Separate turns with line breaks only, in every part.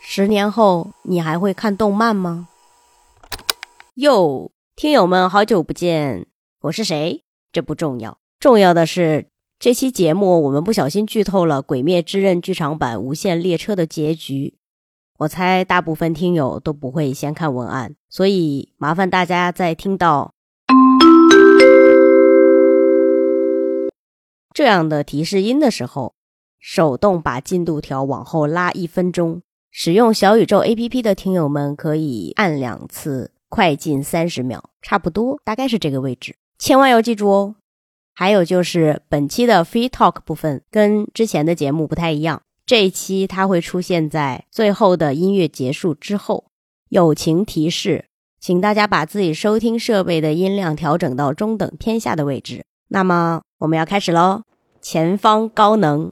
十年后你还会看动漫吗？哟，听友们，好久不见！我是谁？这不重要，重要的是这期节目我们不小心剧透了《鬼灭之刃》剧场版《无限列车》的结局。我猜大部分听友都不会先看文案，所以麻烦大家在听到这样的提示音的时候，手动把进度条往后拉一分钟。使用小宇宙 APP 的听友们可以按两次，快进三十秒，差不多，大概是这个位置，千万要记住哦。还有就是本期的 Free Talk 部分跟之前的节目不太一样，这一期它会出现在最后的音乐结束之后。友情提示，请大家把自己收听设备的音量调整到中等偏下的位置。那么我们要开始喽，前方高能。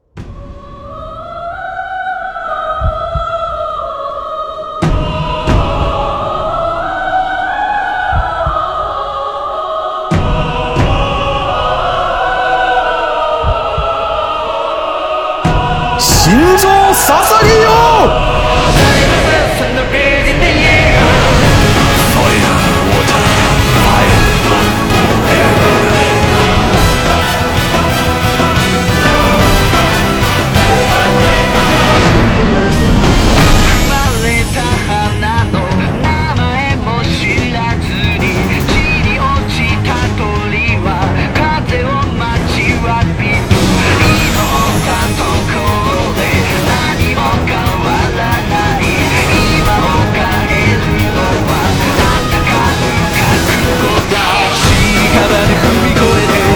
心臓刺さりよ
生まれた花の名前も知らずに地に落ちた鳥は風を待ちわびる祈ったところで何も変わらない今を変えるのは戦う覚悟だ屍に踏み越えて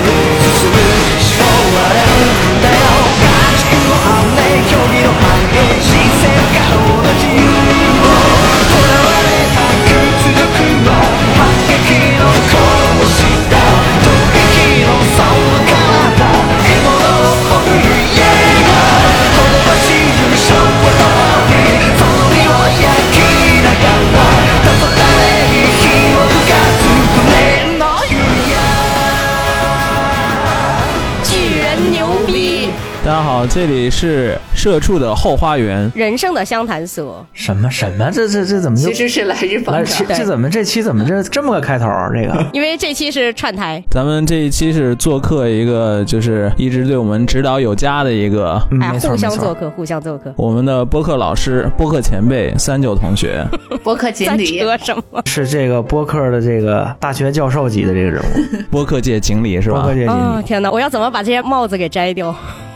進む人は選ぶんだよ合宿の反例競技の反映新鮮から同じ
巨人牛逼！
大家好，这里是社畜的后花园。
人生的湘潭所，
什么什么？这这这怎么就
嗯其实是来日
来
方
这
长。
对
这怎么这期怎么这这么个开头啊？这个
因为这期是串台，
咱们这一期是做客一个，就是一直对我们指导有加的一个
嗯
哎，
没错
互
没
相做
错，
客，互相做客。
我们的播客老师、播客前辈三九同 学。
博客锦
在
鲤，
扯什么？
是这个播客的这个大学教授级的这个人物，
播客界锦鲤是
播
吧
客？界锦
哦，
鲤，
天哪！我要怎么把这些帽子给摘掉？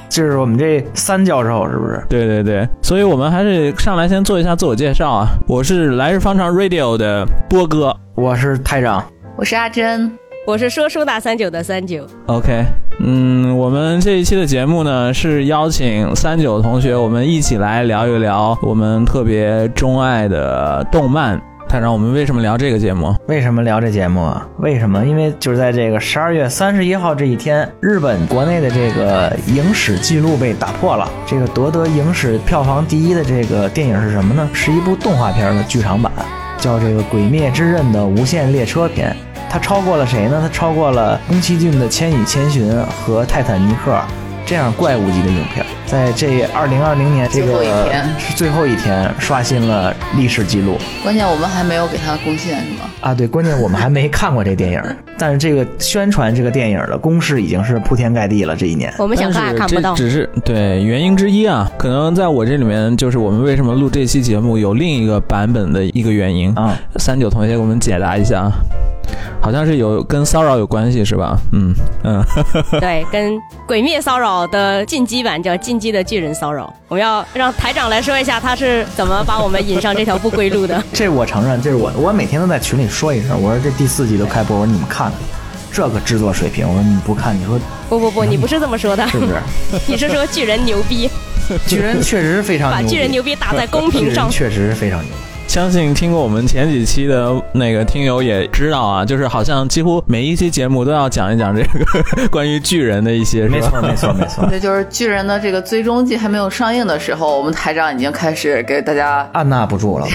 就是我们这三教授是不是？
对对对，所以我们还是上来先做一下自我介绍啊。我是来日方长 Radio 的波哥。
我是台长，
我是阿珍，
我是说书大三九的三九，
OK，嗯，我们这一期的节目呢是邀请三九同学，我们一起来聊一聊我们特别钟爱的动漫。探长，我们为什么聊这个节目？
为什么聊这节目啊？为什么？因为就是在这个十二月三十一号这一天，日本国内的这个影史记录被打破了。这个夺得影史票房第一的这个电影是什么呢？是一部动画片的剧场版，叫这个《鬼灭之刃》的《无限列车篇》。它超过了谁呢？它超过了宫崎骏的《千与千寻》和《泰坦尼克》这样怪物级的影片，在这二零二零年这个
最后一天
是最后一天刷新了历史记录。
关键我们还没有给他贡献是吗？
啊，对，关键我们还没看过这电影 儿，但是这个宣传这个电影儿的攻势已经是铺天盖地了。这一年，
我们想
但
看也
是
看不
这
到。
只是对原因之一啊。可能在我这里面，就是我们为什么录这期节目有另一个版本的一个原因。
啊、
三九同学给我们解答一下啊，好像是有跟骚扰有关系是吧？嗯嗯，
对，跟《鬼灭骚扰》的进击版叫《进击的巨人骚扰》，我们要让台长来说一下他是怎么把我们引上这条不归路的。
这我承认，这是我我每天都在群里说一声，我说这第四季都开播，我说你们看看这个制作水平，我说你不看，你说
不不不，你不是这么说的，
是 不是？
你是说巨人牛逼，
巨人确实是非常
把
牛逼，
巨人牛逼打在公
巨
屏
人
上。
确实是非常牛逼。
相信听过我们前几期的那个听友也知道啊，就是好像几乎每一期节目都要讲一讲这个 关于巨人的一些，
没
是吧？
错，没错，没 错。
这就是巨人的这个最终季还没有上映的时候，我们台长已经开始给大家
按捺不住了，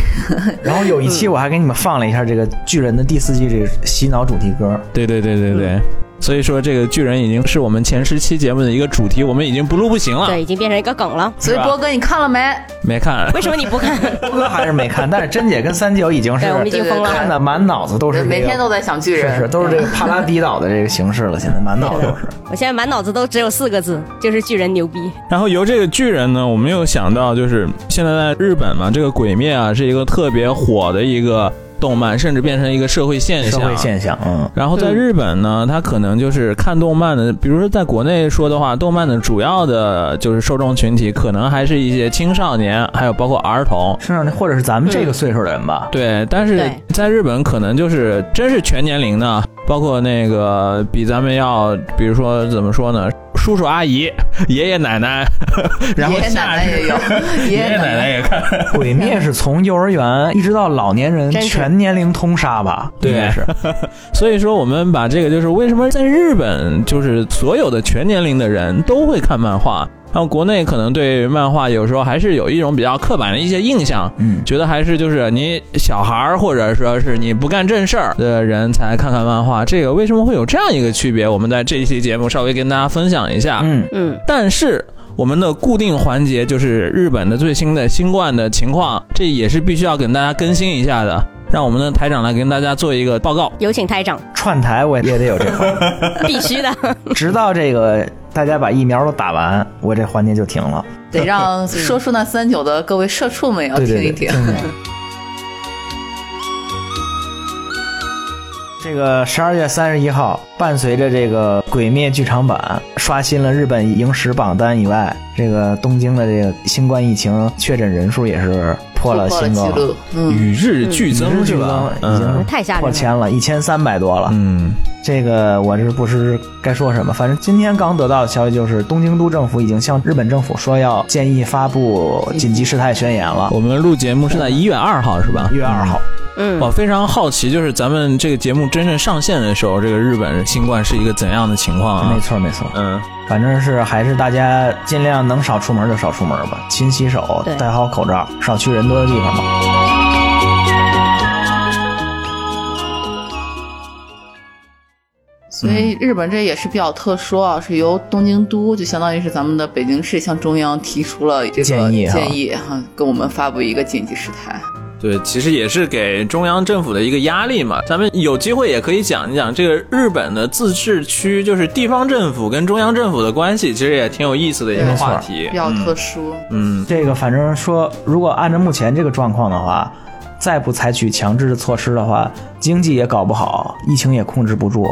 然后有一期我还给你们放了一下这个巨人的第四季这个洗脑主题歌，嗯
对对对对对，所以说这个巨人已经是我们前十期节目的一个主题，我们已经不录不行了。
对，已经变成一个梗了。
所以
是吧
波哥，你看了没？
没看，
为什么你不看？
波哥还是没看，但是珍姐跟三九已经是
对，我们已经疯
看
了。
的满脑子都是这个，
每天都在想巨
是
人，嗯
是都是这个帕 拉迪岛的这个形式了，现在满脑都是。
我现在满脑子都只有四个字，就是巨人牛逼。
然后由这个巨人呢，我们又想到就是现在在日本嘛，这个《鬼灭》啊是一个特别火的一个动漫，甚至变成一个社会现
社
象。啊
会现象，嗯，
然后在日本呢，它可能就是看动漫的，比如说在国内说的话，动漫的主要的就是受众群体，可能还是一些青少年，还有包括儿童。
身上或者是咱们这个岁数的人吧，
对，但是
对
在日本可能就是真是全年龄的，包括那个比咱们要，比如说怎么说呢，叔叔阿姨、爷爷奶奶， 然后
爷爷奶奶 也有，爷
爷爷奶奶也看，
鬼灭是从幼儿园一直到老年人
真是
全年龄通杀吧？
对
应该是。
所以说我们把这个就是为什么在日本就是所有的全年龄的人都会看漫画，然后国内可能对漫画有时候还是有一种比较刻板的一些印象，
嗯，
觉得还是就是你小孩儿或者说是你不干正事儿的人才看看漫画，这个为什么会有这样一个区别？我们在这一期节目稍微跟大家分享一下。
嗯，
嗯，
但是我们的固定环节就是日本的最新的新冠的情况，这也是必须要跟大家更新一下的。让我们的台长来跟大家做一个报告。
有请台 长，
串台我也得有这块，
必须的。
直到这个大家把疫苗都打完，我这环节就停了。
得 让说出那三九的各位社畜们也要
对
听
对
一
对，
听。
真的。这个十二月三十一号，伴随着这个《鬼灭》剧场版刷新了日本影史榜单以外，这个东京的这个新冠疫情确诊人数也是破 了
破了
新
记
高，
录，嗯，
与日俱
与
增
日
是
俱
吧？
增已经
太吓人
破
了
千了，一千三百多了。
嗯，
这个我这不知该说什么，反正今天刚得到的消息就是，东京都政府已经向日本政府说要建议发布紧急事态宣言了。
我们录节目是在一月二号是吧？
一月二号，
嗯
我非常好奇，就是咱们这个节目真正上线的时候，这个日本新冠是一个怎样的情况啊
没？错没错，
嗯，
反正是还是大家尽量能少出门就少出门吧，勤洗手
对，
戴好口罩，少去人多的地方吧。
所以日本这也是比较特殊啊，是由东京都就相当于是咱们的北京市向中央提出了这个
建议哈
建议哈，跟我们发布一个紧急事态。
对，其实也是给中央政府的一个压力嘛。咱们有机会也可以讲一讲这个日本的自治区，就是地方政府跟中央政府的关系，其实也挺有意思的一个
没
错
话题
比。较特殊，
嗯，
这个反正说，如果按照目前这个状况的话，再不采取强制的措施的话，经济也搞不好，疫情也控制不住，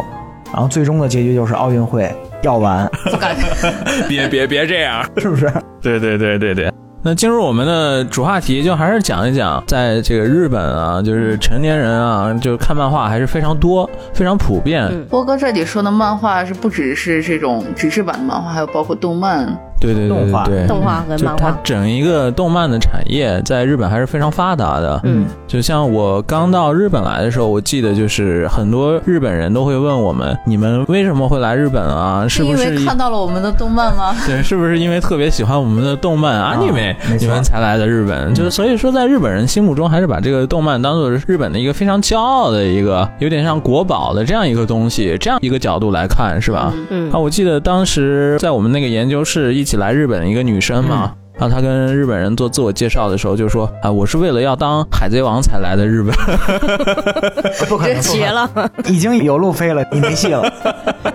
然后最终的结局就是奥运会要完，
不敢。
别别别这样，啊
是不是？
对对对对对。那进入我们的主话题，就还是讲一讲，在这个日本啊，就是成年人啊，就是看漫画还是非常多、非常普遍。
嗯
波哥这里说的漫画是不只是这种纸质版的漫画，还有包括动漫。
对对对
动画
对 对，
动画和
就
漫
它
画，
整一个动漫的产业在日本还是非常发达的。
嗯，
就像我刚到日本来的时候，我记得就是很多日本人都会问我们，你们为什么会来日本啊？是不
因
是
为
因
看到了我们的动漫吗？
对，是不是因为特别喜欢我们的动漫 anime，、
啊没错嗯
你们才来的日本？就是所以说，在日本人心目中，还是把这个动漫当做日本的一个非常骄傲的一个，有点像国宝的这样一个东西，这样一个角度来看，是吧？
嗯
啊，我记得当时在我们那个研究室一起来日本的一个女生嘛。
嗯
然后她跟日本人做自我介绍的时候就说啊，我是为了要当海贼王才来的日本。
不 可能，不可
绝
能
了，
已经有路飞了，你没戏了，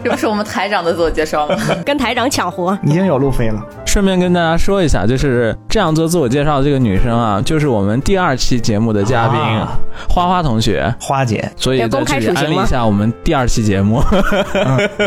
这不是我们台长的自我介绍 吗？
跟台长抢活。
已经有路飞了。
顺便跟大家说一下，就是这样做自我介绍的这个女生啊，就是我们第二期节目的嘉宾、
啊
花花同学。
花姐，
所以
要
在
公
这
开
里
处刑
安利
吗
一下我们第二期节目。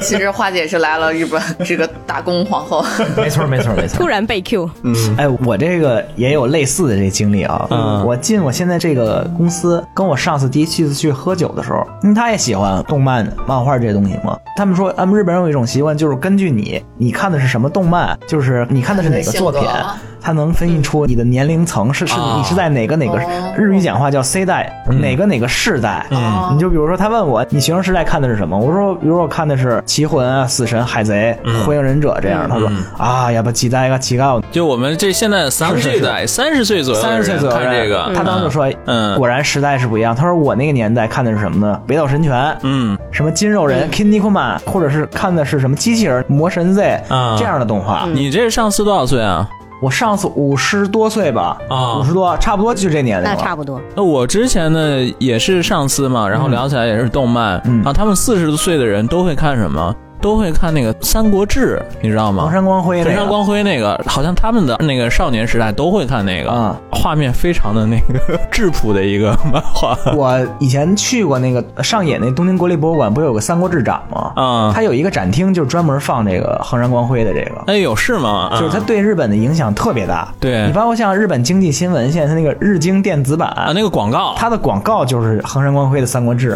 其实花姐是来了日本这个打工皇后，
没错没错没错
突。然被 Q，
哎，我这个也有类似的这经历啊。
嗯
我进我现在这个公司，跟我上司第一次去喝酒的时候，因为他也喜欢动漫、漫画这些东西嘛。他们说，呃他们日本人有一种习惯，就是根据你你看的是什么动漫，就是你看的是哪个作品
性格啊，
它能分析出你的年龄层是是
啊
你是在哪个哪个
哦
日语讲话叫 C 代，哪个哪个世代。
哦
你就比如说，他问我你学生时代看的是什么？我说，比如说我看的是《棋魂》啊、《死神》《海贼》《火影忍者》这样。他说啊，やっぱ期待が違う。
就我们这现在三
是
十
是
代，三十岁左右的
三
人
十岁左右
看这个，
他当时说，
嗯
果然时代是不一样。他说我那个年代看的是什么呢？《北斗神拳》，
嗯，
什么筋肉人 King n i k o m a 或者是看的是什么机器人魔神 Z
啊
这样的动画。
你这上次多少岁啊？
我上次五十多岁吧，
啊
五十多，差不多就这年龄
那
了。
差不多。
那我之前呢也是上司嘛，然后聊起来也是动漫，
嗯
然后他们四十岁的人都会看什么？都会看那个《三国志》，你知道吗？
衡山光辉那个，
衡山光辉那个，好像他们的那个少年时代都会看那个，
啊
画面非常的那个 质朴的一个漫画。
我以前去过那个上野那东京国立博物馆，不是有个三国志展吗？
啊
它有一个展厅，就专门放这个衡山光辉的这个。
哎，有事吗？
就是它
啊
对日本的影响特别大，
对
你包括像日本经济新闻现在它那个日经电子版，
啊，那个广告，
它的广告就是衡山光辉的《三国志》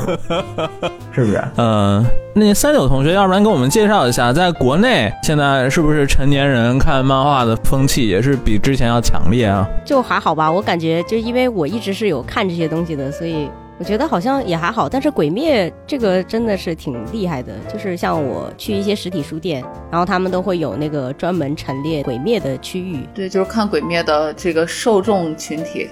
嘛，是不是？
嗯，那三九同学，要不然给我们介绍一下，在国内现在是不是成年人看漫画的风气也是比之前要强烈啊？
就还好吧，我感觉就因为我一直是有看这些东西的，所以我觉得好像也还好。但是《鬼灭》这个真的是挺厉害的，就是像我去一些实体书店，然后他们都会有那个专门陈列《鬼灭》的区域。
对，就是看《鬼灭》的这个受众群体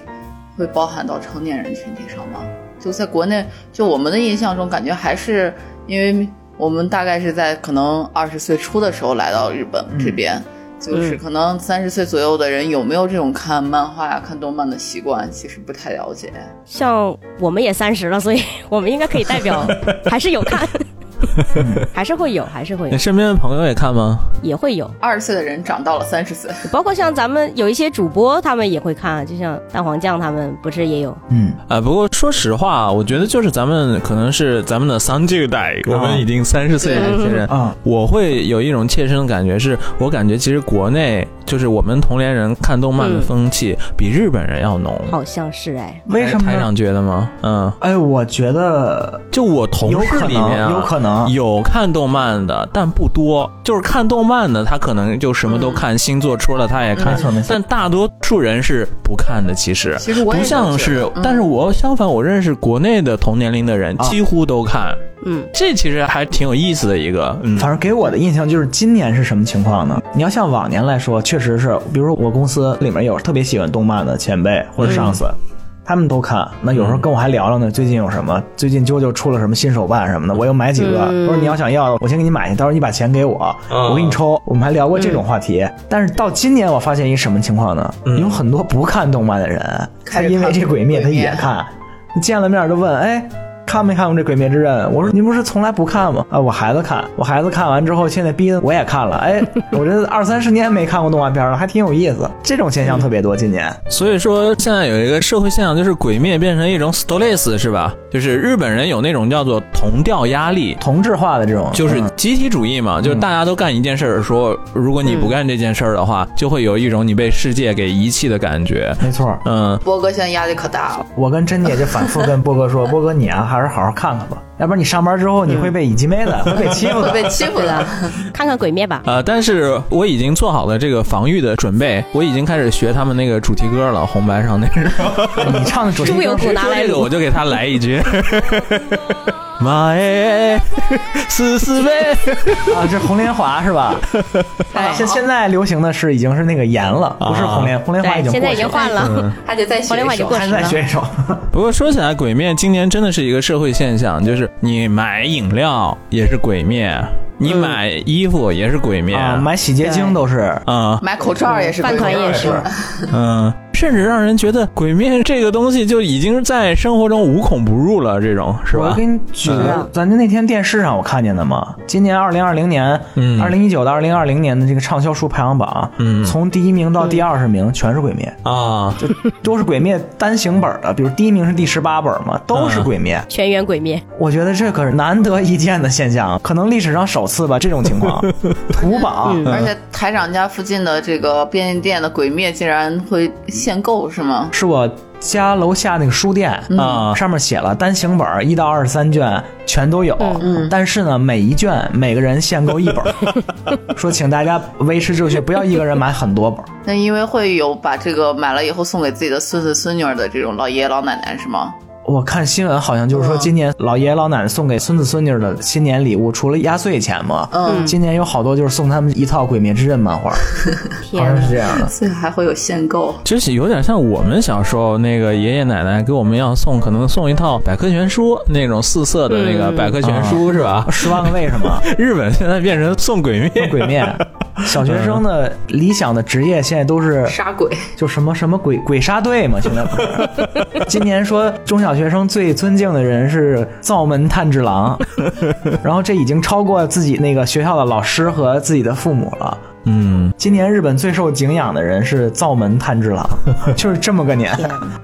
会包含到成年人群体上吗？就在国内，就我们的印象中，感觉还是因为我们大概是在可能二十岁初的时候来到日本
嗯
这边，就是可能三十岁左右的人有没有这种看漫画呀、看动漫的习惯，其实不太了解。
像我们也三十了，所以我们应该可以代 表，还是有看，还是会有，还是会
你
有，
身边的朋友也看吗？
也会有。
二十岁的人长到了三十岁，
包括像咱们有一些主播，他们也会看，啊就像蛋黄酱他们不是也有？
嗯，
啊，不过说实话，我觉得就是咱们可能是咱们的三这个代，我们已经三十岁的这些人
啊，
我会有一种切身的感觉是，我感觉其实国内就是我们同龄人看动漫的风气比日本人要浓。
好像是哎，
为什么
台
呢？
长觉得吗？嗯，
哎，我觉得
就我同
有
事
可
里面、啊、
能，有可能，
有看动漫的，但不多。就是看动漫的，他可能就什么都看，星座出了他也看
没错没，错
但大多数人是不看的。其实，
其实我也
不像
了
是
解嗯，
但是我相反，我认识国内的同年龄的
啊
人几乎都看，
嗯，
这其实还挺有意思的一个，嗯，
反正给我的印象就是今年是什么情况呢？你要像往年来说，确实是，比如说我公司里面有特别喜欢动漫的前辈或者上司。他们都看，那有时候跟我还聊聊呢。最近有什么？最近啾啾出了什么新手办什么的，我又买几个。
嗯
我说你要想要，我先给你买去，到时候你把钱给我，我给你抽。我们还聊过这种话题。但是到今年，我发现一什么情况呢？有很多不看动漫的人，他
开始
因为
看
这鬼灭他
鬼灭
也看，见了面就问，哎，看没看过这《鬼灭之刃》？我说您不是从来不看吗？啊，我孩子看，我孩子看完之后，现在逼得我也看了。哎，我这二三十年没看过动画片了，还挺有意思。这种现象特别多，今年
所以说现在有一个社会现象，就是鬼灭变成一种 stress 是吧？就是日本人有那种叫做同调压力。
同质化的这种，
就是
嗯
集体主义嘛，就是大家都干一件事儿，说如果你不干这件事儿的话，就会有一种你被世界给遗弃的感觉。
没错。
嗯，
波哥现在压力可大了，
我跟珍姐就反复跟波哥说，波哥你啊，还是好好看看吧，要不然你上班之后你会被以及妹的，会被欺负
会
的。
被欺负 的。
看看《鬼灭》吧。
呃，但是我已经做好了这个防御的准备，我已经开始学他们那个主题歌了，红白上那个。
你唱的主题
猪有
歌
骨
是
拿来
这个
撸
我，就给他来一句， 妈耶，死死呗！
啊，这红莲华是吧？啊
哎
现现在流行的是已经是那个盐了，不是红莲，红莲华
对，
已经
现在
过
已
去
经
了，嗯
换了，
还得再学
我另外
一
就
首
过。
还
时
是再
了。
学一首。
不过说起来，鬼灭今年真的是一个社会现象，就是你买饮料也是鬼灭，你买衣服也是鬼灭，
嗯啊，买洗洁精都是。
啊
买口罩也是鬼
饭
灭，
团也是，
嗯，甚至让人觉得鬼灭这个东西就已经在生活中无孔不入了，这种是
我
吧？嗯
给你举个，咱就那天电视上我看见的嘛，今年二零二零年、
嗯
二零一九到二零二零年的这个畅销书排行榜，
嗯
从第一名到第二十名全是《鬼灭
啊，》，
都是《鬼灭》单行本的，比如第一名是第十八本嘛，都是
嗯
《鬼灭》
全员鬼灭，
我觉得这可是难得一见的现象，可能历史上首次吧，这种 情况，图榜。
而且台长家附近的这个便利店的鬼灭竟然会限购是吗？
是我家楼下那个书店
啊
上面写了单行本儿一到二十三卷全都有，但是呢，每一卷每个人限购一本儿，说请大家维持秩序，不要一个人买很多本儿。
那因为会有把这个买了以后送给自己的孙子孙女儿的这种老爷爷老奶奶是吗？
我看新闻好像就是说，
嗯
今年老爷爷老奶奶送给孙子孙女的新年礼物，除了压岁钱嘛，
嗯
今年有好多就是送他们一套《鬼灭之刃》漫画，好
天
像是
哪，
这样的。
所以还会有限购。
就是有点像我们小时候那个爷爷奶奶给我们要送，可能送一套百科全书那种四色的那个
嗯
百科全书、是吧？
十万个为什么，
啊 日本现在变成送鬼灭，
鬼灭，小学生的理想的职业现在都是
杀鬼，
就什么什么鬼鬼杀队嘛，现在不 是。今年说中小学生最尊敬的人是灶门炭治 郎，然后这已经超过自己那个学校的老师和自己的父母了。
嗯，
今年日本最受敬仰的人是灶门炭治 郎，就是这么个年。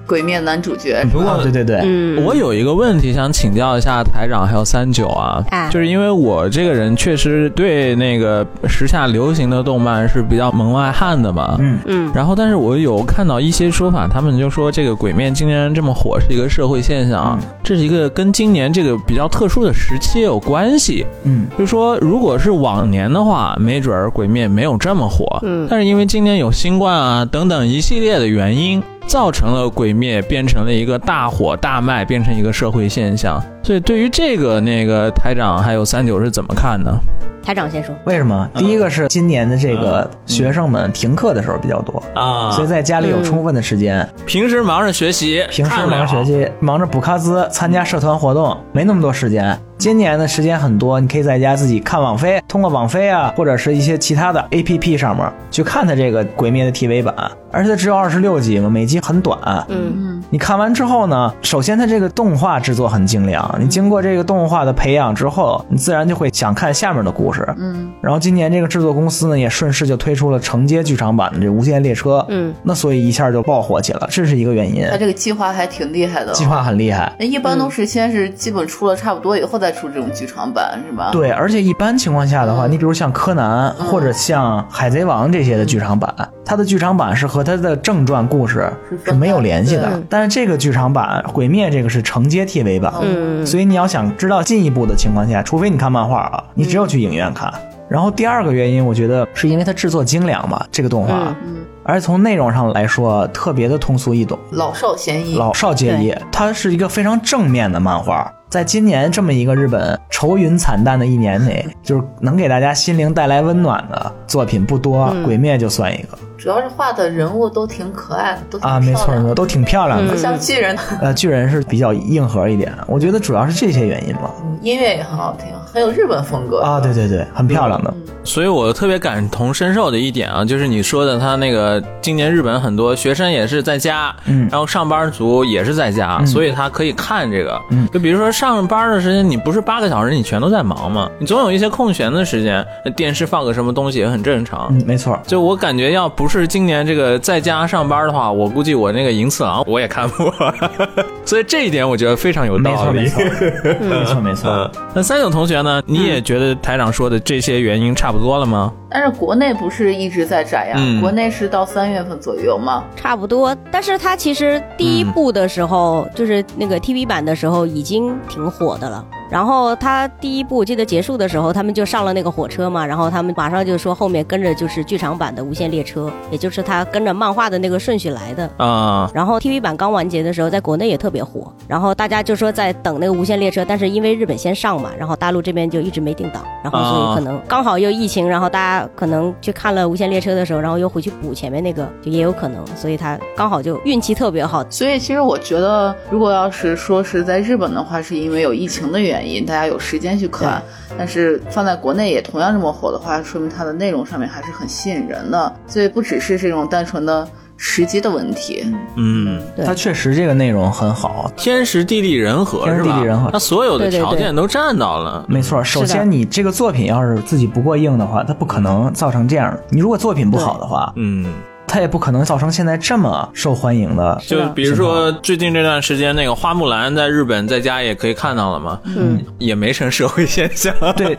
鬼灭男主角，
不过
啊对对对，
嗯，
我有一个问题想请教一下台长，还有三九啊，
啊
就是因为我这个人确实对那个时下流行的动漫是比较门外汉的嘛，
嗯
嗯
然后但是我有看到一些说法，他们就说这个《鬼面今年这么火是一个社会现象啊，这是一个跟今年这个比较特殊的时期有关系，
嗯，
就是说，如果是往年的话，没准儿《鬼灭》没有这么火。
嗯
但是因为今年有新冠啊等等一系列的原因，造成了《鬼灭》变成了一个大火大卖，变成一个社会现象。所以对于这个，那个台长还有三九是怎么看呢？
台长先说，
为什
嗯
么？第一个是今年的这个学生们停课的时候比较多，
啊
所以在家里
嗯
有充分的时间，
平时忙着学习，
平时
看不
忙着
了
学习，忙着补课资，参加社团活动，没那么多时间。今年的时间很多，你可以在家自己看网飞，通过网飞啊，或者是一些其他的 APP 上面去看它这个《鬼灭》的 TV 版，而且它只有二十六集嘛，每集很短。
嗯
你看完之后呢，首先它这个动画制作很精良，你经过这个动画的培养之后，你自然就会想看下面的故事。嗯，然后今年这个制作公司呢，也顺势就推出了承接剧场版的这《无限列车》。
嗯，
那所以一下就爆火起来了，这是一个原因。
他这个计划还挺厉害的、
计划很厉害，
那一般都是先是基本出了差不多以后再出这种剧场版是吧？，
对，而且一般情况下的话，
嗯
你比如像柯南或者像海贼王这些的剧场版，它的剧场版是和它的正传故事是没有联系的
嗯。
但是这个剧场版《鬼灭》这个是承接 TV 版，
嗯
所以你要想知道进一步的情况下，除非你看漫画啊，你只有去影院看。然后第二个原因，我觉得是因为它制作精良吧，这个动画，而且从内容上来说特别的通俗易懂。
老少咸宜。
老少皆宜，它是一个非常正面的漫画。在今年这么一个日本愁云惨淡的一年内，就是能给大家心灵带来温暖的作品不多，鬼灭》就算一个
主要是画的人物都挺可爱的，都挺
啊，没错
嗯漂
没
亮嗯
错，
的，
都挺漂亮的
不。像巨人，
呃，巨人是比较硬核一点，我觉得主要是这些原因吧。
音乐也很好听，很有日本风格。
啊，对对对，很漂亮的，
所以我特别感同身受的一点啊，就是你说的，他那个今年日本很多学生也是在家，
嗯
然后上班族也是在家，所以他可以看这个，
嗯
就比如说上班的时间，你不是八个小时，你全都在忙嘛，你总有一些空闲的时间，那电视放个什么东西也很正常。
嗯，没错。
就我感觉，要不是今年这个在家上班的话，我估计我那个银次郎我也看不完， 所以这一点我觉得非常有
没
道
错，
理。嗯
没错， 没错，没错。
那三九同学呢？你也觉得台长说的这些原因差不多了吗？
但是国内不是一直在展呀？
嗯
国内是到三月份左右嘛？
差不多。但是它其实第一部的时候，就是那个 TV 版的时候，已经挺火的了。然后它第一部我记得结束的时候，他们就上了那个火车嘛，然后他们马上就说后面跟着就是剧场版的《无限列车》，也就是它跟着漫画的那个顺序来的。
啊、
然后 TV 版刚完结的时候，在国内也特别火，然后大家就说在等那个《无限列车》，但是因为日本先上嘛，然后大陆这边就一直没定档，然后所以可能刚好又疫情，然后大家可能去看了《无限列车》的时候，然后又回去补前面那个，就也有可能，所以他刚好就运气特别好。
所以其实我觉得，如果要是说是在日本的话，是因为有疫情的原因，大家有时间去看；但是放在国内也同样这么火的话，说明它的内容上面还是很吸引人的。所以不只是这种单纯的时机的问题，
嗯，
对
它确实这个内容很好，
天时地利人和
天时
是吧？
地利人和
他所有
对
的
对对
条件都占到了。
没错，首先你这个作品要是自己不过硬的话，它不可能造成这样的。你如果作品不好的话，
嗯，
它也不可能造成现在这么受欢迎的。
是
就
的
比如说最近这段时间，那个花木兰在日本在家也可以看到了嘛，
嗯，
也没成社会现象。
对，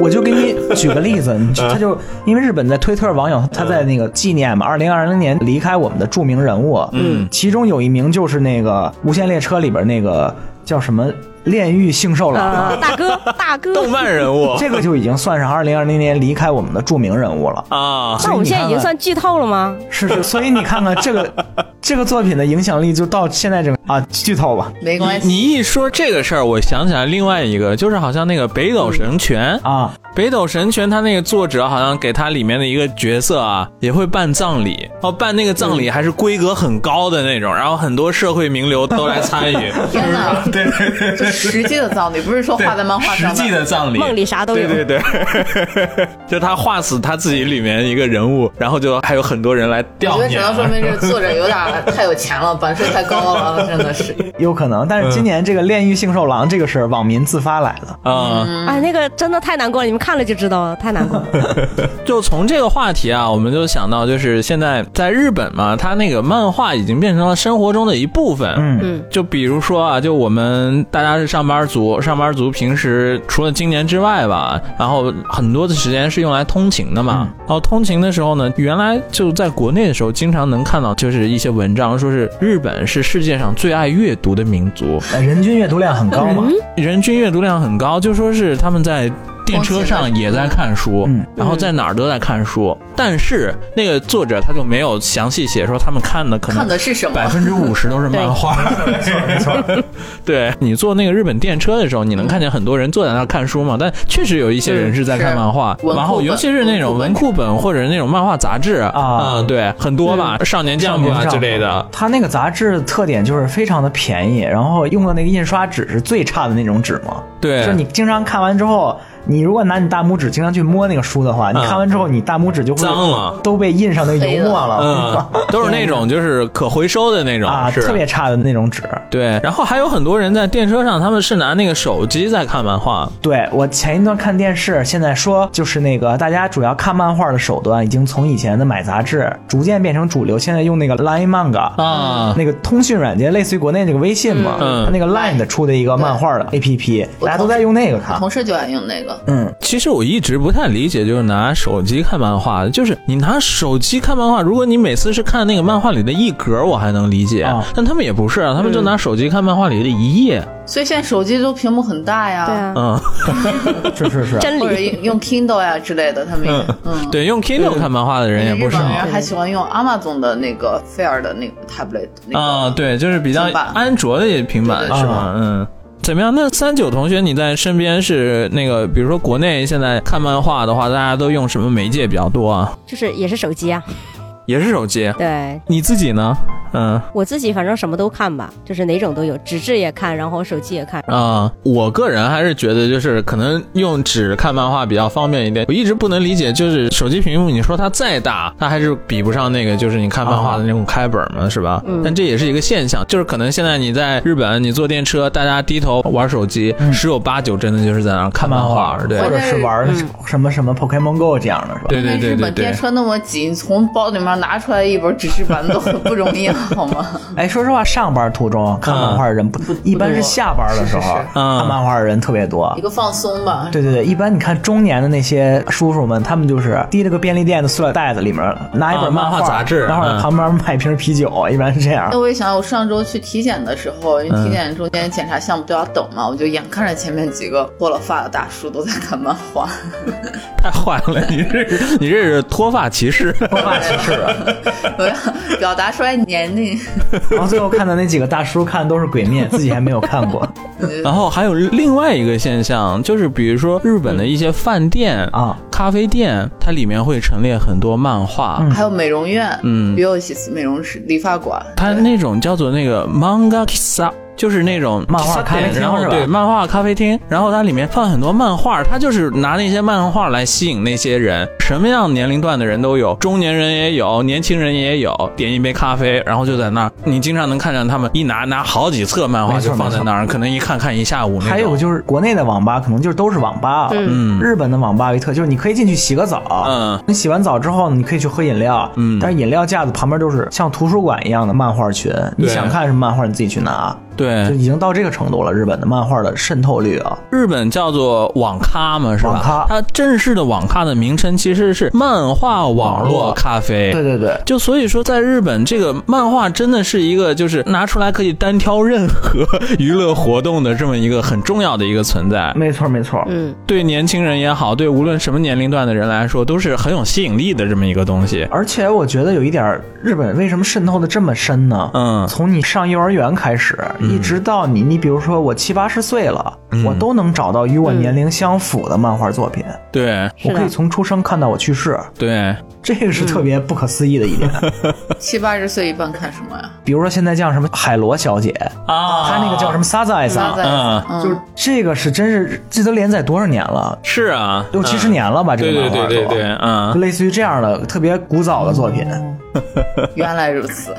我就给你举个例子，你就他就因为日本在推特网友他在那个纪念嘛，二零二零年离开我们的著名人物，嗯，其中有一名就是那个《无限列车》里边那个叫什么炼狱性受狼，
啊，大哥，大哥，
动漫人物
这个就已经算上二零二零年离开我们的著名人物了。
啊，
那我们现在已经算剧透了吗？
是是，所以你看看这个这个作品的影响力就到现在这个啊，剧透吧
没关系，
你一说这个事儿，我想起来另外一个，就是好像那个北斗神拳，
啊，
北斗神拳它那个作者好像给它里面的一个角色啊，也会办葬礼，哦，办那个葬
嗯
礼还是规格很高的那种，然后很多社会名流都来参 与，
天哪，
对对对
这实际的葬礼不是说画在漫画上
实际的葬礼，
梦里啥都有。
对对对， 就他画死他自己里面一个人物，然后就还有很多人来
我觉得只
悼念。
能说明这个作者有点太有钱了，版税太高了，真的 是。
有可能。但是今年这个炼狱性受狼这个是网民自发来 的，
啊、
嗯
哎，那个真的太难过了，你们看了就知道了，太难过了。
就从这个话题啊，我们就想到，就是现在在日本嘛，它那个漫画已经变成了生活中的一部分。
嗯
嗯
就比如说啊，就我们大家是上班族，上班族平时除了今年之外吧，然后很多的时间是用来通勤的嘛。然后通勤的时候呢，原来就在国内的时候，经常能看到就是一些文章说是日本是世界上最爱阅读的民族，
呃人均阅读量很高嘛。
人均阅读量很高，就说是他们在电车上也在看书，
嗯
然后在哪儿都在看书，但是那个作者他就没有详细写说他们看的可
看
能
的是什
百
么？
分之五十都是漫画。
没错，
对你坐那个日本电车的时候，你能看见很多人坐在那儿看书嘛？但确实有一些人是在看漫画，
嗯是
然
文库
后
本
尤其是那种文库本或者那种漫画杂志
啊
嗯对，很多吧，少年
像
Jump 啊之类的。
它那个杂志特点就是非常的便宜，然后用的那个印刷纸是最差的那种纸嘛。
对，
就是你经常看完之后，你如果拿你大拇指经常去摸那个书的话，你看完之后你大拇指就
嗯
会
脏了
都被印上那油墨
嗯
了，，
都是那种就是可回收的那种
啊，
是
特别差的那种纸。
对，然后还有很多人在电车上，他们是拿那个手机在看漫画。
对我前一段看电视，现在说就是那个大家主要看漫画的手段，已经从以前的买杂志逐渐变成主流，现在用那个 Line Manga
啊
那个通讯软件，类似于国内那个微信嘛，
嗯
它那个 Line 的出的一个漫画的 APP，
我
大家都在用那个看
同。事就爱用那个，
嗯，
其实我一直不太理解，就是拿手机看漫画的，就是你拿手机看漫画，如果你每次是看那个漫画里的一格，我还能理解，
啊
但他们也不是，啊，他们就拿手机看漫画里的一页。
所以现在手机都屏幕很大呀，
对啊，
嗯，
是是是，
真
或者
理。
用用 Kindle 呀之类的，他们也嗯。
对，用 Kindle 看漫画的人也不
日
少
本人还喜欢用 Amazon 的那个 Fair 的那个 tablet 那个
啊。，对，就是比较
平板
安卓的平板
对
是
对
吧？嗯。怎么样？那三九同学，你在身边是那个，比如说国内现在看漫画的话，大家都用什么媒介比较多啊？
就是也是手机啊。
也是手机。
对
你自己呢？嗯
我自己反正什么都看吧，就是哪种都有，纸质也看，然后手机也看。
啊，我个人还是觉得就是可能用纸看漫画比较方便一点。我一直不能理解，就是手机屏幕，你说它再大，它还是比不上那个就是你看漫画的那种开本嘛，是吧？但这也是一个现象，就是可能现在你在日本，你坐电车，大家低头玩手机，十有八九真的就是在那儿看漫画，对
或。者是玩
嗯
什么什么 Pokemon Go 这样的，是吧？
对
但
对
日
对对
本
对
电，车那么挤，你从包里面拿出来一本纸质版都 很不容易，好吗？
哎，说实话，上班途中看漫画的人不，一般是下班的时候
是是是
嗯
看漫画的人特别多
一。个放松吧。
对对对，一般你看中年的那些叔叔们，他们就是提着个便利店的塑料袋子，里面拿一
啊
本
漫画
画
杂志
然后
嗯
旁边买一瓶啤酒，一般是这样
那。我也想，我上周去体检的时候，
嗯
因为体检中间检查项目都要等嘛，我就眼看着前面几个脱了发的大叔都在看漫画，
太 坏了！你这你这是脱发歧视，
脱发歧视啊！
我要表达出来年龄。
然后最后看到那几个大叔看的都是《鬼灭》，自己还没有看过。
然后还有另外一个现象，就是比如说日本的一些饭店
啊、
咖啡店，它里面会陈列很多漫画，
嗯
还有美容院，
嗯
也有一些美容师、理发馆，
它那种叫做那个 manga kissa。就是那种
漫画
kissa
咖啡
店
厅
然后
是吧
对，漫画咖啡厅，然后它里面放很多漫画，它就是拿那些漫画来吸引那些人，什么样年龄段的人都有，中年人也有，年轻人也有，点一杯咖啡，然后就在那儿，你经常能看见他们一拿拿好几册漫画
没错
就放在那儿，可能一看看一下午那种。
还有就是国内的网吧可能就都是网吧了，
嗯
日本的网吧维特就是你可以进去洗个澡，
嗯，
你洗完澡之后呢，你可以去喝饮料，
嗯
但是饮料架子旁边都是像图书馆一样的漫画群，你想看什么漫画你自己去拿。就
对，
已经到这个程度了。日本的漫画的渗透率啊，
日本叫做网咖嘛，是吧？
网咖
它正式的网咖的名称其实是漫画网络咖啡。
对对对，
就所以说，在日本，这个漫画真的是一个，就是拿出来可以单挑任何娱乐活动的这么一个很重要的一个存在。
没错没错。
嗯，
对年轻人也好，对无论什么年龄段的人来说，都是很有吸引力的这么一个东西。
而且我觉得有一点儿，日本为什么渗透的这么深呢？
嗯
从你上幼儿园开始，一直到你，你比如说我七八十岁了，
嗯
我都能找到与我
嗯
年龄相符的漫画作品。
对
是
我可以
的，
从出生看到我去世，
对，
这个是特别不可思议的一点。
七八十岁一般看什么呀？
比如说现在叫什么海螺小姐
啊
她那个叫什么萨赞
啊
艾
那
桑，
在
嗯
嗯
就是这个是真是这都连载多少年了？
是啊，
六七十年了吧？这
对
个
对
漫
对
画
对
都
对，嗯
就。类似于这样的特别古早的作品。
原来如此，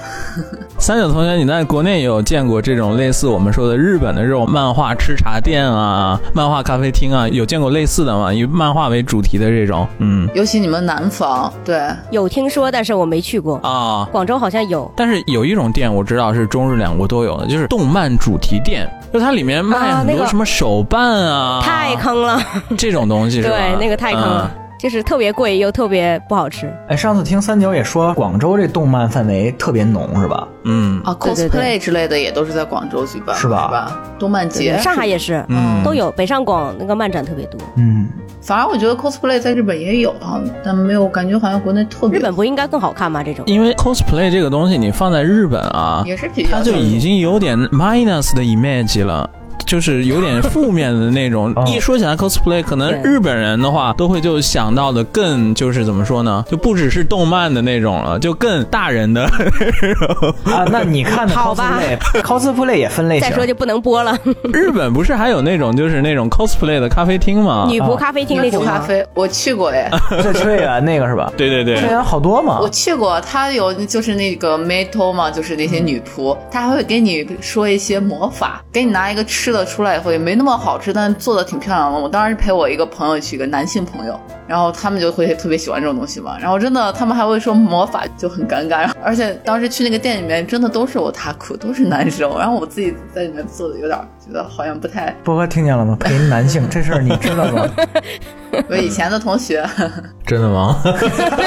三九同学，你在国内也有见过这种类似我们说的日本的这种漫画吃茶店啊、漫画咖啡厅啊，有见过类似的吗？以漫画为主题的这种，嗯
尤其你们南方，对，
有听说，但是我没去过。
啊。
广州好像有，
但是有一种店我知道是中日两国都有的，就是动漫主题店，就它里面卖
啊
很
那
多
个
什么手办啊，
太坑了，
这种东西是吧？啊
对，那个太坑了，就是特别贵又特别不好吃。
哎，上次听三九也说广州这动漫氛围特别浓，是吧？
嗯。嗯
啊
对对
，cosplay
对
之类的也都是在广州举办，
是
是
吧
吧？动漫节，
上海也是，
嗯
都有。北上广那个漫展特别多，
嗯，
反而我觉得 cosplay 在日本也有啊，但没有感觉好像国内特别，
日本不应该更好看吗？这种
因为 cosplay 这个东西，你放在日本啊，
也是比较，
它就已经有点 minus 的 image 了。就是有点负面的那 种
哦。
一说起来 cosplay，可能
对
日本人的话都会就想到的更就是怎么说呢？就不只是动漫的那种了，就更大人的
啊，那你看的
好吧
cosplay，cosplay 也分类
啊
再
型
说。就不能播了，
日本不是还有那种就是那种 cosplay 的咖啡厅吗？
女仆咖啡厅那
女仆
种啊
咖
吗？
啊
啡，我去过哎，
这崔远那个是吧？
对对
崔
对，
远好多嘛
我。去过，他有就是那个 metal 嘛，就是那些女仆，他还会给你说一些魔法，给你拿一个吃的出来以后也没那么好吃，但做的挺漂亮的。我当时陪我一个朋友去，一个男性朋友，然后他们就会特别喜欢这种东西嘛。然后真的他们还会说魔法就很尴尬，然后而且当时去那个店里面真的都是我他哭，都是男生，然后我自己在里面做的有点儿觉得好像不太，
波哥听见了吗？陪男性这事儿你知道吗？
我以前的同 学
真的吗？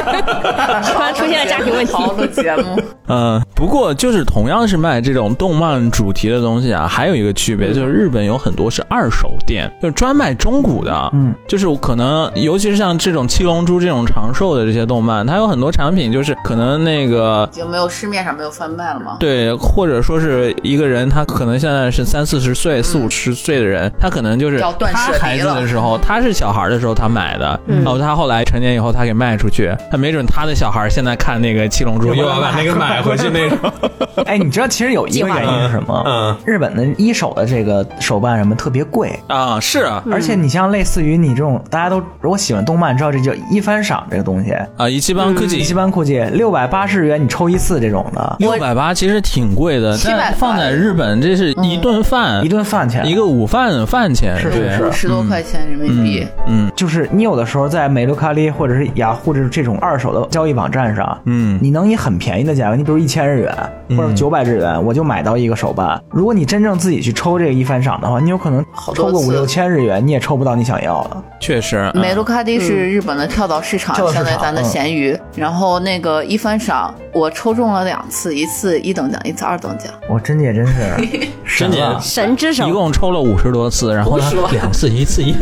突然出现了家庭问题。
好录节目，
嗯，不过就是同样是卖这种动漫主题的东西啊，还有一个区别就是日本有很多是二手店，就是专卖中古的。
嗯，
就是我可能尤其是像这种《七龙珠》这种长寿的这些动漫，它有很多产品就是可能那个。
已经没有市面上没有贩卖了嘛。
对，或者说是一个人，他可能现在是三四十岁、四五十岁的人，他可能就是
要断
他
舍离
孩子
了
的时候，他是小孩的时候他买的，然后他后来成年以后他给卖出去，他没准他的小孩现在看那个《七龙珠》又要把那个买回去那种。
哎，你知道其实有一个原因是什么？
嗯，
日本的一手的这个手办什么特别贵，
啊，是啊，
而且你像类似于你这种大家都如果喜欢动漫，知道这叫一番赏这个东西，
啊，一七班科技
嗯一般估计六百八十元你抽一次这种的，
六百八其实挺贵的，
780
但放在日本这是一顿饭，
嗯一顿饭钱
一个午饭饭钱，
是
对
是是
十多块钱人民币，
嗯
就是你有的时候在美露卡利或者是雅虎这这种二手的交易网站上，
嗯
你能以很便宜的价格，你比如一千日元或者九百日元，我就买到一个手办。如果你真正自己去抽这个一番赏的话，你有可能
好多
抽个五
次
六千日元，你也抽不到你想要的。
确实，嗯
美露卡迪是日本的跳蚤市场
跳蚤，
相
市场
当于咱的
嗯
闲鱼。然后那个一番赏，我抽中了两次，一次一等奖，一次二等奖。。
我真姐真是
真
神
姐
了。
神之手
一，共抽了五十多次，然后呢两次一次一，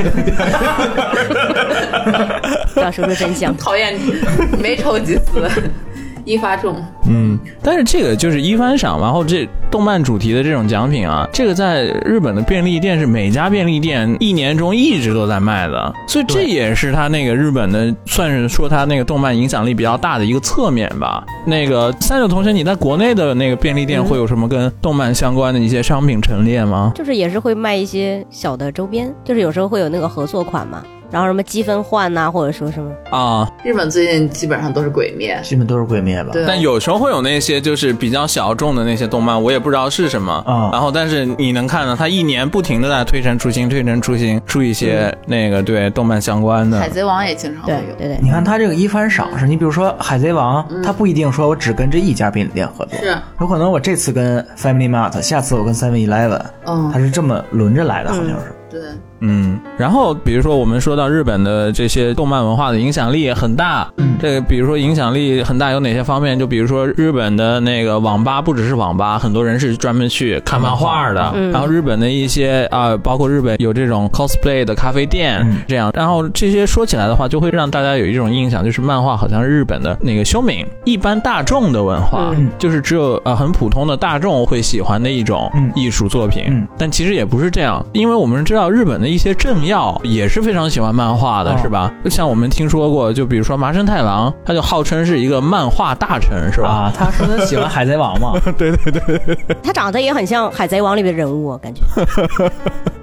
不要说出真 相
讨厌你，没抽几次， 一发中。
但是这个就是一番赏，然后这动漫主题的这种奖品啊，这个在日本的便利店是每家便利店一年中一直都在卖的，所以这也是它那个日本的算是说它那个动漫影响力比较大的一个侧面吧。那个三九同学，你在国内的那个便利店会有什么跟动漫相关的一些商品陈列吗？
就是也是会卖一些小的周边，就是有时候会有那个合作款嘛，然后什么积分换呐、或者说什么，
啊、
日本最近基本上都是鬼灭，
基本都是鬼灭吧？
对，啊
但有时候会有那些就是比较小众的那些动漫，我也不知道是什么。
嗯
然后但是你能看到它一年不停的在推陈出新，推陈出新，出一些那个对动漫相关
海
的。
贼王也经
啊
常会
对
有。
对对
你看他这个一番赏识，你比如说《海贼王》他不一定说我只跟这一家便利店合作，
嗯是啊
有可能我这次跟 Family Mart，下次我跟 Seven Eleven，
嗯
他是这么轮着来的，好像是。
对，
嗯，然后比如说我们说到日本的这些动漫文化的影响力也很大，
嗯
这个比如说影响力很大有哪些方面？就比如说日本的那个网吧不只是网吧，很多人是专门去看漫画的，
嗯
然后日本的一些啊、包括日本有这种 cosplay 的咖啡店、
嗯
这样，然后这些说起来的话，就会让大家有一种印象，就是漫画好像是日本的那个修敏一般大众的文化，
嗯
就是只有呃很普通的大众会喜欢的一种
嗯
艺术作品，
嗯
但其实也不是这样，因为我们知道日本的一些政要也是非常喜欢漫画的，
哦
是吧？就像我们听说过，就比如说麻生太郎，他就号称是一个漫画大臣，
嗯
是吧？
啊，他说他喜欢《海贼王》嘛，
他长得也很像《海贼王》里面的人物、啊，感觉。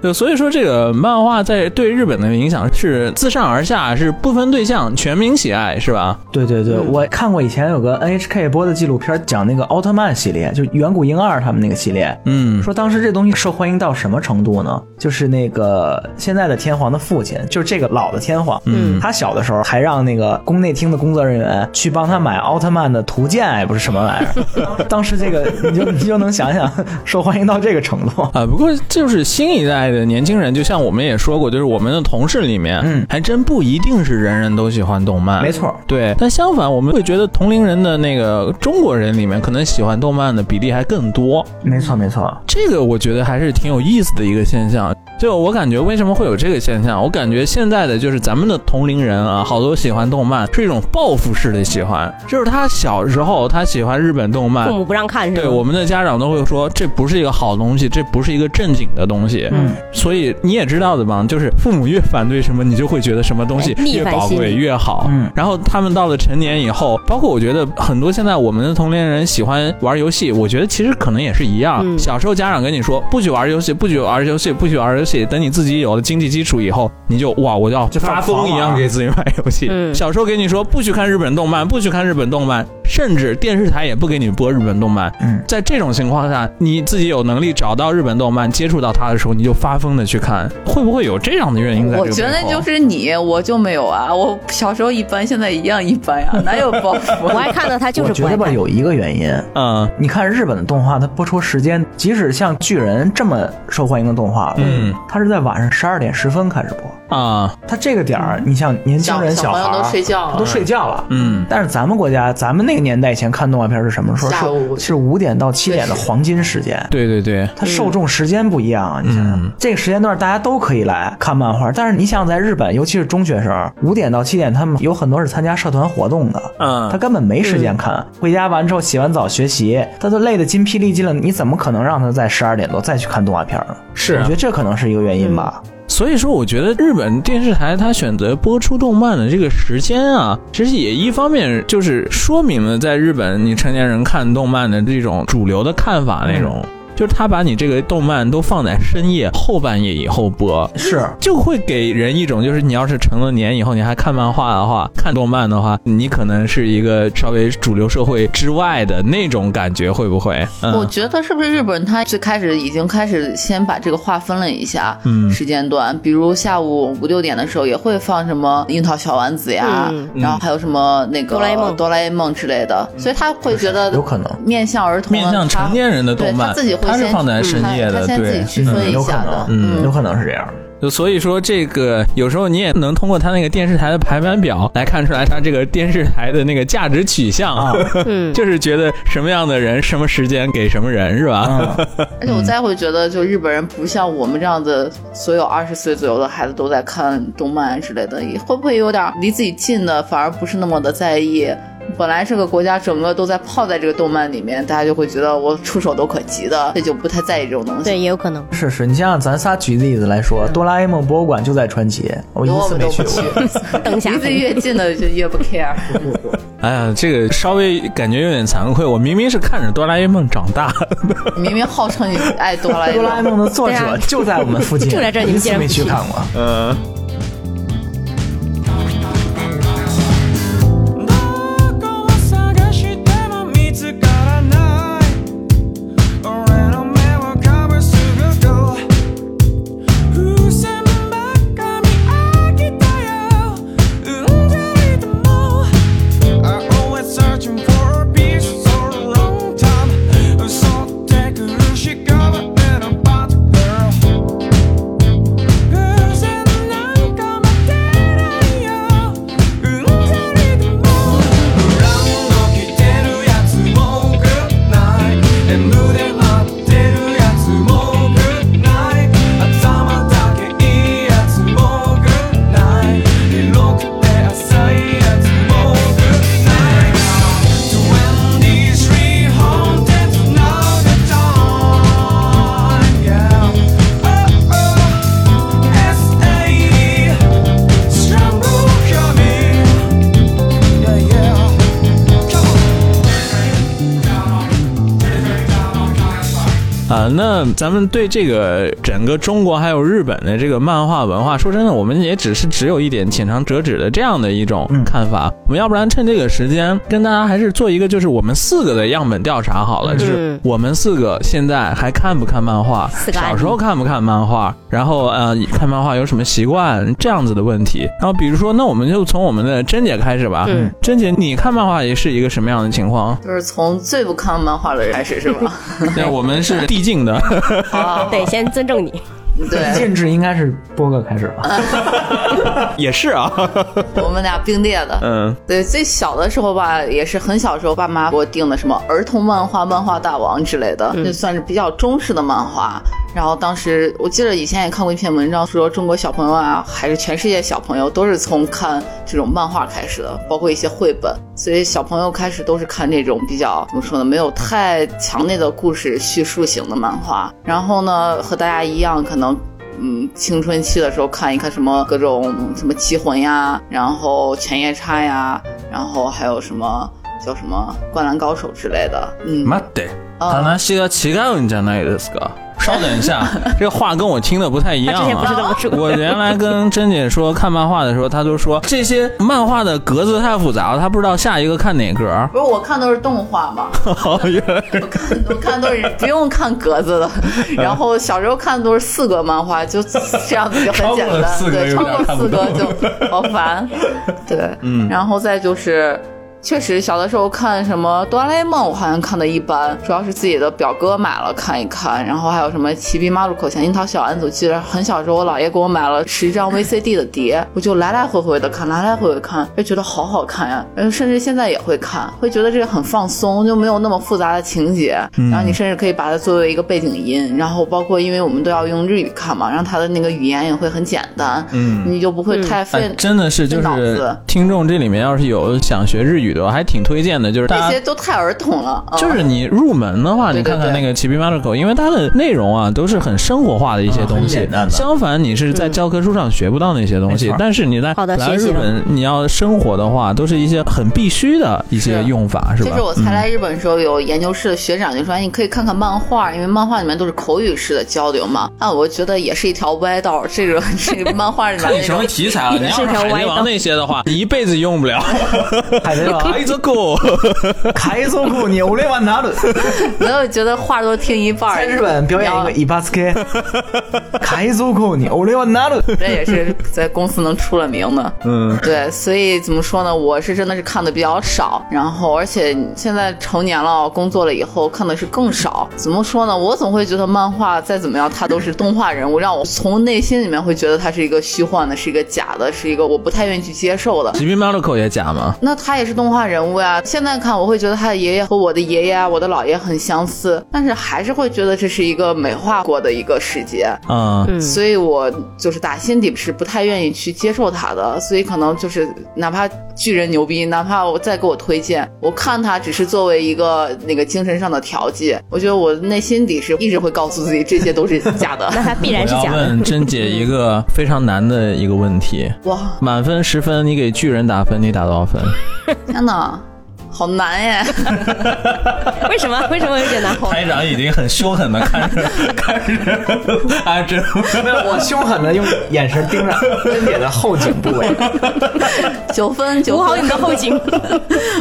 对，所以说这个漫画在对日本的影响是自上而下，是不分对象，全民喜爱，是吧？
对对对，我看过以前有个 NHK 播的纪录片，讲那个奥特曼系列，就是远古婴儿他们那个系列。
嗯，
说当时这东西受欢迎到什么程度呢？就是那个现在的天皇的父亲，就是这个老的天皇，
嗯
他小的时候还让那个宫内厅的工作人员去帮他买奥特曼的图鉴，哎也不是什么玩意儿。当时这个你就你就能想想，受欢迎到这个程度。
啊，不过就是新一代的年轻人，就像我们也说过，就是我们的同事里面，
嗯
还真不一定是人人都喜欢动漫，
没错，
对，但相反，我们会觉得同龄人的那个中国人里面，可能喜欢动漫的比例还更多。
没错，没错。
这个我觉得还是挺有意思的一个现象。就我感觉，为什么会有这个现象？我感觉现在的就是咱们的同龄人啊，好多喜欢动漫是一种报复式的喜欢，就是他小时候他喜欢日本动漫
父，母不让看是
啊对
吧？
我们的家长都会说，这不是一个好东西，这不是一个正经的东西。
嗯，
所以你也知道的嘛，就是父母越反对什么，你就会觉得什么东西
哎逆
越
反
宝
心
贵
理
越好。
嗯
然后他们到了成年以后，包括我觉得很多现在我们的同龄人喜欢玩游戏，我觉得其实可能也是一样。
嗯
小时候家长跟你说不许玩游戏，不许玩游戏，不许玩游戏，等你自己有了经济基础以后，你就哇，我就要
就
发
发
疯
狂
一样
玩
给自己买游戏。
嗯
小时候给你说不许看日本动漫，不许看日本动漫，甚至电视台也不给你播日本动漫。
嗯
在这种情况下，你自己有能力找到日本动漫，接触到它的时候，你就发疯的去看，会不会有这样的原因在这个
我觉得
背后
就是你，我就没有啊。我小时候一般，现在一样一般呀、哪有啊包袱
我爱看的他就
我
是
觉
不
得
爱
吧，
看。
有一个原因，
嗯
你看日本的动画，它播出时间，即使像《巨人》这么受欢迎的动画，
嗯，
它是在晚上十二点十分开始播。
啊
它这个点儿，你像年轻人、
小
孩
朋友
儿啊
都睡觉了
他都睡觉了。
嗯
但是咱们国家，咱们那个年代以前看动画片是什么时候？
下午
是是五点到七点的黄金时间。
对对对，
它受众时间不一样啊，你想想
嗯，
这个时间段大家都可以来看漫画，但是你想在日本，尤其是中学生，五点到七点，他们有很多是参加社团活动的，
嗯
他根本没时间看，回家完之后洗完澡学习，他都累得筋疲力尽了，你怎么可能让他在十二点多再去看动画片呢？
是啊
我觉得这可能是一个原因吧。
所以说，我觉得日本电视台它选择播出动漫的这个时间啊，其实也一方面就是说明了在日本你成年人看动漫的这种主流的看法那种，
嗯
就是他把你这个动漫都放在深夜后半夜以后播。
是，
就会给人一种，就是你要是成了年以后，你还看漫画的话，看动漫的话，你可能是一个稍微主流社会之外的那种感觉，会不会？
我
嗯
觉得是不是日本他最开始已经开始先把这个划分了一下
嗯
时间段，比如下午五六点的时候也会放什么樱桃小丸子呀，
嗯
然后还有什么那个
哆啦 A 梦嗯
哆啦 A 梦之类的，所以他会觉得
有可能
面向儿童的
面向
他
成年人的动
对
漫
他自己会
他是
先
放在深夜
嗯他
的
他先自己
对
区分一
有可
下的
能，，
嗯
有可能是这样。
就所以说，这个有时候你也能通过他那个电视台的排版表来看出来，他这个电视台的那个价值取向啊，
嗯，
就是觉得什么样的人、什么时间给什么人，是吧？
嗯，
而且我再会觉得，就日本人不像我们这样的，所有二十岁左右的孩子都在看动漫之类的，也会不会有点离自己近的，反而不是那么的在意？本来这个国家整个都在泡在这个动漫里面，大家就会觉得我触手都可及的，这就不太在意这种东
对，
西。
也有可 能。
是是，你想想，咱�仨举例子来说，哆啦 A 梦博物馆就在川崎，我一
多我
次
们都
没
不
去
去
过。，
灯下
离自己 越近的就越不 care。
哎呀，这个稍微感觉有点惭愧，我明明是看着哆啦 A 梦长大，
明明号称你爱哆啦 A
哆啦 A
梦，？
啊梦的作者就在我们附近，
就在这儿
我
你
一
们竟
次
然
没
不
去
去
看过。
啊、那咱们对这个整个中国还有日本的这个漫画文化，说真的，我们也只是只有一点浅尝辄止的这样的一种
嗯
看法。我们要不然趁这个时间跟大家还是做一个，就是我们四个的样本调查好了，
嗯
就是我们四个现在还看不看漫画，
四个案
小
例
时候看不看漫画，然后呃看漫画有什么习惯这样子的问题。然后比如说，那我们就从我们的珍姐开始吧。
嗯，
珍姐，你看漫画也是一个什么样的情 况
就是从最不看漫画的人开始是吧？
那我们是递进的。
啊，
得先尊重你。
对，
禁制应该是波哥开始吧？
也是啊，
我们俩并列的。
嗯，
对，最小的时候吧，也是很小时候，爸妈给我订的什么儿童漫画、漫画大王之类的，就算是比较中式的漫画。然后当时我记得以前也看过一篇文章，说中国小朋友啊，还是全世界小朋友都是从看这种漫画开始的，包括一些绘本。所以小朋友开始都是看这种比较怎么说呢，没有太强烈的故事叙述型的漫画。然后呢，和大家一样，可能嗯，青春期的时候看一看什么各种嗯什么棋魂呀，然后犬夜叉呀，然后还有什么叫什么灌篮高手之类的，嗯，
妈的，
啊
是个乞丐人家那个是个。稍等一下，这个话跟我听的不太一
他
样
之前不是这
啊。
么说，
我原来跟珍姐说看漫画的时候，她就说这些漫画的格子太复杂了，她不知道下一个看哪格。
不是我看都是动画嘛，
哦
好远，
我看我看都是不用看格子 的，然后小时候看的都是四格漫画，就这样子就很简单，对，超过四格就好烦，对，嗯，然后再就是。确实，小的时候看什么《哆啦 A 梦》，我好像看的一般，主要是自己的表哥买了看一看，然后还有什么《骑兵马路口》《小樱桃小丸子》，我记得很小时候我姥爷给我买了十张 VCD 的碟，我就来来回回的看，来来回回看，哎就觉得好好看呀，呃甚至现在也会看，会觉得这个很放松，就没有那么复杂的情节，
嗯
然后你甚至可以把它作为一个背景音，然后包括因为我们都要用日语看嘛，然后它的那个语言也会很简单，嗯，你就不会太费、
哎，真的是就
脑
是
子
听众这里面要是有想学日语的，我还挺推荐的，就是啊大
这
家
些都太儿童了，嗯
就是你入门的话，
对
你看看
对
那个《骑兵马路口》，因为它的内容啊都是很生活化的一些东
很
西
简单。的
相反，你是在教科书上学不到那些东
没
西
错，
但是你在
好的
来
学习
日
了
本，你要生活的话，都是一些很必须的一些
是
用法，是
这
吧嗯
是？我才来日本的时候，有研究室的学长就说：“哎你可以看看漫画，因为漫画里面都是口语式的交流嘛。”啊，我觉得也是一条歪道。这个这个漫画里面
看你
那
什么
种，
题材啊？你要是
是条
海
歪
贼
道
王那些的话，你一辈子用不了。
海
海
贼王，
贼王，
海贼库你乌雷万 达伦，
没有觉得话都听一半儿。
在日本表演一个伊巴斯 K，海贼库你乌雷万达伦，
这也是在公司能出了名的。嗯， 对，所以怎么说呢？我是真的是看的比较少，然后而且现在成年了，工作了以后看的是更少。怎么说呢？我总会觉得漫画再怎么样，它都是动画人物，让我从内心里面会觉得它是一个虚幻的，是一个假的，是一个我不太愿意去接受的。
骑兵马路口也假吗？
那他也是动画人物呀、现在看我会觉得他的爷爷和我的爷爷啊，我的姥爷很相似，但是还是会觉得这是一个美化过的一个世界。
嗯，
嗯，
所以我就是打心底是不太愿意去接受他的，所以可能就是哪怕巨人牛逼，哪怕我再给我推荐，我看他只是作为一个那个精神上的调剂，我觉得我内心底是一直会告诉自己这些都是假的。
那他必
我
然是
要
假的。
问珍姐一个非常难的一个问题：
哇，
满分十分，你给巨人打分，你打多少分？
天哪，好难耶！
为什么？为什么有点难 哄？
排长已经很凶狠的看着看着 阿珍，
我凶狠的用眼神盯着珍姐的后颈部位，
九分，九
捂好
分
你，的后颈。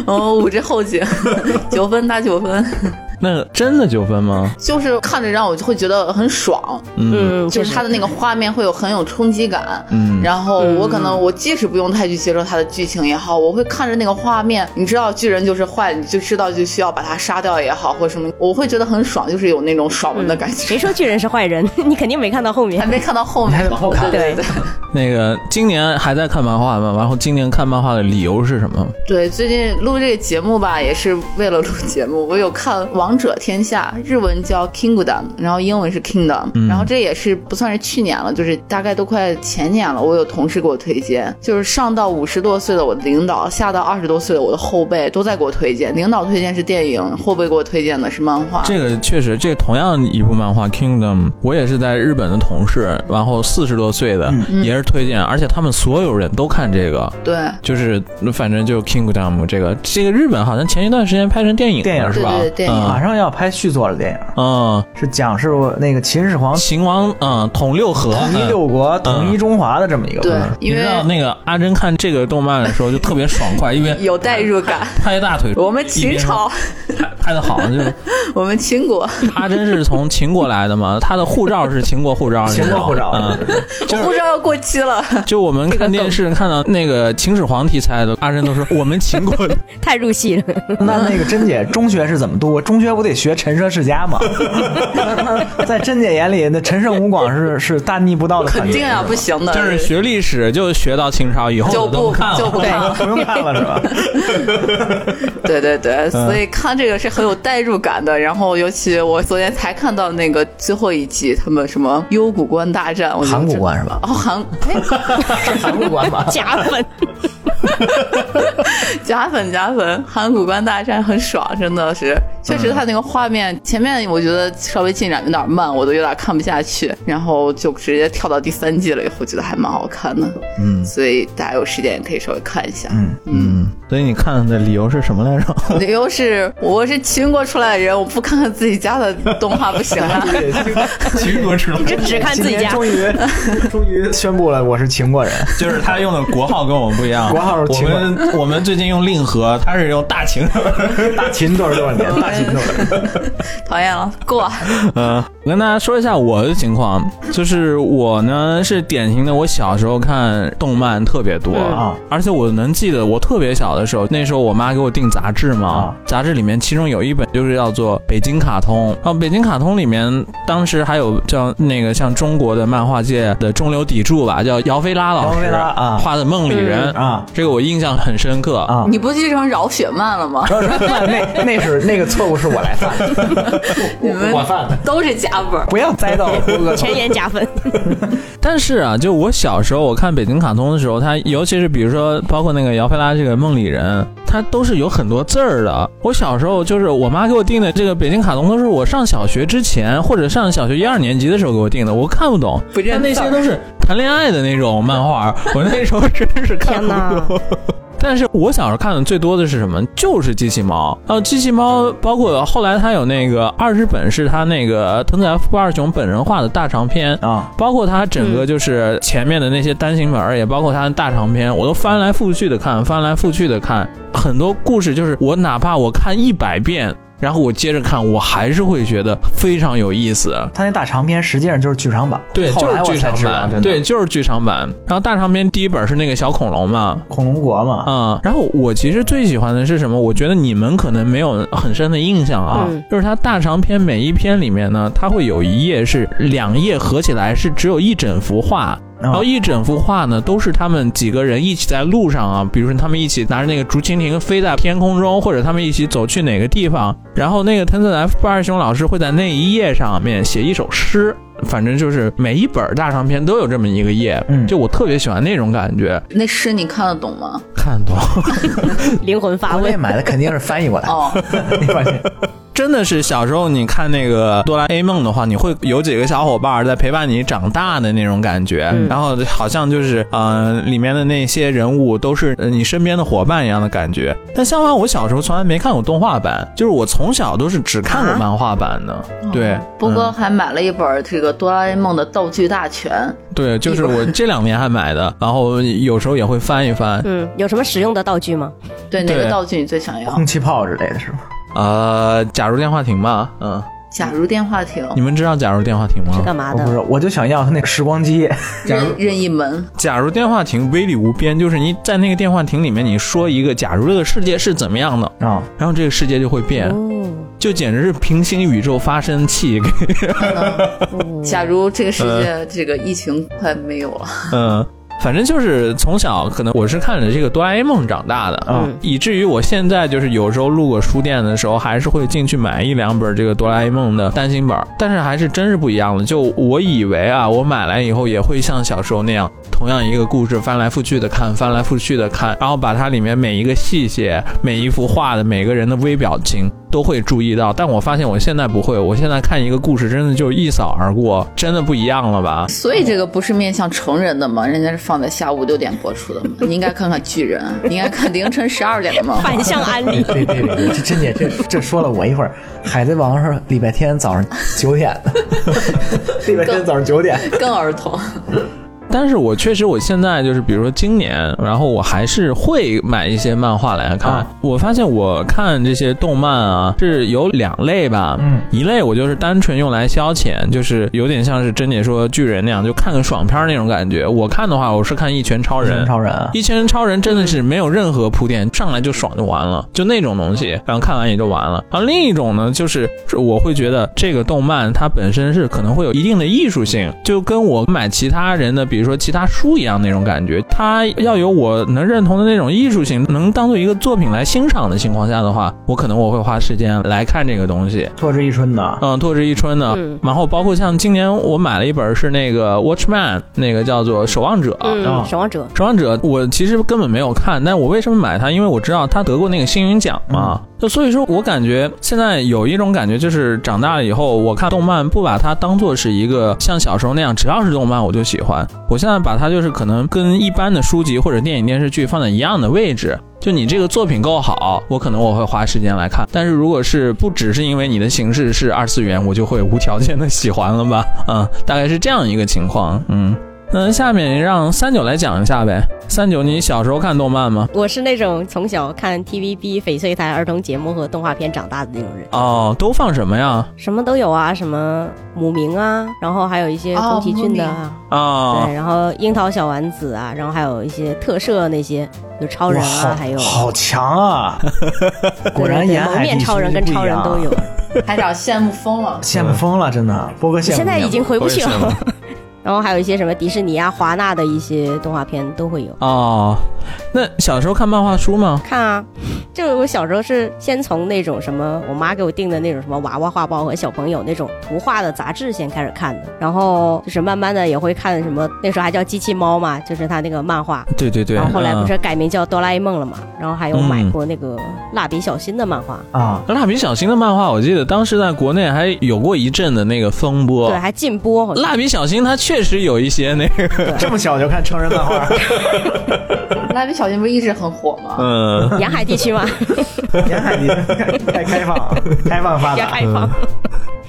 哦，捂这后颈， 九分打九分，
那真的九分吗？
就是看着让我就会觉得很爽，
嗯，
就是它的那个画面会有很有冲击感，嗯，然后我可能我即使不用太去接受它的剧情也好，我会看着那个画面，你知道巨人就是坏，你就知道就需要把他杀掉也好，或者什么，我会觉得很爽，就是有那种爽文的感觉。
谁说巨人是坏人？ 你肯定没看到后
还
面。
没看到后面，
还得往后看
对对对
那个今年还在看漫画吗？然后今年看漫画的理由是什么？
对，最近录这个节目吧，也是为了录节目。我有看《王者天下》，日文叫 Kingdom，然后英文是 Kingdom，、然后
嗯
这也是不算是去年了，就是大概都快前年了。我有同事给我推荐，就是上到五十多岁的我的领导，下到二十多岁的我的后辈都在给我推荐。领导推荐是电影，后辈给我推荐的是漫画。
这个确实，这同样一部漫画《Kingdom》，我也是在日本的同事，然后四十多岁的、也是推荐，而且他们所有人都看这个，
对。
就是反正就《Kingdom》这个，这个日本好像前一段时间拍成电影了，
电影
是吧？
对对对电影
嗯
马上要拍续作了，电影
嗯，
是讲是那个秦始皇
秦王嗯统六合，
统一六国、统一中华的这么一个故
对
事。，
你
因
知
为
道那个阿珍看这个动漫的时候就特别爽快，因为
有代入感。
拍大腿，
我们
一
秦
边说
朝，
拍拍的好，就是
我们秦国，
阿珍是从秦国来的嘛，她的护照是秦国护照，
秦国护照
嗯，
我护照要过期了。
就我们看电视看到那个秦始皇题材的，阿珍都说我们秦 国的，
太入戏了。
那那个甄姐中学是怎么度？中学不得学陈涉世家吗？ 在甄姐眼里，那陈胜吴广是是大逆不道的
肯
反
定
呀
啊，，不行的，
就是学历史就学到秦朝以后
就
的都
不
看
就不
了。
看了。
不用看了 是吧？
对对
嗯
对，所以看这个是很有代入感的。然后，尤其我昨天才看到那个最后一集，他们什么幽谷关大战，我觉得
函谷
这
关是吧？
哦，韩
是函谷关吧？
加分，
假粉假粉，函谷关大战很爽，真的是，确实他那个画面前面我觉得稍微进展有点慢，我都有点看不下去，然后就直接跳到第三季了以后，觉得还蛮好看的，嗯，所以大家有时间也可以稍微看一下， 嗯嗯，
所以你看的理由是什么来 着？
我的优势，我是秦国出来的人，我不看看自己家的动画不行啊，
秦国吃了，
这只看
今
自己
天
家。
终于终于宣布了，我是秦国人。
就是他用的国号跟我们不一样，
国号是
我
秦国
们我们最近用令和，他是用大秦。
大秦多少多少年？大秦多少年？
讨厌了，过，
嗯，我跟大家说一下我的情况，就是我呢是典型的，我小时候看动漫特别多
啊，
而且我能记得我特别小的时候，那时候我妈给我订杂志嘛
啊，
杂志里面其中有一本就是叫做《北京卡通》，然后《北京卡通》里面当时还有叫那个像中国的漫画界的中流砥柱吧，叫姚菲拉老师
姚菲拉啊
画的《梦里人》
啊
这个我印象很深刻
啊
你不继承饶雪漫了吗？
那那是那个错误是我来犯 的，
你们
我犯的，
都是假粉，
不要栽到胡哥。
全员加分，
但是啊，就我小时候我看北京卡通的时候，它尤其是比如说包括那个姚菲拉这个梦里人，它都是有很多字儿的。我小时候就是我妈给我订的这个北京卡通，都是我上小学之前或者上小学一二年级的时候给我订的，我看不懂。
不认
但那
字
些
儿
都是谈恋爱的那种漫画，我 那时候真是看
天 哪
不懂。但是我小时候看的最多的是什么？就是机器猫。呃，机器猫包括后来它有那个二十本是他那个藤子 F 不二雄本人画的大长篇
啊，
包括它整个就是前面的那些单行本儿，也包括它的大长篇，我都翻来覆去的看，翻来覆去的看。很多故事就是我哪怕我看一百遍，然后我接着看，我还是会觉得非常有意思。
他那大长篇实际上就是剧场版，
对，
后
就
来
是
我
剧
才
场
知道，真
版，
的
对，就是剧场版。然后大长篇第一本是那个小恐龙嘛，
恐龙国嘛，
啊、然后我其实最喜欢的是什么？我觉得你们可能没有很深的印象啊，
嗯
就是它大长篇每一篇里面呢，它会有一页是两页合起来是只有一整幅画。然后一整幅画呢，都是他们几个人一起在路上啊，比如说他们一起拿着那个竹蜻蜓飞在天空中，或者他们一起走去哪个地方。然后那个藤子 F 不二雄老师会在那一页上面写一首诗，反正就是每一本大长篇都有这么一个页，
嗯
就我特别喜欢那种感觉，
那诗你看得懂吗？
看懂。
灵魂发
国内
问。
买的肯定是翻译过 来的，
哦，
你放心。
真的是小时候你看那个哆啦 A 梦的话，你会有几个小伙伴在陪伴你长大的那种感觉，然后好像就是呃里面的那些人物都是呃你身边的伙伴一样的感觉。但相反，我小时候从来没看过动画版，就是我从小都是只看过漫画版的。对，
波
嗯
哥还买了一本这个哆啦 A 梦的道具大全，
对，就是我这两年还买的，然后有时候也会翻一翻。
嗯，有什么实用的道具吗？
对哪个
对
道具你最想要？
空气炮之类的是吗？
呃，假如电话亭吧，嗯，
假如电话亭
你们知道假如电话亭
是
吗？
干嘛
我不知
的？
道，我就想要他那个时光机，
任任意门，
假如电话亭威力无边，就是你在那个电话亭里面，你说一个假如这个世界是怎么样的，
啊，
然后这个世界就会变，
哦，
就简直是平行宇宙发生器。给
假如这个世界这个疫情快没有了，
嗯，反正就是从小可能我是看着这个哆啦 A 梦长大的，
嗯
以至于我现在就是有时候路过书店的时候，还是会进去买一两本这个哆啦 A 梦的单行本儿，但是还是真是不一样了。就我以为啊，我买来以后也会像小时候那样，同样一个故事翻来覆去的看，翻来覆去的看，然后把它里面每一个细节、每一幅画的每个人的微表情。都会注意到，但我发现我现在不会，我现在看一个故事真的就一扫而过，真的不一样了吧？
所以这个不是面向成人的嘛，人家是放在下午六点播出的嘛。 你应该看看巨人，啊你应该看凌晨十二点的 嘛。
反向安
对
利，
对对对，这珍姐这这说了我一会儿，《海贼王》是礼拜天早上九点 的，礼拜天早上九点。
更儿童，
但是我确实，我现在就是，比如说今年，然后我还是会买一些漫画来看。
啊
我发现我看这些动漫啊，是有两类吧。
嗯
一类我就是单纯用来消遣，就是有点像是珍姐说巨人那样，就看个爽片儿那种感觉。我看的话，我是看《一拳超人》。
超人啊，
一拳超人真的是没有任何铺垫，上来就爽就完了，就那种东西，然后看完也就完了。然后另一种呢，就是我会觉得这个动漫它本身是可能会有一定的艺术性，就跟我买其他人的，比如说其他书一样那种感觉，它要有我能认同的那种艺术性，能当做一个作品来欣赏的情况下的话，我可能我会花时间来看这个东西。
拓之一春的，
嗯，拓之一春呢，
嗯
然后包括像今年我买了一本是那个《Watchman》，那个叫做《守望者》，
嗯，守望者
守望者，我其实根本没有看，但我为什么买它？因为我知道它得过那个星云奖嘛。就所以说我感觉现在有一种感觉，就是长大了以后，我看动漫不把它当做是一个像小时候那样，只要是动漫我就喜欢。我现在把它就是可能跟一般的书籍或者电影电视剧放在一样的位置。就你这个作品够好，我可能我会花时间来看。但是如果是不只是因为你的形式是二次元，我就会无条件的喜欢了吧？嗯，大概是这样一个情况。嗯，那下面让三九来讲一下呗。三九，你小时候看动漫吗？
我是那种从小看 TVB 翡翠台儿童节目和动画片长大的那种人，
哦，都放什么呀？
什么都有啊，什么母明啊，然后还有一些宫
哦
崎骏的啊，
哦
对，，然后樱桃小丸子啊，然后还有一些特摄那些，有超
哇，
人
好
啊，还有
好强啊！果然
对对
沿
蒙
海
面
地区
超人跟
不一
超人
样啊
都有，
海长羡慕疯了。
羡慕疯了，真的，波哥羡慕你
现在已经回不去
我也羡
了。 然后还有一些什么迪士尼啊、华纳的一些动画片都会有。
哦，那小时候看漫画书吗？
看啊，就是我小时候是先从那种什么，我妈给我订的那种什么娃娃画报和小朋友那种图画的杂志先开始看的，然后就是慢慢的也会看什么，那时候还叫机器猫嘛，就是它那个漫画，
对对
哦
对。
然后后来
嗯
不是改名叫哆啦 A 梦了嘛，然后还有买
嗯
过那个蜡笔小新的漫画，
啊，
蜡笔小新的漫画，我记得当时在国内还有过一阵的那个风波。
对，还禁播，好像
蜡笔小新它确实有一些那 个，
这么小就看成人漫画，
蜡笔小新不是一直很火吗？
嗯，
沿海地区嘛，
沿海地区太开放，开放发
沿
达
海。方。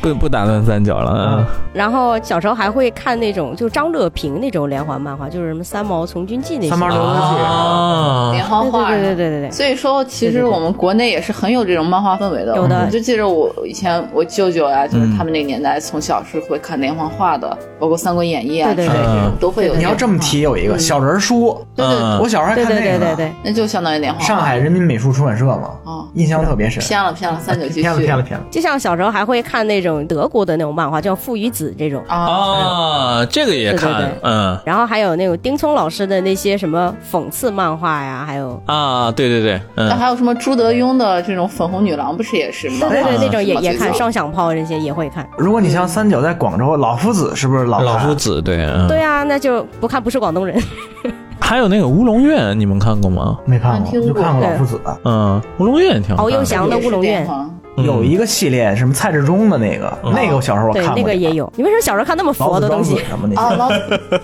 不不打断三角了。
然后小时候还会看那种就张乐平那种连环漫画，就是什么三毛从军记那些。
三毛
嗯
流
啊
连环画，
对对对对对对对。
所以说，其
对对
实
对
我们国内也是很有这种漫画氛围的。
有的
我就记着我以前我舅舅啊，
嗯
就是他们那个年代，从小是会看连环画的，包括《三国演义》啊之
对
类
对对
的，都会有。
你要这么提，，有一个小人儿书，
对对对
嗯
我小时候还
对嗯
看
对
那
对对
个呢，
对，
那就相当于连环画。
上海人民美术出版社嘛，
哦，
印象特别深。
偏了偏了，三九继续
骗啊了骗了骗了！
就像小时候还会看那种德国的那种漫画，叫《父与子》这种，
哦
啊！
啊，这个也
对对
看
对，
嗯
然后还有那种丁聪老师的那些什么讽刺漫画呀，还有
啊，对对对，
那
嗯，
还有什么朱德庸的这种粉红女郎，不是也是吗？
对
哎
对那种也
是吗
也看，
最早
双响炮这些也会看。
如果你像三九在广州，老夫子是不是老
老夫
看
子对，嗯，
对啊，那就不看不是 广东人。
还有那个乌龙院，你们看过吗？
没看过，
嗯听
就
过
看过老夫子。啊
嗯，乌龙院也挺好
哦
敖
看的。
幼祥的
也
《
是
乌龙院
连》，环
嗯
有一个系列，什么蔡志忠的那个，那个我小时候我
对
看过，
那个也有。你为什么小时候看那么佛
老
的
子
东
庄子
西？哦
什么那
啊，
些
老子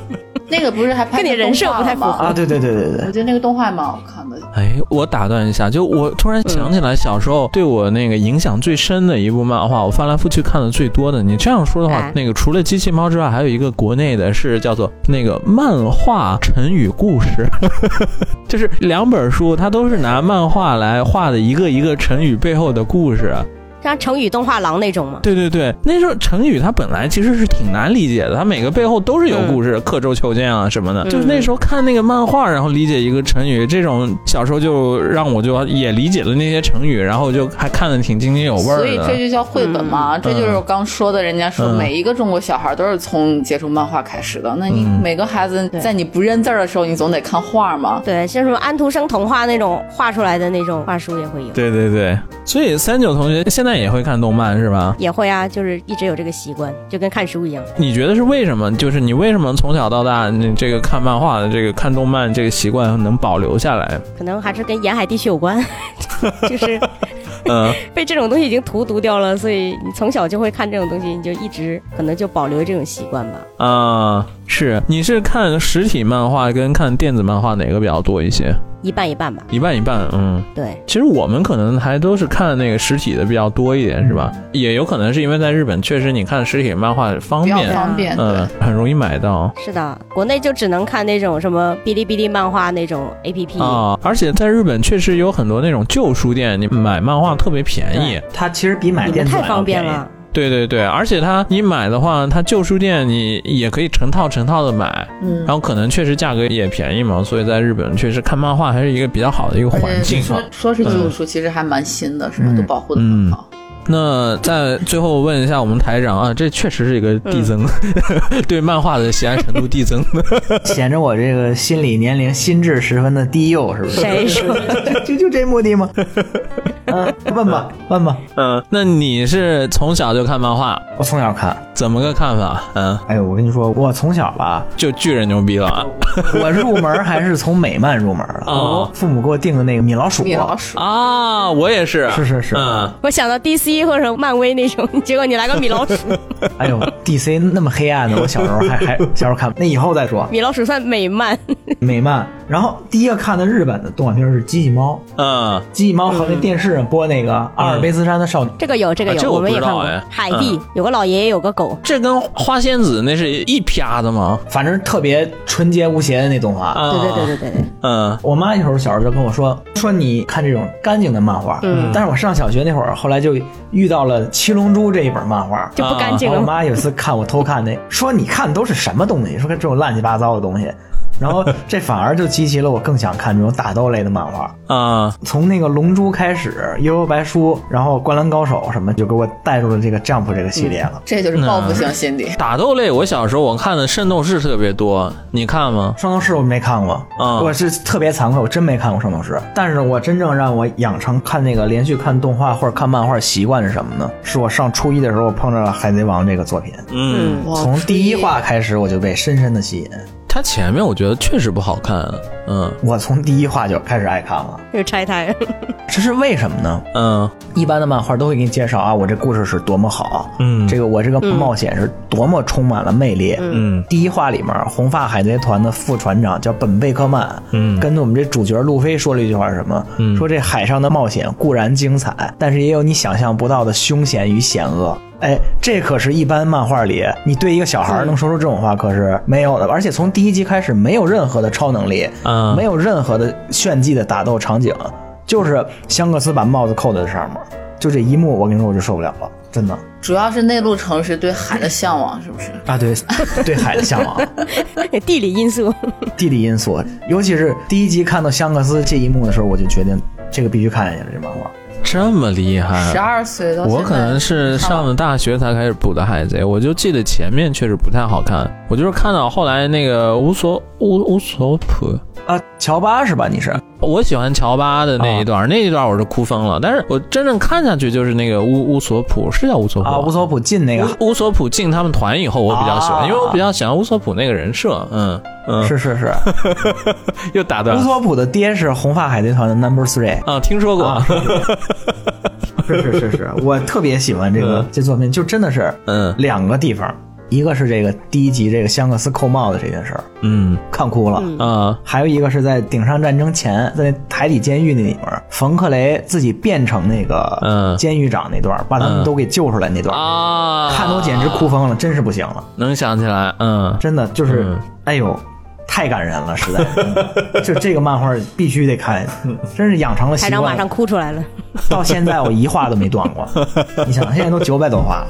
那 个不是还拍
跟你
成
人
动
设
画
不太
了吗
符合
啊，对对对对
我
对，
觉得那个动画蛮好看的，
哎，我打断一下，就我突然想起来，小时候对我那个影响最深的一部漫画，我翻来覆去看的最多的。你这样说的话
哎，
那个除了机器猫之外，还有一个国内的是叫做那个漫画成语故事， 就是两本书，它都是拿漫画来画的一个一个成语背后的故事。
像成语动画廊那种嘛。
对对对，那时候成语它本来其实是挺难理解的，它每个背后都是有故事，刻舟求剑啊什么的。
嗯
就是那时候看那个漫画，然后理解一个成语，这种小时候就让我就也理解了那些成语，然后就还看得挺津津有味
所
儿
以这
的。
就叫绘本嘛。这就是我刚说的，人家说
嗯
每一个中国小孩都是从接触漫画开始的。那你
嗯
每个孩子
对
在你不认字儿的时候，你总得看画嘛。
对，像什么安徒生童话那种画出来的那种画书也会有，
对对对，所以三九同学现在也会看动漫是吧？
也会啊，就是一直有这个习惯，就跟看书一样。
你觉得是为什么？就是你为什么从小到大，你这个看漫画的这个看动漫这个习惯能保留下来？
可能还是跟沿海地区有关，就是
嗯，
被这种东西已经荼毒掉了，所以你从小就会看这种东西，你就一直可能就保留这种习惯吧。
啊，是，你是看实体漫画跟看电子漫画哪个比较多一些？
一半一半吧，
一半一半，嗯。
对，
其实我们可能还都是看那个实体的比较多一点，是吧？也有可能是因为在日本，确实你看实体漫画方
比较
便，
方便，
嗯
对，，
很容易买到。
是的，国内就只能看那种什么哔哩哔哩漫画那种 A P P，、
哦
啊、而且在日本确实有很多那种旧书店，你买漫画特别便宜。
它其实比买
你
电
们
子版
太
要
方便
便宜
了。
对对对，而且它你买的话，它旧书店你也可以成套成套的买，
嗯
然。后可能确实价格也便宜嘛，所以在日本确实看漫画还是一个比较好的一个环境啊
说。说是旧书，其实还蛮新的，什么都保护的很好。
嗯那在最后问一下我们台长啊，这确实是一个递增， 对漫画的喜爱程度递增。
显着我这个心理年龄、心智十分的低幼，是不是？
谁说？
就就这目的吗？嗯，问吧，问吧。
嗯，那你是从小就看漫画，
我从小看，
怎么个看法？嗯，
哎呦，我跟你说，我从小吧，
就巨人牛逼了啊
我入门还是从美漫入门的。
哦
父母给我订的那个米老鼠，
米老鼠，
啊！我也是，
是是是
嗯。
我想到 D C 或者漫威那种， 结果你来个米老鼠，
哎呦，DC 那么黑暗的，我小时候还还小时候看，那以后再说
米老鼠算美漫，
美漫。然后第一个看的日本的动画片是《机器猫》，
嗯，
《机器猫》和那电视上播那个阿尔卑斯山的少女。
这个有，这个有，
啊这我
我们
不
也
知
看
道
过。
哎
海蒂、有个老爷爷，有个狗，
这跟花仙子那是一啪的吗？
反正特别纯洁无邪的那动画。
啊，
对对对对对对，
嗯，
我妈那时候小时候就跟我说，说你看这种干净的漫画。嗯，但是我上小学那会儿，后来就遇到了《七龙珠》这一本漫画。
就不干净了
然后啊我
嘛。
妈有一次看我偷看那，说你看都是什么东西？说这种乱七八糟的东西。然后这反而就激起了我更想看这种打斗类的漫画。
啊，
从那个《龙珠》开始，《幽游白书》，然后《灌篮高手》什么，就给我带入了这个 Jump 这个系列了。
嗯
这就是报复性心理。
打斗类我小时候我看的《圣斗士》特别多，你看吗？
圣斗士我没看过，
嗯
我是特别惭愧，我真没看过圣斗士。但是我真正让我养成看那个连续看动画或者看漫画习惯是什么呢？是我上初一的时候碰着了《海贼王》这个作品，
嗯，
哇
从第一话开始我就被深深的吸引，
它前面我觉得确实不好看，嗯
我从第一话就开始爱看了。
又拆台，
这是为什么呢？
嗯
一般的漫画都会给你介绍啊，我这故事是多么好，
嗯
这个我这个冒险是多么充满了魅力，
嗯
第一话里面，红发海贼团的副船长叫本贝克曼，
嗯
跟我们这主角路飞说了一句话是什么？
嗯
说这海上的冒险固然精彩，但是也有你想象不到的凶险与险恶。哎，这可是一般漫画里，你对一个小孩能说出这种话可是没有的。而且从第一集开始，没有任何的超能力，
嗯
没有任何的炫技的打斗场景，就是香克斯把帽子扣在上面，就这一幕，我跟你说我就受不了了，真的
主要是内陆城市对海的向往，是不是？
啊，对对海的向往。
地理因素，
地理因素，尤其是第一集看到香克斯这一幕的时候，我就决定这个必须看一下这漫画。
这么厉
十
害。
二岁到现在
哎我可能是上了大学才开始补的《海贼》，我就记得前面确实不太好看，我就是看到后来那个乌索乌乌索普，
啊，乔巴是吧？你是
我喜欢乔巴的那一
啊
段，那一段我是哭疯了。但是我真正看下去就是那个乌乌索普，是叫乌索普
啊，
吧
乌索普进那个，
乌乌索普进他们团以后，我比较喜欢，
啊
因为我比较喜欢乌索普那个人设。 嗯嗯，
是是是，
又打断
乌
了
索普的爹是红发海贼团的 Number Three。
嗯啊，听说过，
啊是是是是，我特别喜欢这个
嗯
这作品，就真的是
嗯
两个地方，一个是这个第一集这个香克斯扣帽子这件事儿，
嗯
看哭了。
啊
还有一个是在顶上战争前，在那海底监狱那里面，冯克雷自己变成那个
嗯
监狱长那段，把他们都给救出来那段，
啊，
看得我简直哭疯了，真是不行了，
能想起来，嗯
真的就是，
嗯
哎呦，太感人了，实在 是，嗯就这个漫画必须得看，真是养成了
台
习
长马
惯
上，哭出来了。
到现在我一话都没断 过。你想，现在都九百多话了。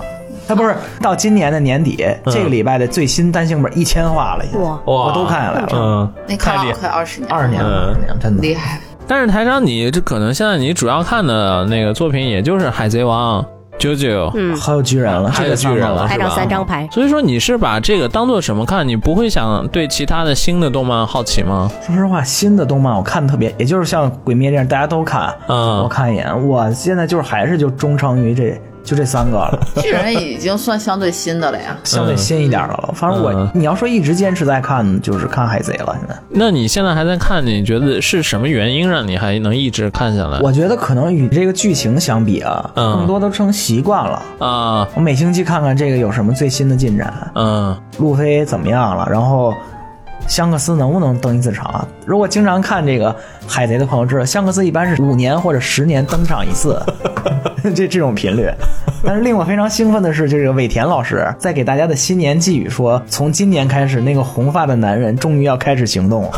他不是到今年的年底，
嗯
这个礼拜的最新单行本一千话了，已经，
哇
我都看下来了，
嗯。
那看了快二十年，
二年了，二年，真的
厉害。
但是台长，你这可能现在你主要看的那个作品，也就是《海贼王》《九九》，
嗯，
还有巨人了，
还有
这个
巨人
上
了
了
台长三张牌，
所以说你是把这个当做什么看？你不会想对其他的新的动漫好奇吗？
说实话，新的动漫我看特别，也就是像《鬼灭》这样大家都看，
嗯
我看一眼。我现在就是还是就忠诚于这就这三个了，
巨人已经算相对新的了呀。
相对新一点的了。反正我、
嗯
你要说一直坚持在看，就是看海贼了。现在
那你现在还在看，你觉得是什么原因让你还能一直看下来？
我觉得可能与这个剧情相比啊，
嗯
更多都成习惯了。
啊，
我每星期看看这个有什么最新的进展，
嗯
路飞怎么样了，然后香克斯能不能登一次场？如果经常看这个海贼的朋友知道，香克斯一般是五年或者十年登场一 次，这这种频率。但是令我非常兴奋的是，就是尾田老师在给大家的新年寄语说，从今年开始，那个红发的男人终于要开始行 动了，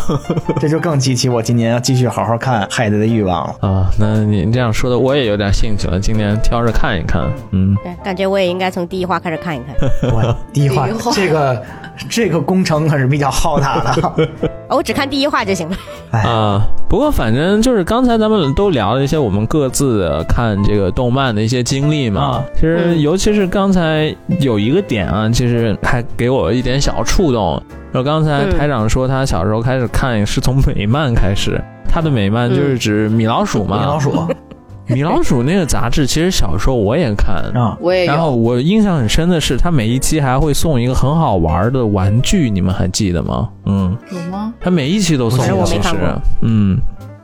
这就更激起我今年要继续好好看海贼的欲望了。
啊，那你这样说的我也有点兴趣了，今年挑着看一看。嗯，
对感觉我也应该从第一话开始看一看。
我第一话
第一话，
这个这个工程可是比较浩大的。
哦，我只看第一话就行了。
啊，不过反正就是刚才咱们都聊了一些我们各自的看这个动漫的一些经历嘛。
啊
其实
嗯
尤其是刚才有一个点啊，其实还给我一点小触动。就刚才
嗯
台长说他小时候开始看是从美漫开始，他的美漫就是指米老鼠嘛。
米老鼠
米老鼠那个杂志，其实小时候我也看。
啊，
我也
然
有，
后我印象很深的是，他每一期还会送一个很好玩的玩具，你们还记得吗？嗯，
有吗？
他每一期都送
哎我
的，
没
其
看
实
过，
嗯，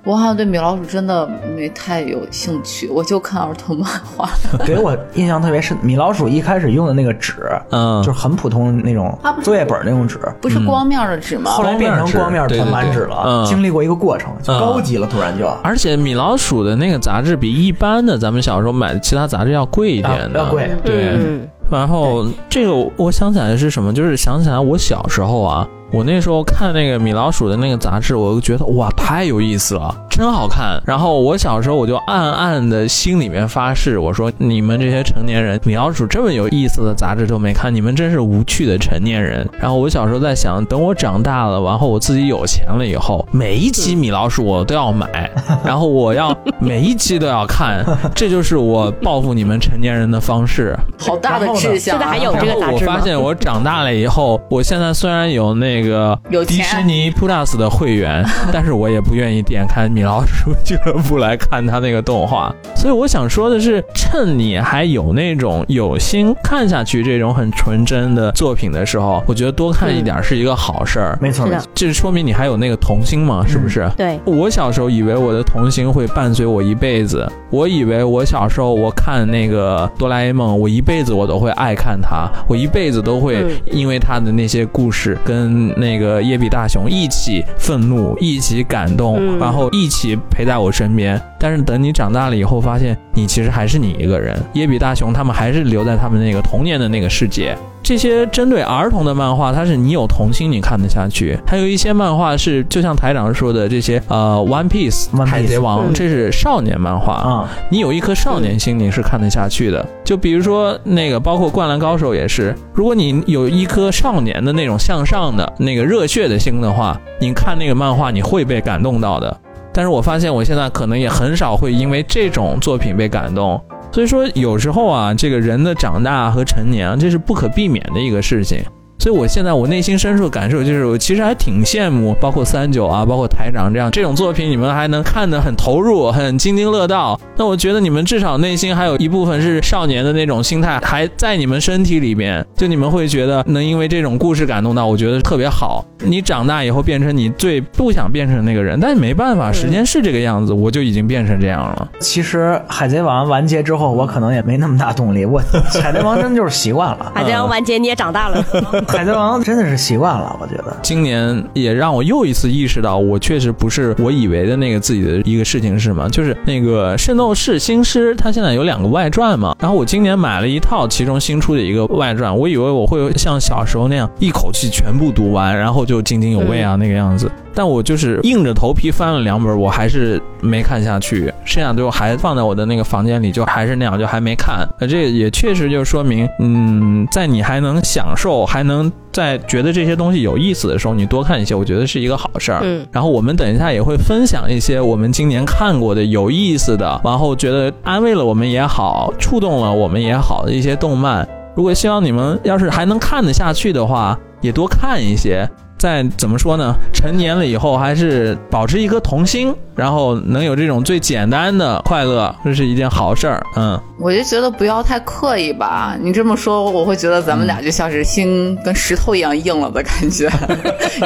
我好像对米老鼠真的没太有兴趣，我就看儿童漫画。
给我印象特别深，米老鼠一开始用的那个纸，
嗯
就是很普通那种
啊它不是
作业本那种纸，
不是光面的纸吗？
后来变成光面
对对
传
对
板纸
嗯
了，经历过一个过程，就
嗯
高级了，突然就啊
而且米老鼠的那个杂志比一般的咱们小时候买的其他杂志要贵一点的，
啊要贵。
对，
嗯
然后这个我想起来是什么，就是想起来我小时候啊，我那时候看那个米老鼠的那个杂志，我就觉得哇太有意思了，真好看。然后我小时候我就暗暗的心里面发誓，我说你们这些成年人，米老鼠这么有意思的杂志都没看，你们真是无趣的成年人。然后我小时候在想，等我长大了，然后我自己有钱了以后，每一期米老鼠我都要买，然后我要每一期都要看，这就是我报复你们成年人的方式。
好大的
然后呢
志向、啊。
现在还有这个
然
杂
后我
志吗
发？现我长大了以后，我现在虽然有那个
有
迪
钱
士尼 Plus 的 会员，但是我也不愿意点开米老鼠俱乐部来看他那个动画。所以我想说的是，趁你还有那种有心看下去这种很纯真的作品的时候，我觉得多
嗯
看一点是一个好事儿。
没错，
是
没
的
错，
这说明你还有那个童心嘛，是不是？
对，
我小时候以为我的童心会伴随我一辈子，我以为我小时候我看那个哆啦 A 梦，我一辈子我都会爱看它，我一辈子都会
嗯
因为它的那些故事跟那个耶比大雄一起愤怒，一起感动，
嗯
然后一起陪在我身边。但是等你长大了以后，发现你其实还是你一个人，耶比大雄他们还是留在他们那个童年的那个世界，这些针对儿童的漫画，它是你有童心你看得下去；还有一些漫画是，就像台长说的这些，呃，《One Piece》
One
海贼
Piece
王，
嗯
这是少年漫画
啊，
你有一颗少年心，你是看得下去的。就比如说那个，包括《灌篮高手》也是，如果你有一颗少年的那种向上的、那个热血的心的话，你看那个漫画，你会被感动到的。但是我发现我现在可能也很少会因为这种作品被感动。所以说，有时候啊，这个人的长大和成年啊，这是不可避免的一个事情。所以我现在我内心深处的感受就是，我其实还挺羡慕，包括三九啊，包括台长这样这种作品，你们还能看得很投入，很津津乐道。那我觉得你们至少内心还有一部分是少年的那种心态，还在你们身体里面，就你们会觉得能因为这种故事感动到，我觉得特别好。你长大以后变成你最不想变成的那个人，但是没办法，时间是这个样子，我就已经变成这样了。
其实《海贼王》完结之后，我可能也没那么大动力。我《海贼王》真的就是习惯
哎
了，
海贼王完结你也长大了，
《海贼王》真的是习惯了，我觉得。
今年也让我又一次意识到，我确实不是我以为的那个自己的一个事情是什么，就是那个《圣斗士星矢》，它现在有两个外传嘛，然后我今年买了一套其中新出的一个外传，我以为我会像小时候那样一口气全部读完，然后就津津有味啊那个样子，但我就是硬着头皮翻了两本，我还是没看下去，剩下最后还放在我的那个房间里，就还是那样，就还没看。那这也确实就说明，嗯，在你还能享受，还能在觉得这些东西有意思的时候，你多看一些，我觉得是一个好事儿。
嗯，
然后我们等一下也会分享一些我们今年看过的有意思的，然后觉得安慰了我们也好，触动了我们也好的一些动漫。如果希望你们要是还能看得下去的话，也多看一些。在怎么说呢？成年了以后，还是保持一颗童心，然后能有这种最简单的快乐，这是一件好事儿。嗯，
我就觉得不要太刻意吧。你这么说，我会觉得咱们俩就像是心跟石头一样硬了的感 觉，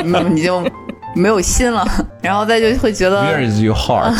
你你就没有心了，然后再就会觉得
Where is your heart？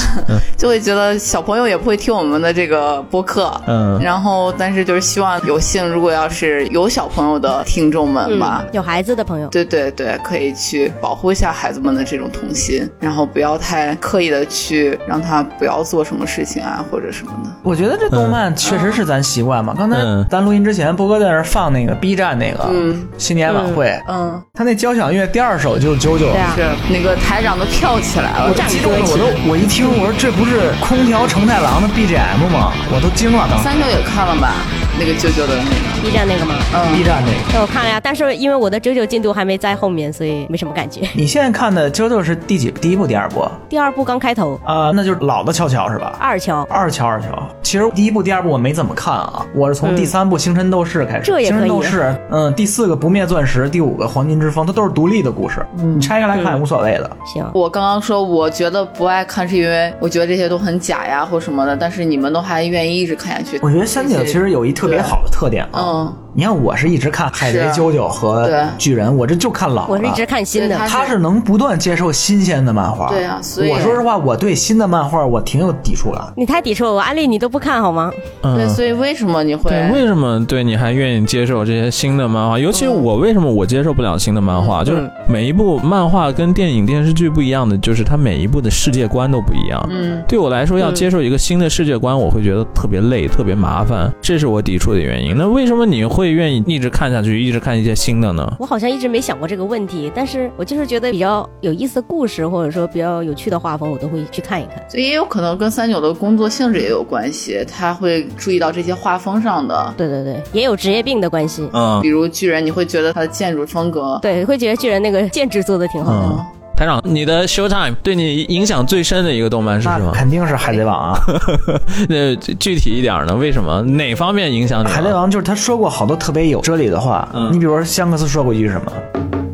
就会觉得小朋友也不会听我们的这个播客，
嗯
然后但是就是希望有幸，如果要是有小朋友的听众们吧，
有孩子的朋友，
对对对，可以去保护一下孩子们的这种童心，然后不要太刻意的去让他不要做什么事情啊或者什么的。
我觉得这动漫确实是咱习惯嘛。刚才
嗯
咱录音之前，波哥在那儿放那个 B 站那个
嗯
新年晚会，
嗯，
他那交响乐第二首就是九九。
对啊，
是那个台长都跳起来了，
我激动的我都我一听我说这不是空调承太郎的 BGM 吗？我都惊了，当时
三舅也看了吧？那个舅舅的那个，
B 站那个吗？
B 站那个。
对，我看了呀，但是因为我的九九进度还没在后面，所以没什么感觉。
你现在看的啾啾是第几？第一部、第二部？
第二部刚开头，
啊、那就是老的乔乔是吧？
二乔
二乔二乔，其实第一部、第二部我没怎么看啊，我是从
嗯
第三部《星辰斗士》开始。
这也
星
可以
辰斗士，嗯，第四个不灭钻石，第五个黄金之风，它都是独立的故事，你拆开来看也无所谓的。
行，
我刚刚说我觉得不爱看是因为我觉得这些都很假呀或什么的，但是你们都还愿意一直看下去。
我觉得三井其实有一特别好的特点啊，
嗯，
你看我是一直看海贼
是
啾啾和
对
巨人，我这就看老的。
我是一直看新
对
的
他，
他是能不断接受新鲜的漫画。
对啊所以
我说实话，我对新的漫画我挺有抵触感。
你太抵触了，我安利你都不看好吗？
嗯，
对，所以为什么你会？
对，为什么对你还愿意接受这些新的漫画？尤其我为什么我接受不了新的漫画？就是每一部漫画跟电影、电视剧不一样的，就是它每一部的世界观都不一样。
嗯，
对我来说，要接受一个新的世界观，我会觉得特别累、特别麻烦，这是我抵触的原因。那为什么你会愿意一直看下去，一直看一些新的呢？
我好像一直没想过这个问题，但是我就是觉得比较有意思的故事，或者说比较有趣的画风，我都会去看一看。
所以也有可能跟三九的工作性质也有关系，他会注意到这些画风上的，
对对对，也有职业病的关系，
嗯
比，如巨人，你会觉得他的建筑风格，
对，会觉得巨人那个建制做的挺好的。
嗯台长，你的 Showtime 对你影响最深的一个动漫是什
那
么？
肯定是《海贼王》啊，
那具体一点呢？为什么？哪方面影响你啊
《
了？
海贼王》就是他说过好多特别有哲理的话。
嗯
你比如说香克斯说过一句什么？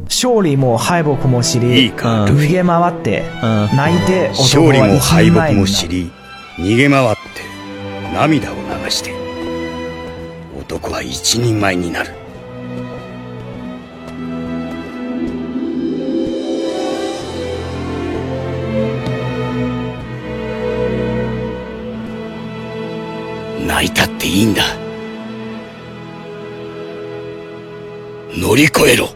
勝利も敗北も知り、
嗯
逃げ回って、
嗯
泣いて男
勝利
は
も
一
敗北
人前にな
も
る
知り逃げ回って涙を流して男は一人前になる泣いたっていいんだ乗り越えろ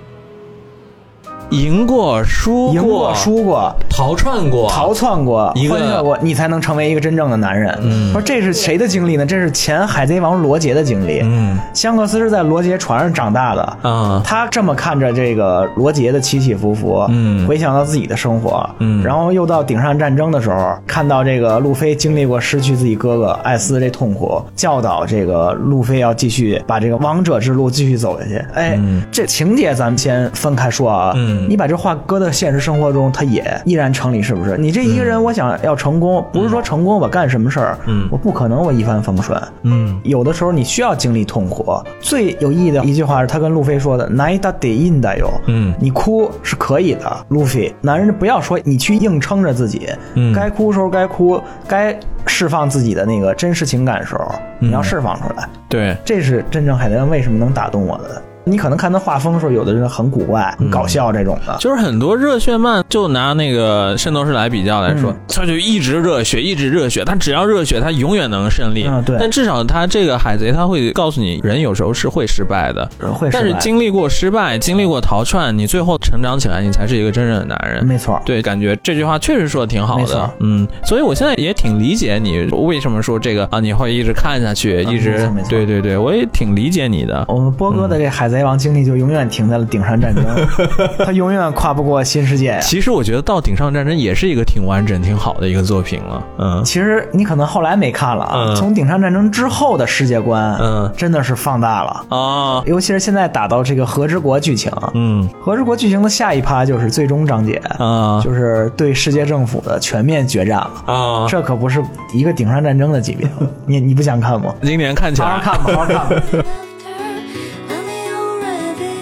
赢过、输
赢过、输过、
逃窜过、
逃窜过、
一个
欢笑过，你才能成为一个真正的男人。嗯，说这是谁的经历呢？这是前《海贼王》罗杰的经历。
嗯
香克斯是在罗杰船上长大的。
啊，
他这么看着这个罗杰的起起伏伏，
嗯
回想到自己的生活，
嗯
然后又到顶上战争的时候，看到这个路飞经历过失去自己哥哥艾斯这痛苦，教导这个路飞要继续把这个王者之路继续走下去。哎，这情节咱们先分开说啊，
嗯
你把这话搁到现实生活中，它也依然成立，是不是？你这一个人，我想要成功，不是说成功我干什么事儿，
嗯
我不可能我一帆风顺，
嗯
有的时候你需要经历痛苦。最有意义的一句话是他跟路飞说的：“나이다대인다요。”
嗯
你哭是可以的，路飞，男人不要说你去硬撑着自己，
嗯
该哭时候该哭，该释放自己的那个真实情感时候，
嗯
你要释放出来。
对，
这是真正海贼王为什么能打动我的。你可能看他画风的时候，有的人很古怪、很搞笑这种的，
就是很多热血漫，就拿那个《圣斗士》来比较来说
嗯，
他就一直热血，一直热血，他只要热血，他永远能胜利。
嗯对
但至少他这个海贼，他会告诉你，人有时候是会失败的。
会失败
但是经历过失败，经历过逃窜，你最后成长起来，你才是一个真正的男人。
没错。
对，感觉这句话确实说的挺好
没
的
错，
嗯，所以我现在也挺理解你为什么说这个啊，你会一直看下去，一
啊没
直
错没错
对对对，我也挺理解你的，
我们波哥的这海贼王经历就永远停在了顶山 战争，他永远跨不过新世界呀。
其实我觉得《到顶上战争》也是一个挺完整、挺好的一个作品了。嗯，
其实你可能后来没看了啊，
嗯
从顶上战争之后的世界观，
嗯
真的是放大了，
啊，
尤其是现在打到这个和之国剧情，
嗯
和之国剧情的下一趴就是最终章节，
啊
就是对世界政府的全面决战了。
啊，
这可不是一个顶上战争的级 别，你你不想看吗？
今年看起
好好
来
看 吧，好好看吧。
And the already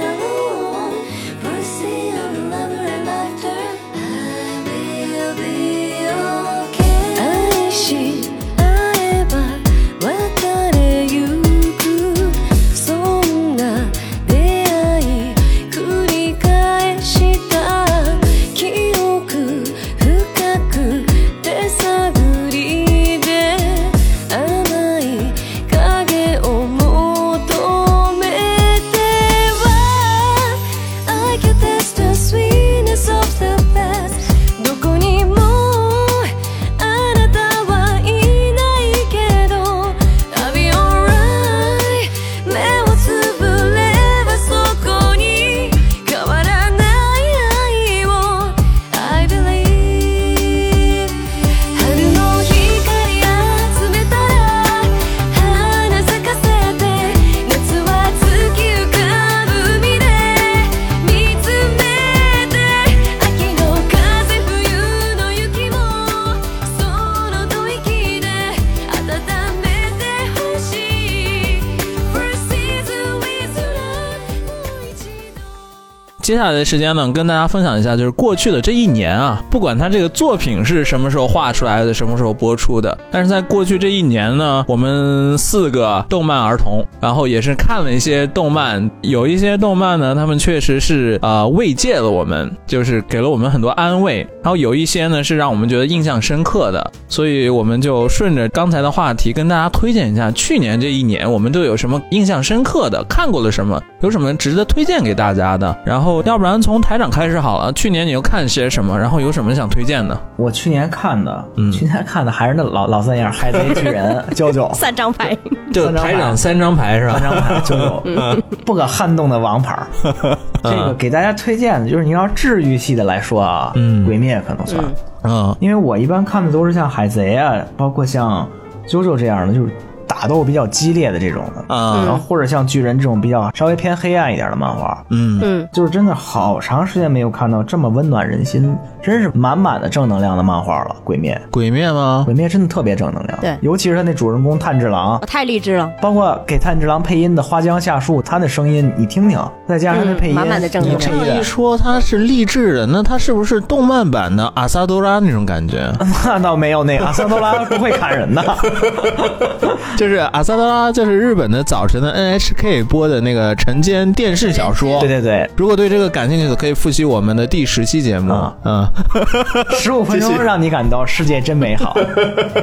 alone mercy and love
嗯接下来的时间呢，跟大家分享一下，就是过去的这一年啊，不管它这个作品是什么时候画出来的，什么时候播出的，但是在过去这一年呢，我们四个动漫儿童，然后也是看了一些动漫，有一些动漫呢，他们确实是呃慰藉了我们，就是给了我们很多安慰，然后有一些呢是让我们觉得印象深刻的，所以我们就顺着刚才的话题跟大家推荐一下，去年这一年我们都有什么印象深刻的，看过了什么，有什么值得推荐给大家的，然后要不然从台长开始好了，去年你又看些什么，然后有什么想推荐的？
我去年看的，
嗯
去年看的还是那老老三样，海贼巨人、九九
三张牌，
就
三张牌
台长三张牌是
三
吧？
张牌，九九不可撼动的王 牌儿。这个给大家推荐的就是你要治愈系的来说啊，
嗯
鬼灭可能算，
嗯
嗯
因为我一般看的都是像海贼啊，包括像九九这样的，就是打斗比较激烈的这种的，
啊
然后或者像巨人这种比较稍微偏黑暗一点的漫画，
嗯
嗯，
就是真的好长时间没有看到这么温暖人心，真是满满的正能量的漫画了。鬼灭，
鬼灭吗？
鬼灭真的特别正能量，
哦对
尤其是他那主人公炭治郎
我，太励志了，
包括给炭治郎配音的花江夏树，他的声音你听听，再加上他那配音，
嗯满满的正能量
你
这
配
样一
乐
说，它是励志的，那它是不是动漫版的阿萨多拉那种感觉？
那倒没有那个阿萨多拉不会砍人的，
就是阿萨多拉，就是日本的早晨的 NHK 播的那个晨间电视小说。
对对对，
如果对这个感兴趣的，可以复习我们的第十期节目。
啊
嗯，
十五分钟让你感到世界真美好。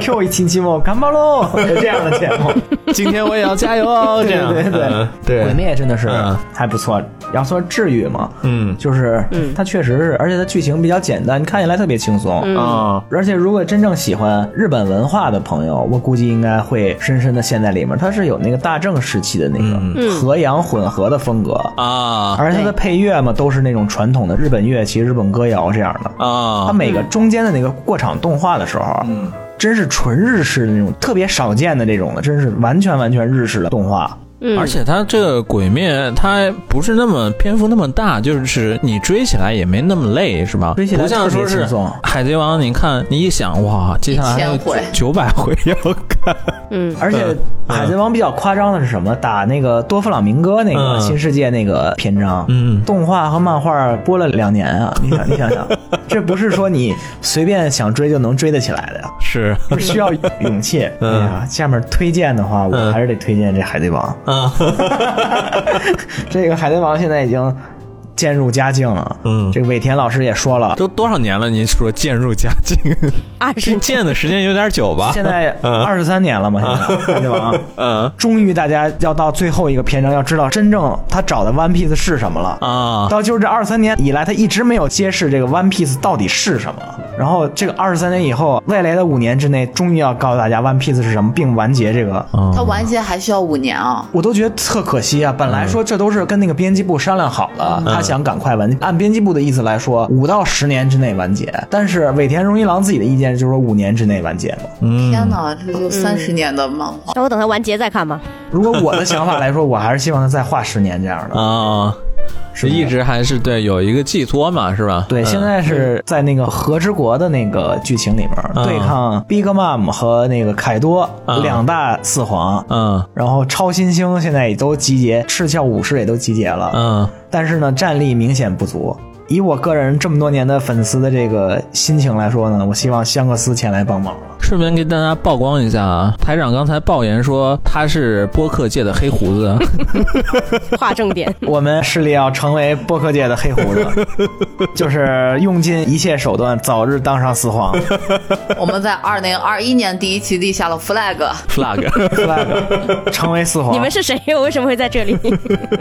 Q 一期期末干巴喽，有这样的节目，
今天我也要加油哦！这
对
样，
对对对
嗯对，
鬼灭真的是
嗯
还不错。要说治愈嘛，
嗯
就是它确实是，而且它剧情比较简单，看起来特别轻松。
啊，
而且，如果真正喜欢日本文化的朋友，我估计应该会深深的陷在里面。它是有那个大正时期的那个和洋混合的风格，
嗯啊
而它的配乐嘛，都是那种传统的日本乐器、日本歌谣这样的。它
啊，
每个中间的那个过场动画的时候，啊
嗯
真是纯日式的那种，特别少见的这种的，真是完全完全日式的动画。
而且它这个鬼灭，它不是那么篇幅那么大，就是你追起来也没那么累，是吧？
追起来
不像说
特别
是
轻松
海贼王，你看你一想，哇，接下来还有
1000回
九百回要看，
嗯，
而且海贼王比较夸张的是什么？打那个多弗朗明哥那个
嗯
新世界那个篇章，
嗯
动画和漫画播了两年 啊！你想，你想想，这不是说你随便想追就能追得起来的呀，
是
是需要勇 气。
嗯
哎呀，下面推荐的话，我还是得推荐这海贼王。
啊，
这个海贼王现在已经渐入佳境了。
嗯
这个尾田老师也说了，
都多少年了？您说渐入佳 境，
二十
这见的时间有点久吧？
现在二十三年了嘛，现在海贼王。
嗯
终于大家要到最后一个篇章，要知道真正他找的 One Piece 是什么了。
啊，
到就是这二三年以来，他一直没有揭示这个 One Piece 到底是什么。然后这个二十三年以后，未来的五年之内，终于要告诉大家 One Piece 是什么，并完结这个。
啊
它完结还需要五年啊。
我都觉得特可惜啊！本来说这都是跟那个编辑部商量好了，
嗯
他想赶快完。按编辑部的意思来说，五到十年之内完结。但是尾田荣一郎自己的意见就是说五年之内完结嘛。
嗯
天哪，这就三
嗯
十年的漫画，
那我等它完结再看 吧。
如果我的想法来说，我还是希望他再画十年这样的。
啊，是一直还是对有一个寄托嘛，是吧？
对，
嗯
现在是在那个和之国的那个剧情里面、对抗 Big Mom 和那个凯多、
嗯
两大四皇，
嗯
然后超新星现在也都集结，赤鞘武士也都集结了，
嗯
但是呢，战力明显不足。以我个人这么多年的粉丝的这个心情来说呢，我希望香克斯前来帮忙 了。
顺便给大家曝光一下啊，台长刚才爆言说他是播客界的黑胡子，
划重点，
我们势力要成为播客界的黑胡子， 就是用尽一切手段，早日当上四皇
我们在二零二一年第一期立下了 flag。
flag。
flag，成为四皇。
你们是谁？我为什么会在这里？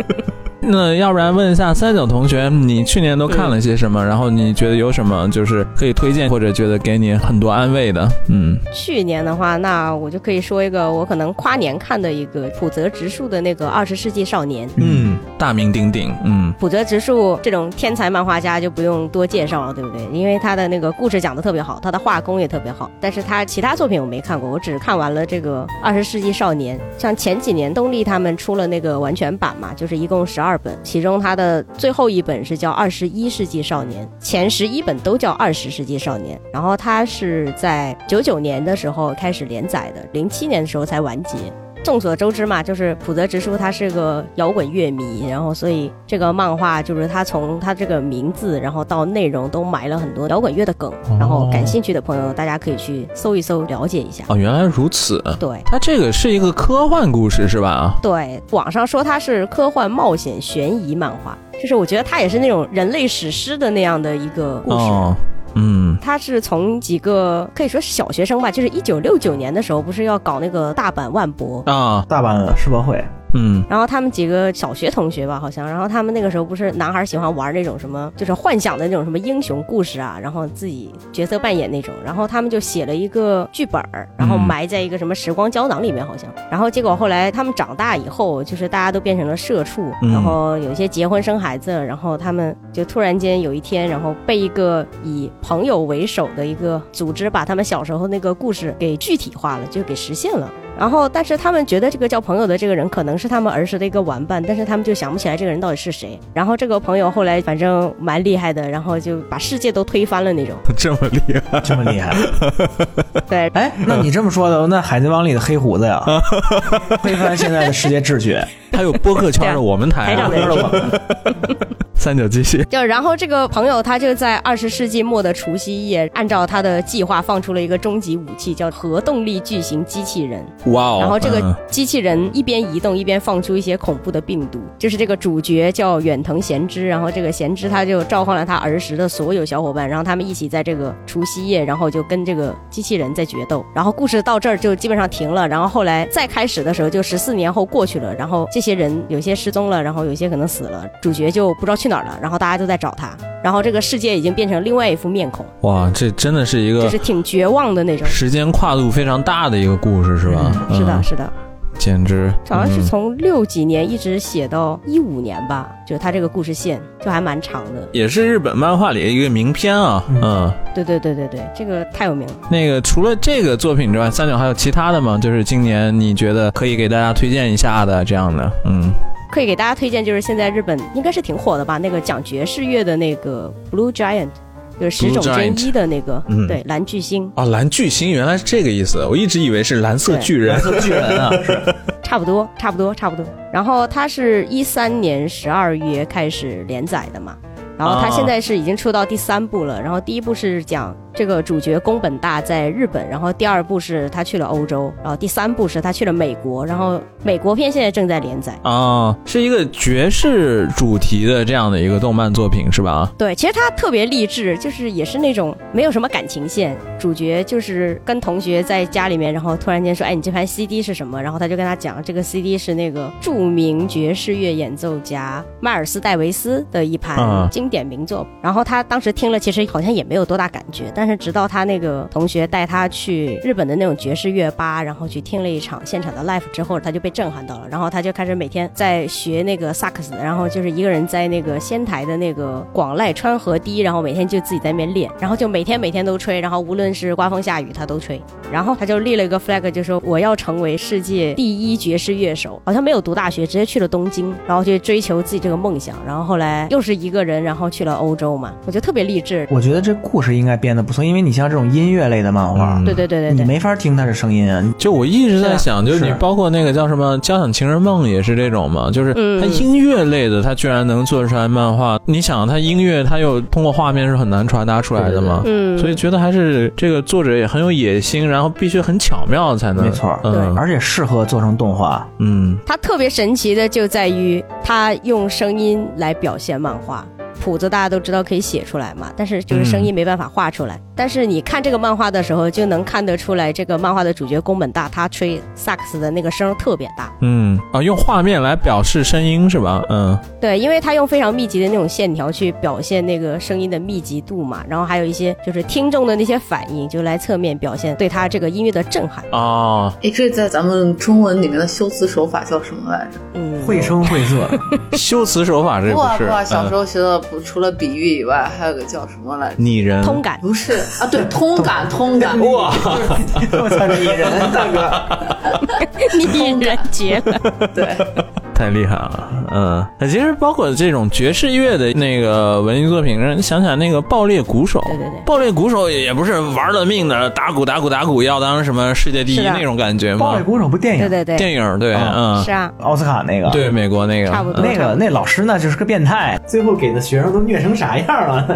那要不然问一下三九同学，你去年都看了些什么？然后你觉得有什么就是可以推荐或者觉得给你很多安慰的？嗯
去年的话，那我就可以说一个我可能跨年看的一个浦泽直树的那个《二十世纪少年》。
嗯，大名鼎鼎，嗯
浦泽直树这种天才漫画家就不用多介绍了，对不对？因为他的那个故事讲的特别好，他的画工也特别好。但是他其他作品我没看过，我只看完了这个《二十世纪少年》。像前几年东立他们出了那个完全版嘛，就是一共十二本，其中他的最后一本是叫《二十一世纪少年》，前十一本都叫《二十世纪少年》。然后他是在九九年的时候开始连载的，零七年的时候才完结。众所周知嘛，就是浦泽直树他是个摇滚乐迷，然后所以这个漫画就是他从他这个名字，然后到内容都埋了很多摇滚乐的梗，然后感兴趣的朋友大家可以去搜一搜了解一下。
哦，原来如此。
对
它这个是一个科幻故事是吧？
对，网上说它是科幻冒险悬疑漫画，就是我觉得它也是那种人类史诗的那样的一个故事。
哦，嗯，
他是从几个可以说是小学生吧，就是一九六九年的时候，不是要搞那个大阪万博，
啊，
大阪世博会，
嗯，
然后他们几个小学同学吧，好像，然后他们那个时候不是男孩喜欢玩那种什么，就是幻想的那种什么英雄故事啊，然后自己角色扮演那种，然后他们就写了一个剧本儿，然后埋在一个什么时光胶囊里面好像，然后结果后来他们长大以后，就是大家都变成了社畜，
嗯
然后有一些结婚生孩子，然后他们就突然间有一天，然后被一个以朋友为首的一个组织把他们小时候那个故事给具体化了，就给实现了。然后，但是他们觉得这个叫朋友的这个人可能是他们儿时的一个玩伴，但是他们就想不起来这个人到底是谁。然后这个朋友后来反正蛮厉害的，然后就把世界都推翻了那种。
这么厉害，
这么厉害。
对，
哎，那你这么说的，那《海贼王》里的黑胡子 呀，推翻现在的世界秩序，
还有播客圈的我们台
台
啊
长，的人。
三九继续，
就然后这个朋友他就在二十世纪末的除夕夜，按照他的计划放出了一个终极武器，叫核动力巨型机器人。
哇哦，
然后这
嗯
个机器人一边移动一边放出一些恐怖的病毒，就是这个主角叫远藤贤之，然后这个贤之他就召唤了他儿时的所有小伙伴，然后他们一起在这个除夕夜，然后就跟这个机器人在决斗，然后故事到这儿就基本上停了，然后后来再开始的时候就十四年后过去了，然后这些人有些失踪了，然后有些可能死了，主角就不知道去哪儿了，然后大家就在找他，然后这个世界已经变成另外一副面孔，
哇，这真的是一
就
个
是挺绝望的那种。
时间跨度非常大的一个故事是吧？
是的，
嗯，
是的。
简直
好像是
嗯
从六几年一直写到一五年吧，就是他这个故事线就还蛮长的。
也是日本漫画里的一个名篇啊，嗯，
对对对对对，这个太有名了。
那个除了这个作品之外，三九还有其他的吗？就是今年你觉得可以给大家推荐一下的这样的，嗯，
可以给大家推荐，就是现在日本应该是挺火的吧，那个讲爵士乐的那个 Blue Giant，就是石冢真一的那个
Giant，嗯
对蓝巨星，
啊，蓝巨星原来是这个意思，我一直以为是蓝色巨人
蓝，色巨人 啊，是
差不多差不多差不多。然后它是一三年十二月开始连载的嘛。然后它
啊
现在是已经出到第三部了，然后第一部是讲这个主角宫本大在日本，然后第二部是他去了欧洲，然后第三部是他去了美国，然后美国片现在正在连载。
啊，是一个爵士主题的这样的一个动漫作品是吧？
对，其实他特别励志，就是也是那种没有什么感情线，主角就是跟同学在家里面，然后突然间说，哎，你这盘 CD 是什么？然后他就跟他讲，这个 CD 是那个著名爵士乐演奏家迈尔斯戴维斯的一
嗯
盘经典名作。然后他当时听了，其实好像也没有多大感觉，但是直到他那个同学带他去日本的那种爵士乐吧，然后去听了一场现场的 live 之后，他就被震撼到了，然后他就开始每天在学那个萨克斯，然后就是一个人在那个仙台的那个广濑川河堤，然后每天就自己在那边练，然后就每天每天都吹，然后无论是刮风下雨他都吹，然后他就立了一个 flag，就说我要成为世界第一爵士乐手。好像没有读大学，直接去了东京，然后去追求自己这个梦想。然后后来又是一个人，然后去了欧洲嘛，我觉得特别励志。
我觉得这故事应该编的不错，因为你像这种音乐类的漫画，
嗯
对对对
你
对对，
没法听他的声音啊，你
就我一直在想，就是你
是
包括那个叫什么《交响情人梦》也是这种嘛，就是
嗯
它音乐类的，它居然能做出来漫画。你想，它音乐它又通过画面是很难传达出来的嘛，
嗯，
所以觉得还是这个作者也很有野心，然后必须很巧妙才能。
没错儿
嗯
而且适合做成动画。
嗯，
它特别神奇的就在于它用声音来表现漫画。谱子大家都知道可以写出来嘛，但是就是声音没办法画出来。
嗯
但是你看这个漫画的时候，就能看得出来，这个漫画的主角宫本大他吹萨克斯的那个声儿特别大。
嗯啊，用画面来表示声音是吧？嗯
对，因为他用非常密集的那种线条去表现那个声音的密集度嘛，然后还有一些就是听众的那些反应，就来侧面表现对他这个音乐的震撼。
啊，
哎，这在咱们中文里面的修辞手法叫什么来着？
嗯，
绘声绘色，
修辞手法这
不
不
啊
是
不啊，小时
嗯
候学的不除了比喻以外，还有个叫什么来着？
拟人
通 感。
不是啊，对，通感，通感，哇，
我操，这一人大哥，
你人绝了，
对，
太厉害了，嗯，那其实包括这种爵士乐的那个文艺作品，让你想想那个爆裂鼓手，
对对对
爆裂鼓手也不是玩了命的打鼓打鼓打鼓，要当什么世界第一
是的啊
那种感觉
暴
吗
力？鼓手不电影，
对对对，
电影对，
啊
嗯
是，啊，
奥斯卡那个，
对，美国那个
差不多
那个那老师呢就是个变态，嗯最后给的学生都虐成啥样了？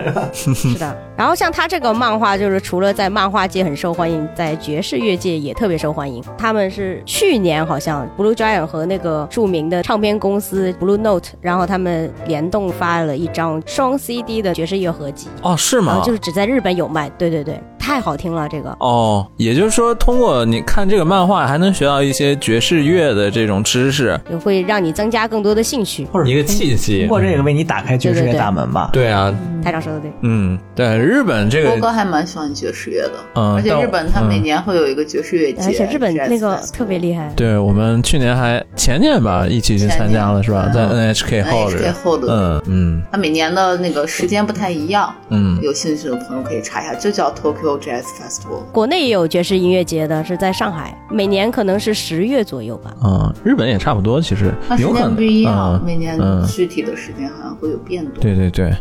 嗯
是的。然后像他这个漫画，就是除了在漫画界很受欢迎，在爵士乐界也特别受欢迎。他们是去年好像 Blue Giant 和那个著名的唱片公司 Blue Note，然后他们联动发了一张双 CD 的爵士乐合集，
哦，是
然
吗
啊后？就是只在日本有卖。对对对，太好听了，这个
哦，也就是说，通过你看这个漫画，还能学到一些爵士乐的这种知识，
也会让你增加更多的兴趣。
或者
一个契机
通。过这个为你打开爵士乐大门吧。
嗯对啊，
台长说的对，
嗯，对，日本这
波哥
个，
还蛮喜欢爵士乐的，
嗯
而且
但我
日本他每年会有一个爵士乐节，
而且日本
Jazz
那个
Fest
特别厉害。
对我们去年还前年吧，一起去参加了是吧？在
前嗯
NHK 后
NHK
边，
后的，
嗯嗯
它每年的那个时间不太一样，
嗯，
有兴趣的朋友可以查一下，就叫 Tokyo Jazz Festival。
国内也有爵士音乐节的，是在上海，每年可能是十月左右吧。
嗯，日本也差不多，其实
它啊时
有可
间
能
不一啊样，
嗯
每年
嗯
具体的时间好像会有变动。
对对对。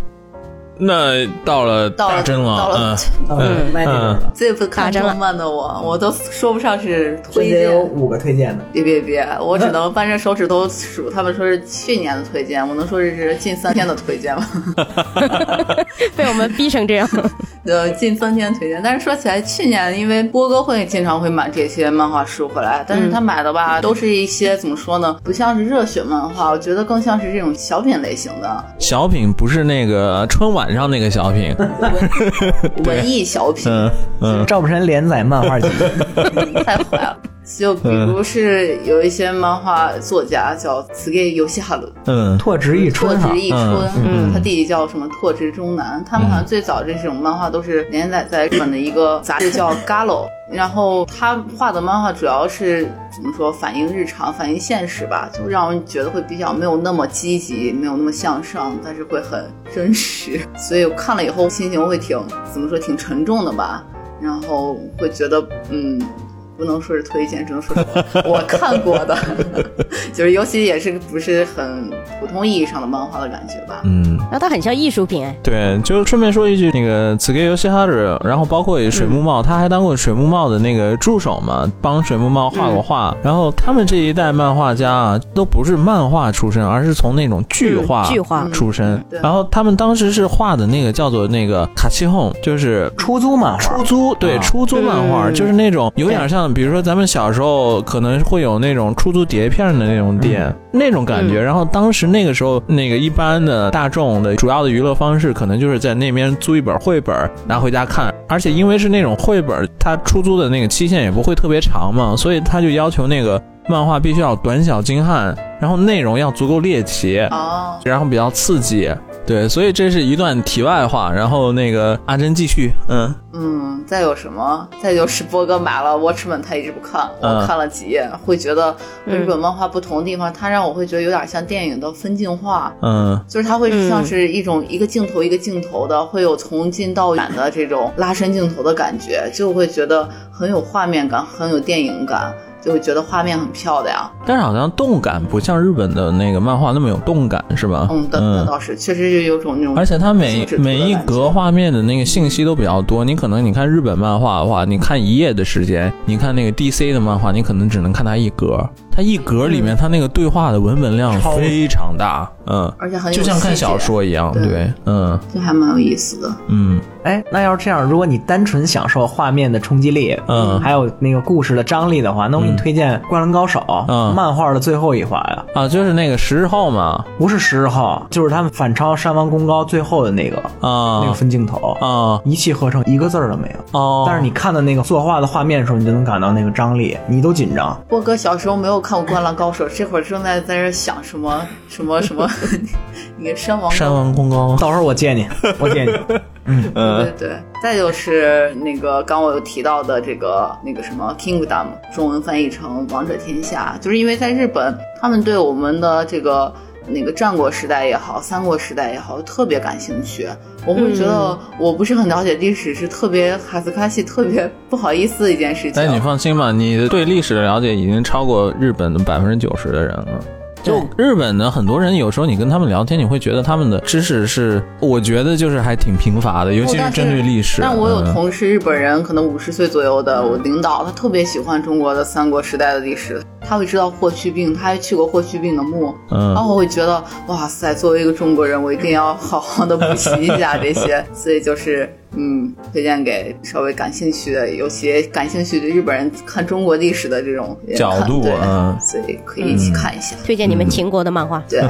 那到了
到了
大真
到
了
了，
嗯
麦
嗯
迪，
最不看动漫的我，我都说不上是推荐。
五个推荐的。
别别别，我只能扳着手指头数，他们说是去年的推荐，我能说这是近三天的推荐吗？
被我们逼成这样，
呃，近三天推荐。但是说起来，去年因为波哥会经常会买这些漫画书回来，但是他买的吧，都是一些怎么说呢，不像是热血漫画，我觉得更像是这种小品类型的
嗯小品不是那个春晚上那个小 品，
文艺小品，
嗯嗯
赵本山连载 漫画集，
太坏了。就比如是有一些漫画作家叫此给游戏哈鲁，
嗯，
拓殖一
拓
春哈
殖，一春
嗯，
他弟弟叫什么拓殖中南，他们好像最早这种漫画都是连载在日本的一个杂志叫《Gallo》，然后他画的漫画主要是怎么说，反映日常，反映现实吧，就让人觉得会比较没有那么积极，没有那么向上，但是会很真实，所以我看了以后心情会挺怎么说，挺沉重的吧，然后会觉得嗯。不能说是推荐，只能说是我我看过的，就是尤其也是不是很普通意义上的漫画的感觉吧。
嗯，
然后它很像艺术品哎。
对，就顺便说一句，那个此给游戏哈日，然后包括水木茂，他还当过水木茂的那个助手嘛，帮水木茂画过画。然后他们这一代漫画家啊，都不是漫画出身，而是从那种剧画、
嗯剧画
出身。
对
然后他们当时是画的那个叫做那个卡西哄，就是
出租漫画
出，租，对，
啊
出租漫画、
嗯
就是那种有点像，比如说咱们小时候可能会有那种出租碟片的那种店，那种感觉、
嗯
然后当时那个时候，那个一般的大众的主要的娱乐方式，可能就是在那边租一本绘本拿回家看，而且因为是那种绘本，它出租的那个期限也不会特别长嘛，所以他就要求那个漫画必须要短小精悍，然后内容要足够猎奇。
哦，
然后比较刺激，对，所以这是一段题外话。然后那个阿珍继续，嗯，
嗯，再有什么？再就是波哥买了《Watchman》，他一直不看，
嗯
我看了几页，会觉得和
嗯
日本漫画不同的地方，它让我会觉得有点像电影的分镜画，
嗯，
就是它会
嗯
像是一种一个镜头一个镜头的，会有从近到远的这种拉伸镜头的感觉，就会觉得很有画面感，很有电影感，就会觉得画面很漂亮。
但是好像动感不像日本的那个漫画那么有动感，是吧？
嗯，对，那倒是，确实就有种那种，
而且它每
性质
每一格画面的那个信息都比较多，你可能你看日本漫画的话，你看一页的时间；你看那个 DC 的漫画，你可能只能看它一格。它一格里面，它那个对话的文本量
超
非常大，嗯，
而且很有
就像看
细节
小，说一样，
对
对，嗯
就还蛮有意思的。
嗯
哎，那要是这样，如果你单纯享受画面的冲击力，
嗯
还有那个故事的张力的话，那我给你推荐《灌篮高手》
嗯
漫画的最后一话呀，
啊，就是那个十日后嘛，
不是十号，就是他们反超山王功高最后的那个那个
啊
分镜头，
啊
一气呵成，一个字儿都没有。
哦，
但是你看到那个作画的画面的时候，你就能感到那个张力，你都紧张。
波哥小时候没有看过《灌篮高手》，这会儿正在在这想什么 什么什么，你个山王高
山王功高，
到时候我借你，我借你。
对对对。再就是那个刚我有提到的这个那个什么《Kingdom》，中文翻译成《王者天下》，就是因为在日本，他们对我们的这个。那个战国时代也好，三国时代也好，特别感兴趣。我会觉得我不是很了解历史，是特别哈斯卡西特别不好意思的一件事情。
但你放心吧，你对历史的了解已经超过日本的百分之九十的人了。
对
就日本的很多人，有时候你跟他们聊天，你会觉得他们的知识是，我觉得就是还挺贫乏的，尤其
哦
是
但
针对历史。
但我有
嗯
同事日本人，可能五十岁左右的，我领导他特别喜欢中国的三国时代的历史，他会知道霍去病，他还去过霍去病的墓，
嗯
然后我会觉得哇塞，作为一个中国人，我一定要好好的补习一下这些， 所以就是。嗯，推荐给稍微感兴趣的，尤其感兴趣的日本人看中国历史的这种也
角
看
度
对
嗯
所以可以一起看一下。
推荐你们秦国的漫画，
对，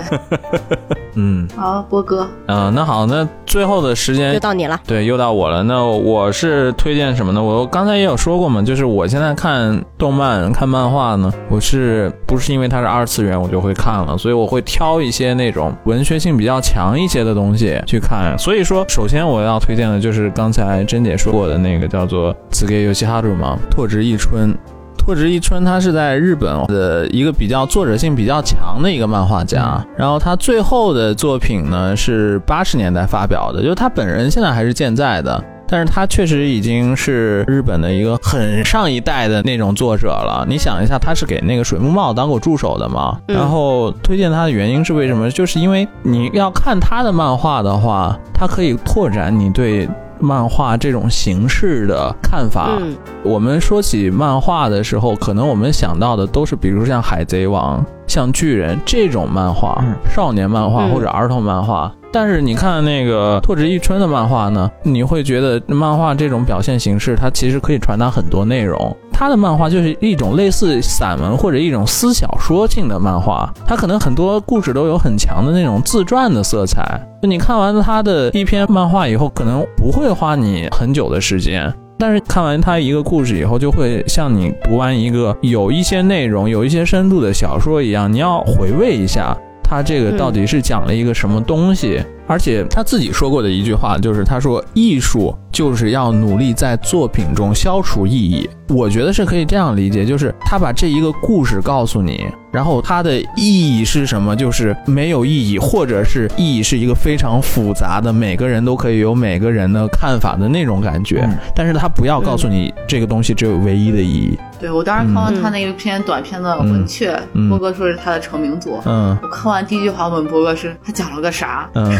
嗯
好，波哥，
啊、那好，那最后的时间
就到你了。
对，又到我了。那我是推荐什么呢？我刚才也有说过嘛，就是我现在看动漫、看漫画呢，我是不是因为它是二次元我就会看了，所以我会挑一些那种文学性比较强一些的东西去看。所以说，首先我要推荐的就是刚才珍姐说过的那个叫做《此给游戏哈鲁》嘛，拓殖一春。拓殖一春，他是在日本的一个比较作者性比较强的一个漫画
嗯
家。然后他最后的作品呢是八十年代发表的，就是他本人现在还是健在的。但是他确实已经是日本的一个很上一代的那种作者了。你想一下，他是给那个水木茂当过助手的嘛？
嗯
然后推荐他的原因是为什么？就是因为你要看他的漫画的话，它可以拓展你对漫画这种形式的看法。
嗯，
我们说起漫画的时候，可能我们想到的都是，比如像《海贼王》、像《巨人》这种漫画，
嗯
少年漫画
嗯
或者儿童漫画。但是你看那个拓殖一春的漫画呢，你会觉得漫画这种表现形式，它其实可以传达很多内容。它的漫画就是一种类似散文或者一种思小说性的漫画，它可能很多故事都有很强的那种自传的色彩。就你看完它的一篇漫画以后，可能不会花你很久的时间，但是看完它一个故事以后，就会像你读完一个有一些内容、有一些深度的小说一样，你要回味一下它这个到底是讲了一个什么东西。而且他自己说过的一句话就是，他说艺术就是要努力在作品中消除意义。我觉得是可以这样理解，就是他把这一个故事告诉你，然后它的意义是什么？就是没有意义，或者是意义是一个非常复杂的，每个人都可以有每个人的看法的那种感觉。
嗯
但是他不要告诉你这个东西只有唯一的意义。
对我当时看完他那一篇短篇的《文雀》，
嗯
波哥说是他的成名作，
嗯
我看完第一句话问波哥是他讲了个啥？
嗯，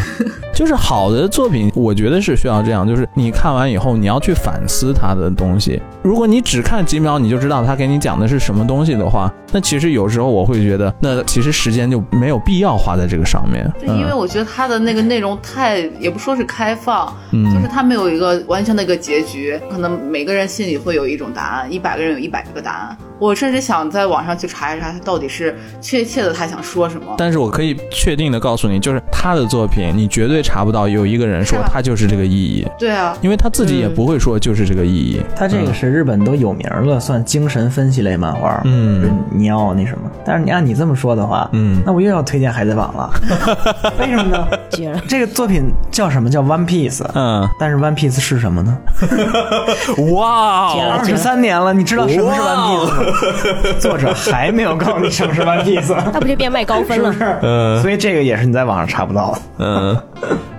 就是好的作品，我觉得是需要这样，就是你看完以后你要去反思它的东西。如果你只看几秒你就知道他给你讲的是什么东西的话，那其实有时候我会觉得，那其实时间就没有必要花在这个上面。
对，因为
嗯
我觉得他的那个内容太，也不说是开放，
嗯
就是他没有一个完全的一个结局，可能每个人心里会有一种答案，一百个人有一百个答案。我甚至想在网上去查一查他到底是确切的他想说什么。
但是我可以确定的告诉你，就是他的作品，你绝对查不到有一个人说
是吧
他就是这个意义，
对啊，
因为他自己也不会说就是这个意义。
它这个是日本都有名儿了，算精神分析类漫画。
嗯
就是你要那什么？但是你按你这么说的话，
嗯
那我又要推荐《海贼王》了。 为什么呢？
绝了，
这个作品叫什么？叫《One Piece》。
嗯，
但是《One Piece》是什么呢？
哇
啊
哦，
绝了，
二
绝
十
了。
三年了，你知道什么是《One Piece》吗？作者还没有告诉你什么是《One Piece
那不就变卖高分了？》，
所以这个也是你在网上查不到的。
嗯，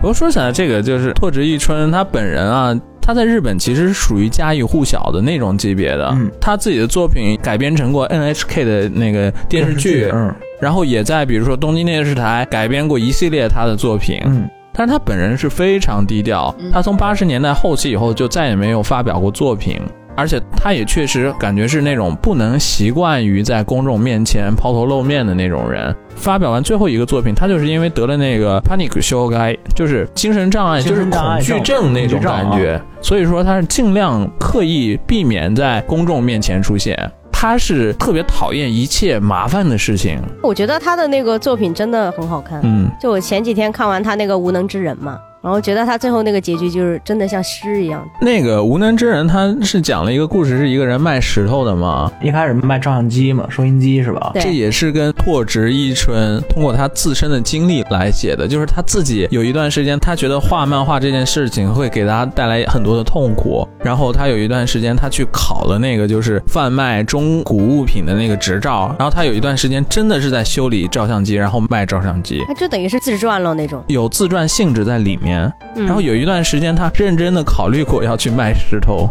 不过说起来，这个就是拓殖一春他本人啊，他在日本其实是属于家喻户晓的那种级别的。
嗯
他自己的作品改编成过 NHK 的那个电视 剧，
嗯
然后也在比如说东京电视台改编过一系列他的作品。
嗯，
但是他本人是非常低调，他从八十年代后期以后就再也没有发表过作品，而且他也确实感觉是那种不能习惯于在公众面前抛头露面的那种人。发表完最后一个作品，他就是因为得了那个 panic 修改，就是精神障碍，就
精
是
神障
恐
碍
惧症那种
症啊
感
恐惧
觉，所以说他是尽量刻意避免在公众面前出现。他是特别讨厌一切麻烦的事情，
我觉得他的那个作品真的很好看。
嗯，
就我前几天看完他那个《无能之人》嘛，然后觉得他最后那个结局就是真的像诗一样。
那个无能之人，他是讲了一个故事，是一个人卖石头的嘛，
一开始卖照相机嘛，收音机是吧？
这
对，
也是跟拓殖一春通过他自身的经历来写的，就是他自己有一段时间，他觉得画漫画这件事情会给他带来很多的痛苦，然后他有一段时间他去考了那个就是贩卖中古物品的那个执照，然后他有一段时间真的是在修理照相机，然后卖照相机。
他就等于是自传了那种。
有自传性质在里面，年，
嗯
然后有一段时间他认真的考虑过要去卖石头。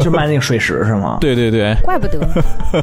就卖那个水石是吗？
对对对，
怪不得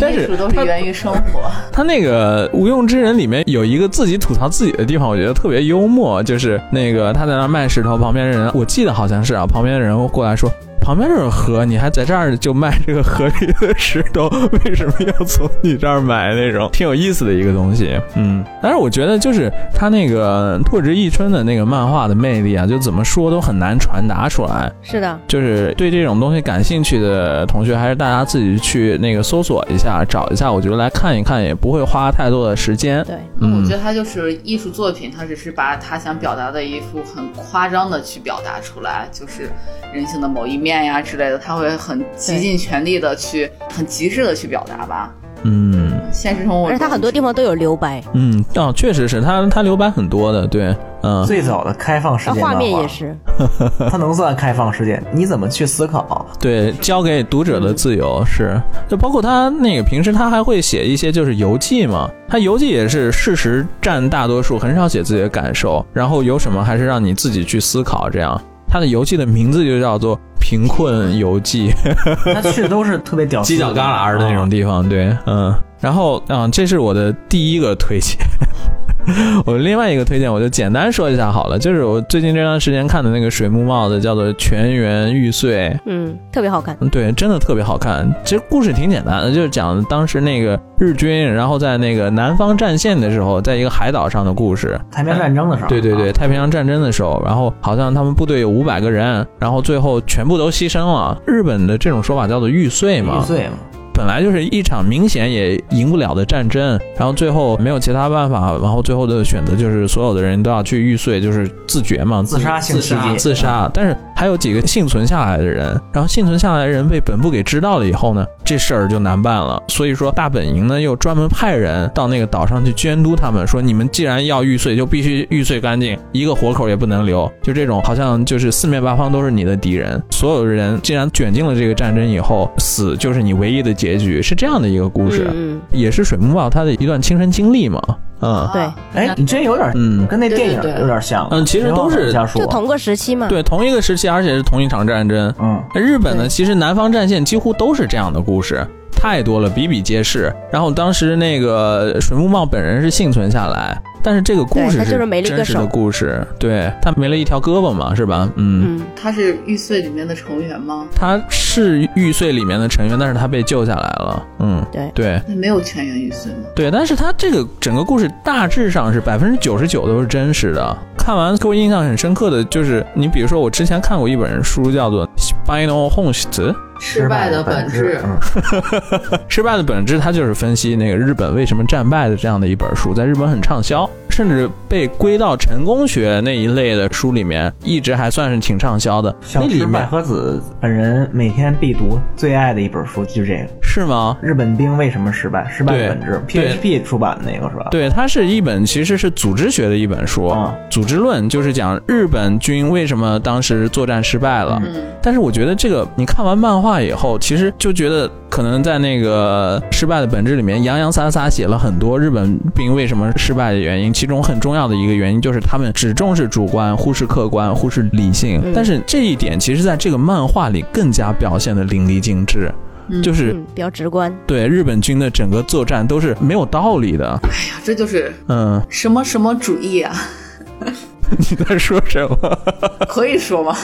但
艺
是
术都是
他
源于生活。
他那个《无用之人》里面有一个自己吐槽自己的地方，我觉得特别幽默，就是那个他在那儿卖石头，旁边的人我记得好像是啊，旁边的人过来说。旁边这有河，你还在这儿就卖这个河里的石头，为什么要从你这儿买那种？挺有意思的一个东西，嗯。但是我觉得就是他那个拓殖一春的那个漫画的魅力啊，就怎么说都很难传达出来。
是的，
就是对这种东西感兴趣的同学，还是大家自己去那个搜索一下，找一下，我觉得来看一看，也不会花太多的时间。
对，
嗯
我觉得他就是艺术作品，他只是把他想表达的一幅很夸张的去表达出来，就是人性的某一面呀之类的，他会很极尽全力的去，很极致的去表达吧。
嗯
现实生活
而
中，
且他很多地方都有留白，
嗯，哦，确实是他，他留白很多的，对，嗯，
最早的开放世
那
界漫
画
画
面也，是，
它能算开放世界？你怎么去思考？
对，交给读者的自由
嗯
是，就包括他那个平时他还会写一些就是游记嘛，他游记也是事实占大多数，很少写自己的感受，然后有什么还是让你自己去思考这样。他的游记的名字就叫做《贫困游记》。
他去的都啊是特别屌 丝
犄角旮旯的那种地方，对，嗯。然后，嗯，这是我的第一个推荐。我另外一个推荐，我就简单说一下好了，就是我最近这段时间看的那个水木帽子，叫做《全员玉碎》，
嗯，特别好看，
嗯，对，真的特别好看。其实故事挺简单的，就是讲当时那个日军，然后在那个南方战线的时候，在一个海岛上的故事。啊
太平洋战争的时候，啊
对对对，，太平洋战争的时候，然后好像他们部队有五百个人，然后最后全部都牺牲了。日本的这种说法叫做玉碎嘛，
玉碎嘛，
本来就是一场明显也赢不了的战争，然后最后没有其他办法，然后最后的选择就是所有的人都要去玉碎，就是自觉嘛，
自杀性
自杀
袭击
自杀。啊但是还有几个幸存下来的人，然后幸存下来的人被本部给知道了以后呢，这事儿就难办了。所以说大本营呢又专门派人到那个岛上去监督他们，说你们既然要玉碎，就必须玉碎干净，一个活口也不能留。就这种好像就是四面八方都是你的敌人，所有人既然卷进了这个战争以后，死就是你唯一的结局，是这样的一个故事，
嗯
也是水木茂他的一段亲身经历嘛，嗯。
对
啊
哎，你这有点
嗯
跟那电影
对对对
有点像，
嗯其实都是
像
嗯，
说
就，同个时期嘛，
对，同一个时期，而且是同一场战争。
嗯，
日本呢，
对
其实南方战线几乎都是这样的故事，太多了，比比皆是。然后当时那个水木茂本人是幸存下来，但是这个故
对
事
他就是没了一个
真实的
手
故事，对他没了一条胳膊嘛，是吧？嗯。
嗯，
他是玉碎里面的成员吗？
他是玉碎里面的成员，但是他被救下来了。嗯，
对
对
那没有全员玉碎吗？
对，但是他这个整个故事大致上是百分之九十九都是真实的。看完给我印象很深刻的就是，你比如说我之前看过一本书叫做《Spinal h o n s t
失败的本质，
嗯
失败的本质，它就是分析那个日本为什么战败的这样的一本书，在日本很畅销，甚至被归到成功学那一类的书里面，一直还算是挺畅销的。那
小
里
池百
面
合子本人每天必读最爱的一本书就是这个《
是吗？
日本兵为什么失败：失败的本质》
对
PHP 出版的那个是吧？，
对，它是一本其实是组织学的一本书，
嗯
组织论就是讲日本军为什么当时作战失败了。
嗯，
但是我觉得这个，你看完漫画以后，其实就觉得可能在那个《失败的本质》里面，洋洋洒洒写了很多日本兵为什么失败的原因，其中很重要的一个原因就是他们只重视主观，忽视客观，忽视理性。
嗯
但是这一点其实在这个漫画里更加表现的淋漓尽致，
嗯
就是
嗯，比较直观，
对日本军的整个作战都是没有道理的。
啊这就是
嗯，
什么什么主义啊？
你在说什么？
可以说吗？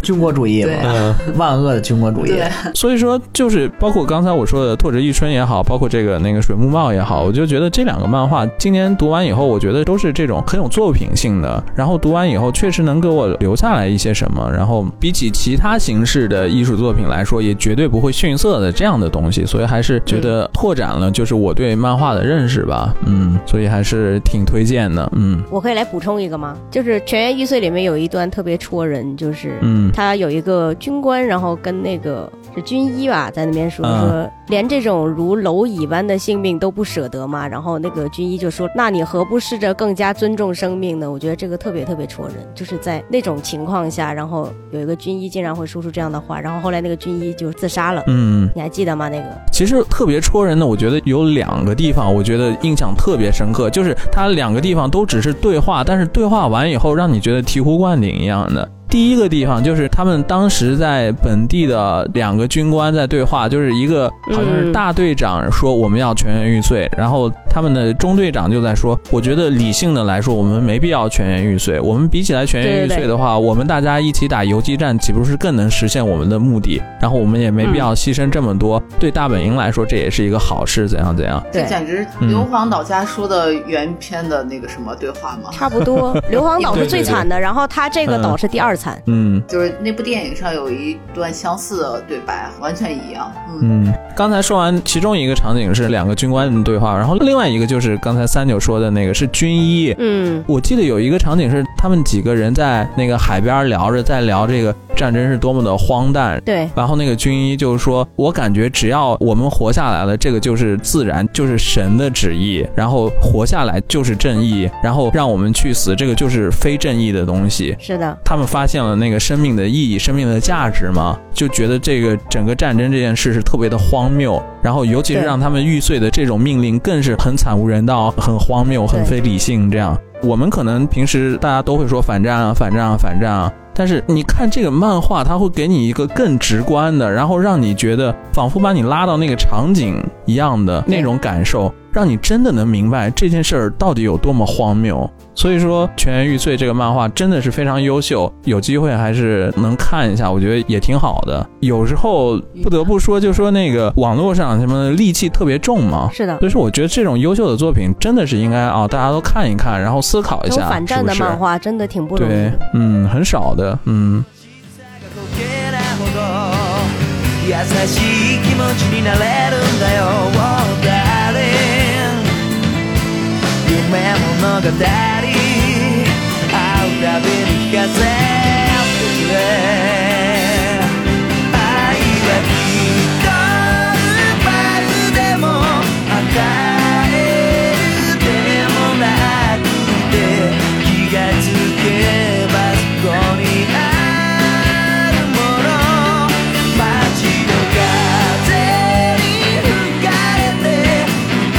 军国主义
对
嘛，万恶的军国主义。
对，
所以说，就是包括刚才我说的《拓殖一春》也好，包括这个那个水木茂也好，我就觉得这两个漫画今年读完以后，我觉得都是这种很有作品性的，然后读完以后确实能给我留下来一些什么，然后比起其他形式的艺术作品来说，也绝对不会逊色的这样的东西，所以还是觉得拓展了就是我对漫画的认识吧，嗯，所以还是挺推荐的，嗯
我可以来补充一个吗？就是《全员玉碎》里面有一段特别戳人，就是
嗯
他有一个军官，然后跟那个是军医吧，在那边说、
嗯
说，连这种如蝼蚁般的性命都不舍得嘛。然后那个军医就说：“那你何不试着更加尊重生命呢？”我觉得这个特别特别戳人，就是在那种情况下，然后有一个军医竟然会说出这样的话，然后后来那个军医就自杀了。
嗯。
你还记得吗？那个
其实特别戳人的，我觉得有两个地方，我觉得印象特别深刻，就是它两个地方都只是对话，但是对话化完以后，让你觉得醍醐灌顶一样的。第一个地方就是他们当时在本地的两个军官在对话，就是一个好像是大队长说我们要全员玉碎，然后他们的中队长就在说，我觉得理性的来说，我们没必要全员玉碎。我们比起来全员玉哎碎的话，我们大家一起打游击战，岂不是更能实现我们的目的？然后我们也没必要牺牲这么多，对大本营来说这也是一个好事，怎样怎样。
这
对，
简直
嗯
刘皇岛家说的原片的那个什么对话嘛，
差不 多。硫磺岛是最惨的，然后他这个岛是第二惨。
嗯，
就是那部电影上有一段相似的对白，完全一样。嗯，
嗯，刚才说完其中一个场景是两个军官的对话，然后另外一个就是刚才三九说的那个是军医。
嗯，
我记得有一个场景是他们几个人在那个海边聊着，在聊这个战争是多么的荒诞。
对，
然后那个军医就说：“我感觉只要我们活下来了，这个就是自然，就是神的旨意。然后活下来就是正义，然后让我们去死，这个就是非正义的东西。
是的，
他们发现了那个生命的意义、生命的价值嘛，就觉得这个整个战争这件事是特别的荒谬，然后尤其是
对
让他们玉碎的这种命令更是很惨无人道、很荒谬、很非理性这样。我们可能平时大家都会说反战啊、反战啊、反战啊。但是你看这个漫画，它会给你一个更直观的，然后让你觉得仿佛把你拉到那个场景一样的那种感受，让你真的能明白这件事儿到底有多么荒谬。所以说，《全员玉碎》这个漫画真的是非常优秀，有机会还是能看一下，我觉得也挺好的。有时候不得不说，就说那个网络上什么戾气特别重嘛，
是的。
所以说我觉得这种优秀的作品真的是应该啊，大家都看一看，然后思考一
这种
下，
反战的
啊是不是
漫画真的挺不容易
对
的。，
嗯，很少的，嗯。
溶けないほど優しい気持ちになれるんだよ Oh darling 夢物語会うたびに聞かせてくれ愛はきっと奪うでも与えるでもなくて気がつけばそこにあるもの街の風に吹かれて歌いながら妙な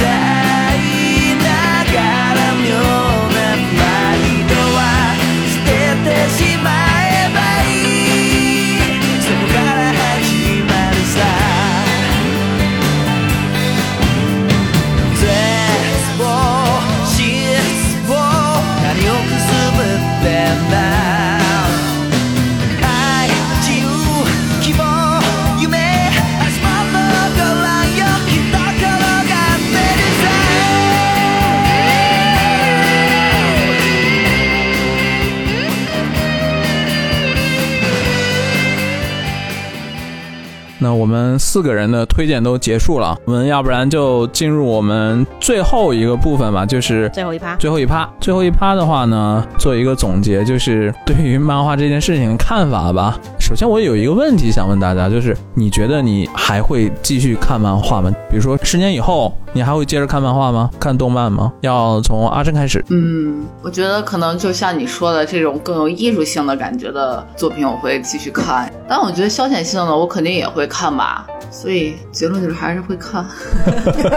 毎度は捨ててしまえばいいそこから始まるさ絶望失望何をくすぶってんだ愛自由希望夢明日もご覧よきっと転がってるさ
那我们四个人的推荐都结束了，我们要不然就进入我们最后一个部分吧，就是
最后一趴，
最后一趴，最后一趴的话呢，做一个总结，就是对于漫画这件事情的看法吧。首先，我有一个问题想问大家，就是你觉得你还会继续看漫画吗？比如说十年以后，你还会接着看漫画吗？看动漫吗？要从阿珍开始。
嗯，我觉得可能就像你说的这种更有艺术性的感觉的作品，我会继续看。但我觉得消遣性的，我肯定也会看吧。所以结论就是还是会看，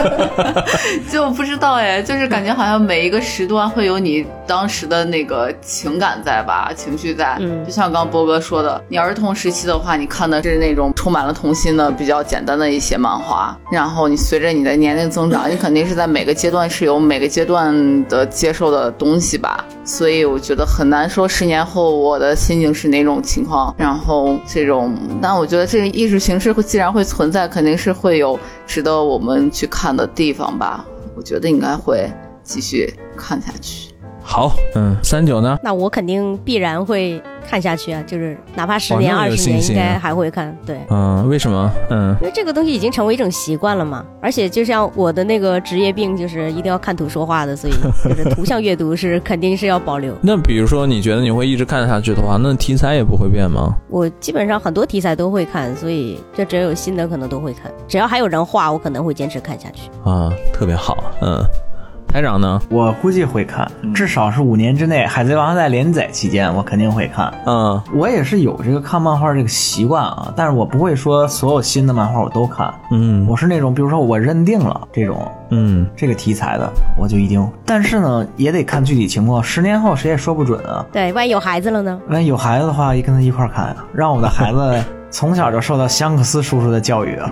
就不知道哎，就是感觉好像每一个时段会有你当时的那个情感在吧，情绪在。
嗯
就像刚刚波哥说的，你儿童时期的话，你看的是那种充满了童心的、比较简单的一些漫画。然后你随着你的年龄增长，你肯定是在每个阶段是有每个阶段的接受的东西吧。所以我觉得很难说十年后我的心境是哪种情况。然后这种，但我觉得这个艺术形式会既然会存在，肯定是会有值得我们去看的地方吧。我觉得应该会继续看下去。
好，嗯，三九呢？
那我肯定必然会看下去啊，就是哪怕十
哦
年、
那么
二
有
十
信
年，应
心
该
啊
还会看。对，
嗯，为什么？嗯，
因为这个东西已经成为一种习惯了嘛。而且就像我的那个职业病，就是一定要看图说话的，所以就是图像阅读是肯定是要保 留。
那比如说你觉得你会一直看下去的话，那题材也不会变吗？
我基本上很多题材都会看，所以这只要有新的可能都会看，只要还有人画，我可能会坚持看下去。
啊，特别好，嗯。台长呢？
我估计会看，至少是五年之内《海贼王》在连载期间，我肯定会看。
嗯，
我也是有这个看漫画这个习惯啊，但是我不会说所有新的漫画我都看。
嗯
我是那种，比如说我认定了这种
嗯，
这个题材的，我就一定。但是呢，也得看具体情况，十年后谁也说不准啊。
对，万一有孩子了呢？
万一有孩子的话，也跟他一块儿看啊，让我的孩子从小就受到香克斯叔叔的教育啊，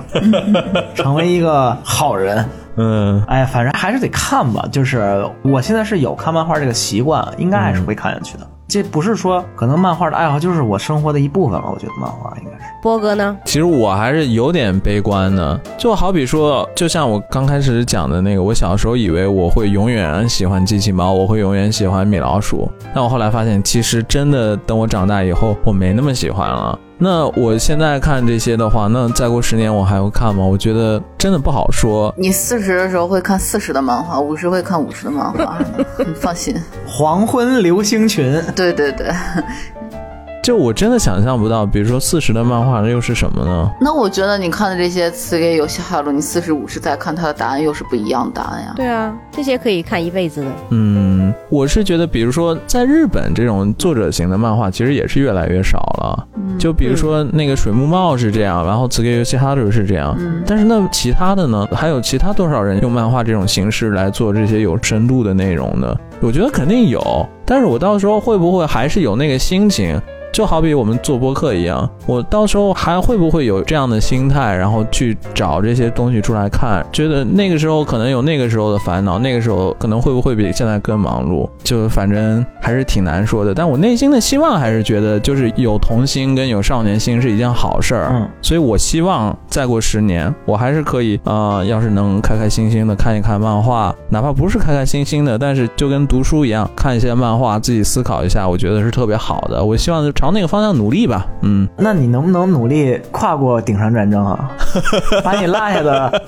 成为一个好人。
嗯
哎，反正还是得看吧。就是我现在是有看漫画这个习惯，应该还是会看下去的。这不是说可能漫画的爱好就是我生活的一部分吧？我觉得漫画应该是。
波哥呢？
其实我还是有点悲观的，就好比说，就像我刚开始讲的那个，我小时候以为我会永远喜欢机器猫，我会永远喜欢米老鼠，但我后来发现，其实真的等我长大以后，我没那么喜欢了。那我现在看这些的话，那再过十年我还会看吗？我觉得真的不好说。
你四十的时候会看四十的漫画，五十会看五十的漫 画，你放心。
黄昏流星群，
对对对，
就我真的想象不到，比如说四十的漫画又是什么呢？
那我觉得你看的这些词给有下路，你四十五十再看，它的答案又是不一样的答案呀。
对啊，这些可以看一辈子的。
嗯，我是觉得，比如说在日本这种作者型的漫画，其实也是越来越少了。就比如说那个水木茂是这样，然后此给游戏哈鲁是这样，但是那其他的呢？还有其他多少人用漫画这种形式来做这些有深度的内容呢？我觉得肯定有，但是我到时候会不会还是有那个心情？就好比我们做播客一样，我到时候还会不会有这样的心态，然后去找这些东西出来看？觉得那个时候可能有那个时候的烦恼，那个时候可能会不会比现在更忙碌？就反正还是挺难说的。但我内心的希望还是觉得，就是有童心跟有少年心是一件好事儿。
嗯，
所以我希望再过十年，我还是可以，呃，要是能开开心心的看一看漫画，哪怕不是开开心心的，但是就跟读书一样，看一些漫画，自己思考一下，我觉得是特别好的。我希望朝那个方向努力吧。嗯，
那你能不能努力跨过顶上战 争啊？把你落下的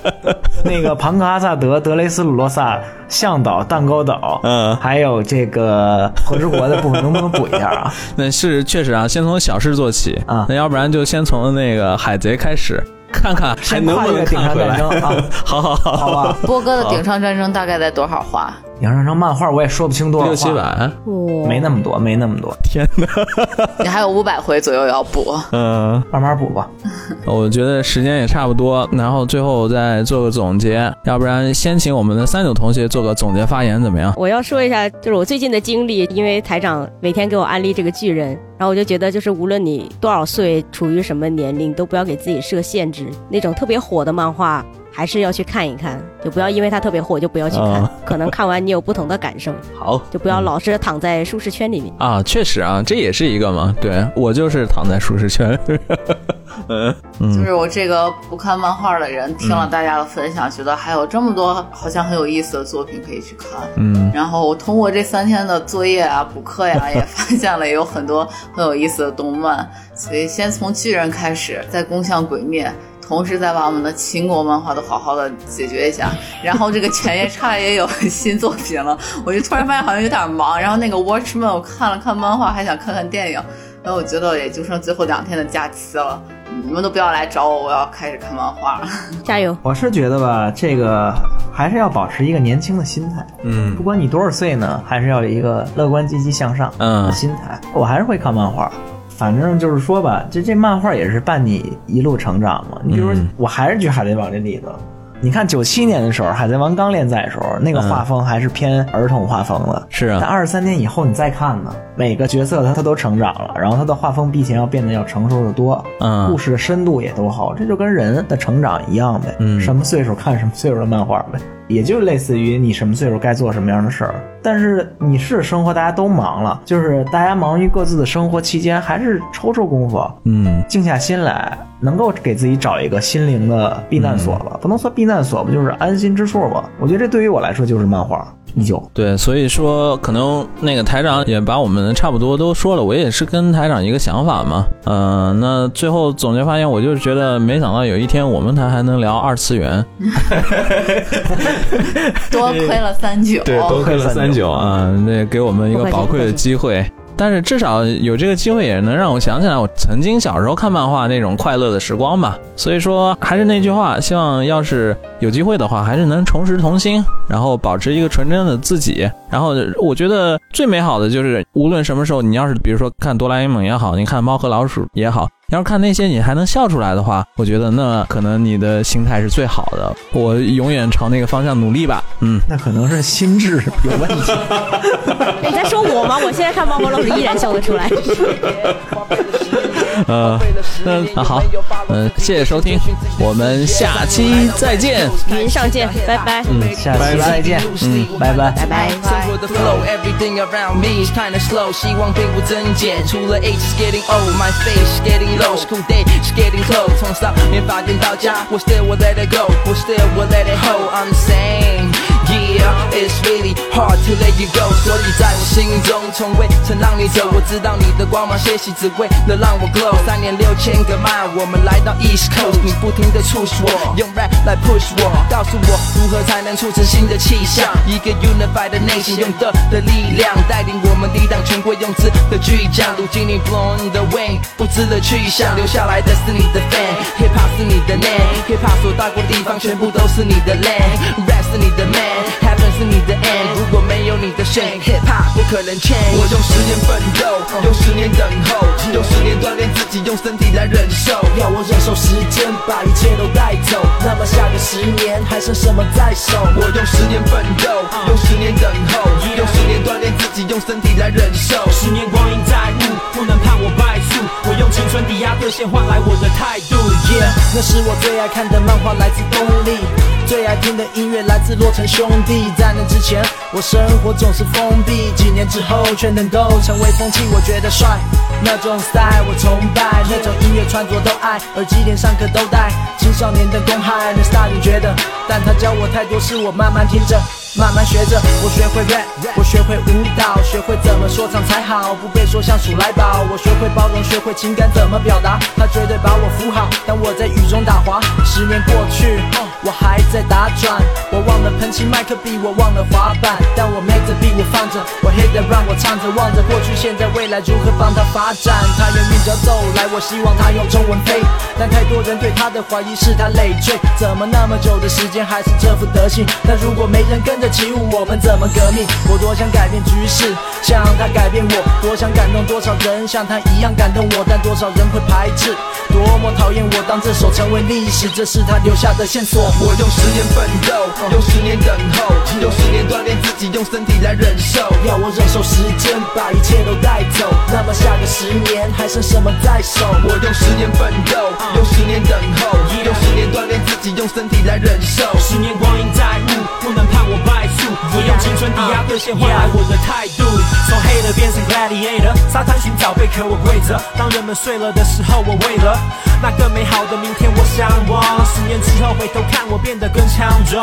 那个庞克阿萨德、德雷斯鲁洛萨、向导、蛋糕岛，
嗯
还有这个火之国的部分，能不能补一 下啊？
那是确实啊，先从小事做起
啊
那要不然就先从那个海贼开始，看看还
先
能
跨
不
越
能
顶
看
上
回
战
来。
争啊，
好好好，
好吧？
波哥的《顶上战争》大概在多少话？
顶上战争漫画我也说不清多少话
六七，百，
哦
没那么多，没那么多，
你还有五百回左右要补。
嗯、
慢慢补吧。
我觉得时间也差不多，然后最后再做个总结，要不然先请我们的三九同学做个总结发言怎么样？
我要说一下，就是我最近的经历，因为台长每天给我安利这个巨人，然后我就觉得，就是无论你多少岁，处于什么年龄，都不要给自己设限制。那种特别火的漫画，还是要去看一看，就不要因为它特别火就不要去看，
啊
可能看完你有不同的感受，
好
就不要老是躺在舒适圈里面。
啊，确实啊，这也是一个嘛。对我就是躺在舒适圈，嗯
就
嗯
是我这个不看漫画的人，听了大家的分享，觉得还有这么多好像很有意思的作品可以去看。
嗯，
然后我通过这三天的作业啊、补课 呀、也发现了有很多很有意思的动漫。所以先从巨人开始，再攻向鬼灭，同时再把我们的秦国漫画都好好的解决一下。然后这个犬夜叉也有 新作品了，我就突然发现好像有点忙。然后那个 Watchman 我看了看漫画，还想看看电影，然后我觉得也就剩最后两天的假期了。你们都不要来找我，我要开始看漫画了。
加油！
我是觉得吧，这个还是要保持一个年轻的心态。嗯，不管你多少岁呢，还是要有一个乐观、积极向上
嗯
的心态。我还是会看漫画，反正就是说吧，这这漫画也是伴你一路成长嘛。
嗯
你比如说，我还是举《海贼王》这例子。你看九七年的时候，《海贼王》刚连载的时候，那个画风还是偏儿童画风的。
嗯是
但
啊，
二十三年以后你再看呢，每个角色他他都成长了，然后他的画风比以前要变得要成熟的多，
嗯
故事的深度也都好，这就跟人的成长一样呗，
嗯
什么岁数看什么岁数的漫画呗，也就类似于你什么岁数该做什么样的事儿。但是你是生活，大家都忙了，就是大家忙于各自的生活期间，还是抽抽功夫，
嗯
静下心来，能够给自己找一个心灵的避难所吧，不能说避难所吧，就是安心之处吧。我觉得这对于我来说就是漫画，依旧。
对，所以说可能那个台长也把我们差不多都说了，我也是跟台长一个想法嘛。嗯、那最后总结发言，我就是觉得没想到有一天我们台还能聊二次元，
多亏了三九，
多亏
了三九
啊，那给我们一个宝贵的机会。但是至少有这个机会也能让我想起来我曾经小时候看漫画那种快乐的时光吧。所以说，还是那句话，希望要是有机会的话，还是能重拾童心，然后保持一个纯真的自己。然后我觉得最美好的就是，无论什么时候，你要是比如说看哆啦 A 梦也好，你看猫和老鼠也好，要是看那些你还能笑出来的话，我觉得那可能你的心态是最好的。我永远朝那个方向努力吧。嗯，
那可能是心智有问题。
哎你在说我吗？我现在看猫和老鼠依然笑得出来。
呃，那、啊、好，嗯、呃，谢谢收听，我们下期再见。
云上见，拜拜。
嗯，下期再见。嗯，拜拜，
拜拜。
So with the flow, everything around me is kinda slow. 希望并不增减，除了 age is getting old, my face is getting low. School day is getting close. 从少年法院到家，我 still will let it go. 我 still will let it hold. I'm saying, yeah, it's really hard to let you go. 所以在我心中，从未曾让你走。我知道你的光芒歇息，只为了让我 glow。三年六千个 mile，我们来到 East Coast，你不停地 push 我，用 rap 来 push 我，告诉我如何才能促成新的气象。一个 unified 的内心，用的的力量带领我们抵挡权贵用之的巨匠。如今你 blowing the wind，不知了去向，留下来的是你的 fan，hip hop 是你的 name，hip hop 所到过的地方全部都是你的 land，rap 是你的 man，heaven 是你的 end。如果没有你的 shame，hip hop 不可能 change。我用十年奋斗，用十年等候，用十年锻炼自己，用身体来忍受。
要我忍受时间把一切都带走，那么下个十年还剩什么在手？
我用十年奋斗，用十年等候，用十年锻炼自己，用身体来忍受。
十年光阴在目，不能判我败诉。我用青春抵押兑现，换来我的态度。
Yeah，
那是我最爱看的漫画，来自东立。最爱听的音乐来自洛城兄弟，在那之前我生活总是封闭，几年之后却能够成为风气，我觉得帅，那种 style 我崇拜，那种音乐穿着都爱，耳机连上课都戴，青少年的公害那 style 你觉得？但他教我太多事，我慢慢听着，慢慢学着，我学会 rap，我学会舞蹈，学会怎么说唱才好，不被说像鼠来宝，我学会包容，学会情感怎么表达，他绝对把我扶好，当我在雨中打滑，十年过去，我还在。在打转，我忘了喷漆麦克笔，我忘了滑板，但我 make 着 beat，我放着，我 hit the run，我唱着，望着过去、现在、未来如何帮他发展。他用韵脚走来，我希望他用中文飞，但太多人对他的怀疑是他累赘，怎么那么久的时间还是这副德行？但如果没人跟着起舞，我们怎么革命？我多想改变局势，想他改变我，多想感 动多少人，像他一样感动我，但多少人会排斥，多么讨厌我，当这首成为历史，这是他留下的线索。
我用十年奋斗，用十年等候，用十年锻炼自己，用身体来忍受。
要我忍受时间把一切都带走，那么下个十年还剩什么在手？
我用十年奋斗，用十年等候，用十年锻炼自己，用身体来忍受。
十年光阴在目，不能判我败诉。我用青春抵押兑现换来我的态度，从 hater 变成 gladiator，沙滩寻找贝壳我跪着。当人们睡了的时候，我为了那更美好的明天我向往。十年之后回头看我变得。更强壮，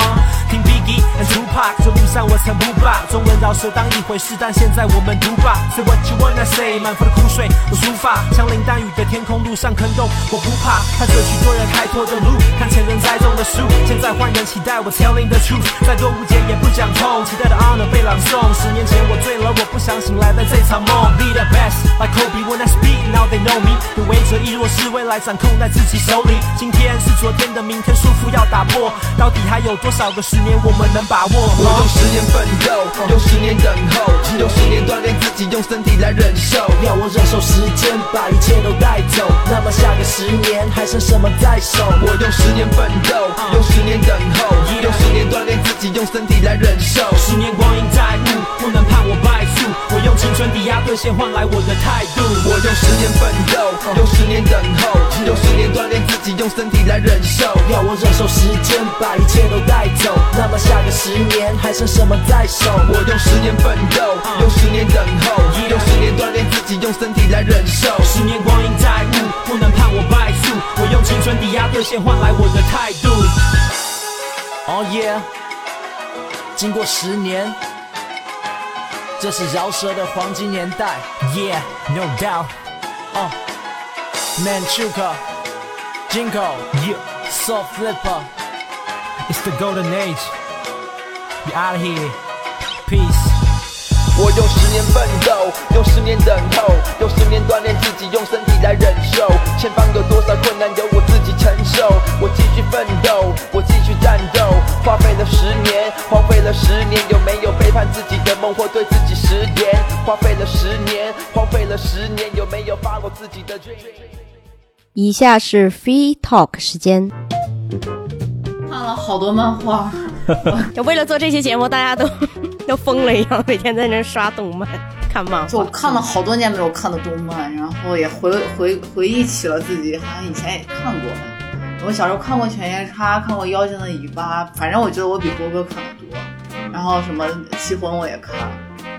听 Biggie and Tupac，这路上我曾不怕。中文饶舌当一回事，但现在我们独霸。Say what you wanna say，满腹的苦水我抒发，像淋大雨的天空，路上坑洞我不怕。看着许多人开拓的路，看前人栽种的树，现在换人期待我 telling the truth，再多误解也不讲痛。期待的 honor 被朗诵，十年前我醉了，我不想醒来的这场梦。Be the best，like Kobe when I speak，now they know me。有为者亦若是未来掌控在自己手里，今天是昨天的明天，束缚要打破。到底还有多少个十年我们能把握？
我用十年奋斗，用十年等候，用十年锻炼自己，用身体来忍受。
要我忍受时间把一切都带走，那么下个十年还剩什么在手？
我用十年奋斗，用十年等候，用十年锻炼自己，用身体来忍受。
十年光阴在目，不能判我败诉。我用青春抵押兑现换来我的态度。
我用十年奋斗，用十年等候，用十年锻炼自己，用身体来忍受。
要我忍受时间。把一切都带走，那么下个十年还剩什么在手？啊
我用十年奋斗，用十年等候，用十年锻炼自己，用身体来忍受。
十年光阴在目，不能判我败诉。我用青春抵押兑现，换来我的态度。Oh yeah，经过十年，这是饶舌的黄金年代。Yeah，no doubt。哦，Manchuka，Jingle，Yeah，Soul Flipper。It's the golden age. Be out of here. Peace.
我我用十年奋斗，用十年等候，用十年锻炼自己，用身体来忍受。前方有多少困难由我自己承受，我继续奋斗，我继续战斗。花费了十年，荒废了十年，有没有背叛自己的梦或对自己食言？花费了十年，荒废了十年，有没有 follow 自己的 dream？
以下是 Free Talk 时间。
看了好多漫画，
就为了做这期节目，大家都 都疯了一样，每天在那刷动漫、看漫
就
画
我。看了好多年没有看的动漫，然后也回回回忆起了自己好像以前也看过。我小时候看过《犬夜叉》，看过《妖精的尾巴》，反正我觉得我比波哥看的多。然后什么《棋魂》我也看，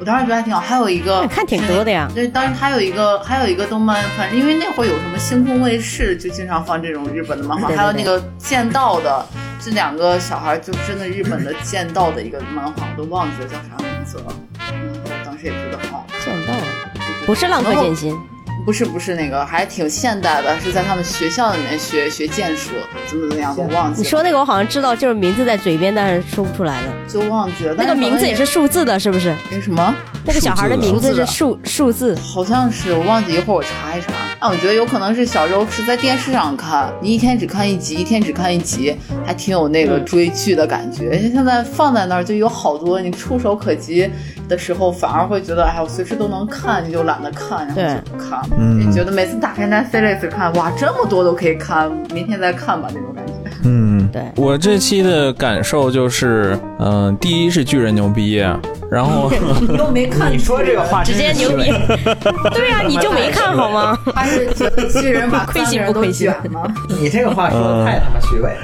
我当时觉得还挺好。还有一个
看挺多的呀
对，当时还有一个还有一个动漫，反正因为那会儿有什么星空卫视，就经常放这种日本的漫画，
对对对
还有那个剑道的，这两个小孩就真的日本的剑道的一个漫画，我都忘记了叫啥名字了。嗯，我当时也觉得很好看。
见到了，不是浪客剑心，
不是不是那个，还挺现代的，是在他们学校里面学学剑术，怎么怎么样，我忘记
你
了，
说那个我好像知道，就是名字在嘴边，但是说不出来了。
就忘记了。
那个名字也是数字的，是不是？
那什么，
那个小孩的名字啊是数数字。
好像是我忘记，一会儿我查一查。啊，我觉得有可能是小时候是在电视上看，你一天只看一集，一天只看一集，还挺有那个追剧的感觉。现在放在那儿就有好多，你触手可及的时候，反而会觉得，哎，我随时都能看，你就懒得看，然后就不看了。
嗯
你觉得每次打开 Netflix 看，哇，这么多都可以看，明天再看吧那种感觉。
嗯，
对
我这期的感受就是，嗯、第一是巨人牛逼，然 后
你又没看，
你说这个话
直接 牛逼！对呀、你就没看好吗？
他是觉得巨人把三个人都卷了。
你这个话说的太他妈虚伪了。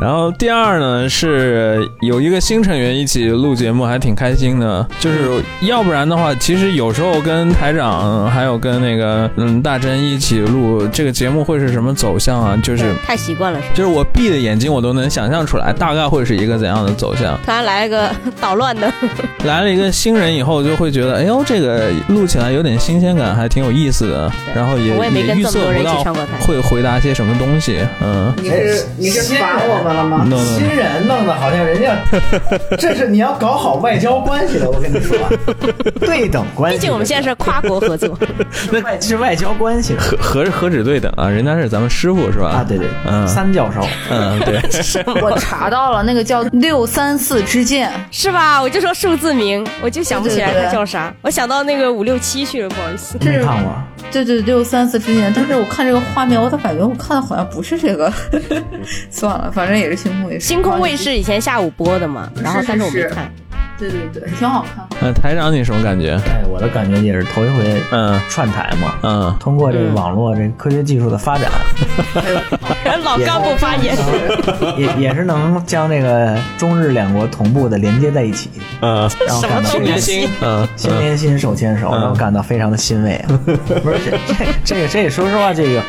然后第二呢是有一个新成员一起录节目，还挺开心的。就是要不然的话，其实有时候跟台长还有跟那个嗯大真一起录这个节目会是什么走向啊？就是
太习惯了，是吧？
就是我闭着眼睛我都能想象出来，大概会是一个怎样的走向。
突然来了个捣乱 的，
来了一个新人以后，就会觉得，哎呦，这个录起来有点新鲜感，还挺有意思的。然后也
我也没跟
预
这么
测
多人
不
一起
到
上过台
会回答些什么东西，嗯。
你是你是罚我们了吗？
no no，
新人弄得好像人家，这是你要搞好外交关系的，我跟你说， 对等关系。
毕竟我们现在是跨国合 作。
是外是外交关系
何何何止对等啊，人家是咱们师傅是吧？
啊，对对，
嗯
三教 授，
嗯，对，
我查到了，那个叫六三四之剑，
是吧？我就说数字名，我就想不起来
对对对
它叫啥，我想到那个五六七去了，不好意思。
没看过。
对对，六三四之剑。但是我看这个画面，我咋感觉我看的好像不是这个？ 算了，反正也是星空卫视。
星空卫视以前下午播的嘛，然后
是
但是我没
是
看，
对对对，挺好看。
嗯，台长你什么感觉？
哎，我的感觉也是头一回
嗯
串台嘛。
嗯，
通过这个网络这科学技术的 发展，
老干部发言，
也也是能将这个中日两国同步的连接在一起，
嗯，
然后感到非常
心，嗯
心连心手牵手，让我感到非常的欣慰 啊！不是这这这个这个，说实话，这个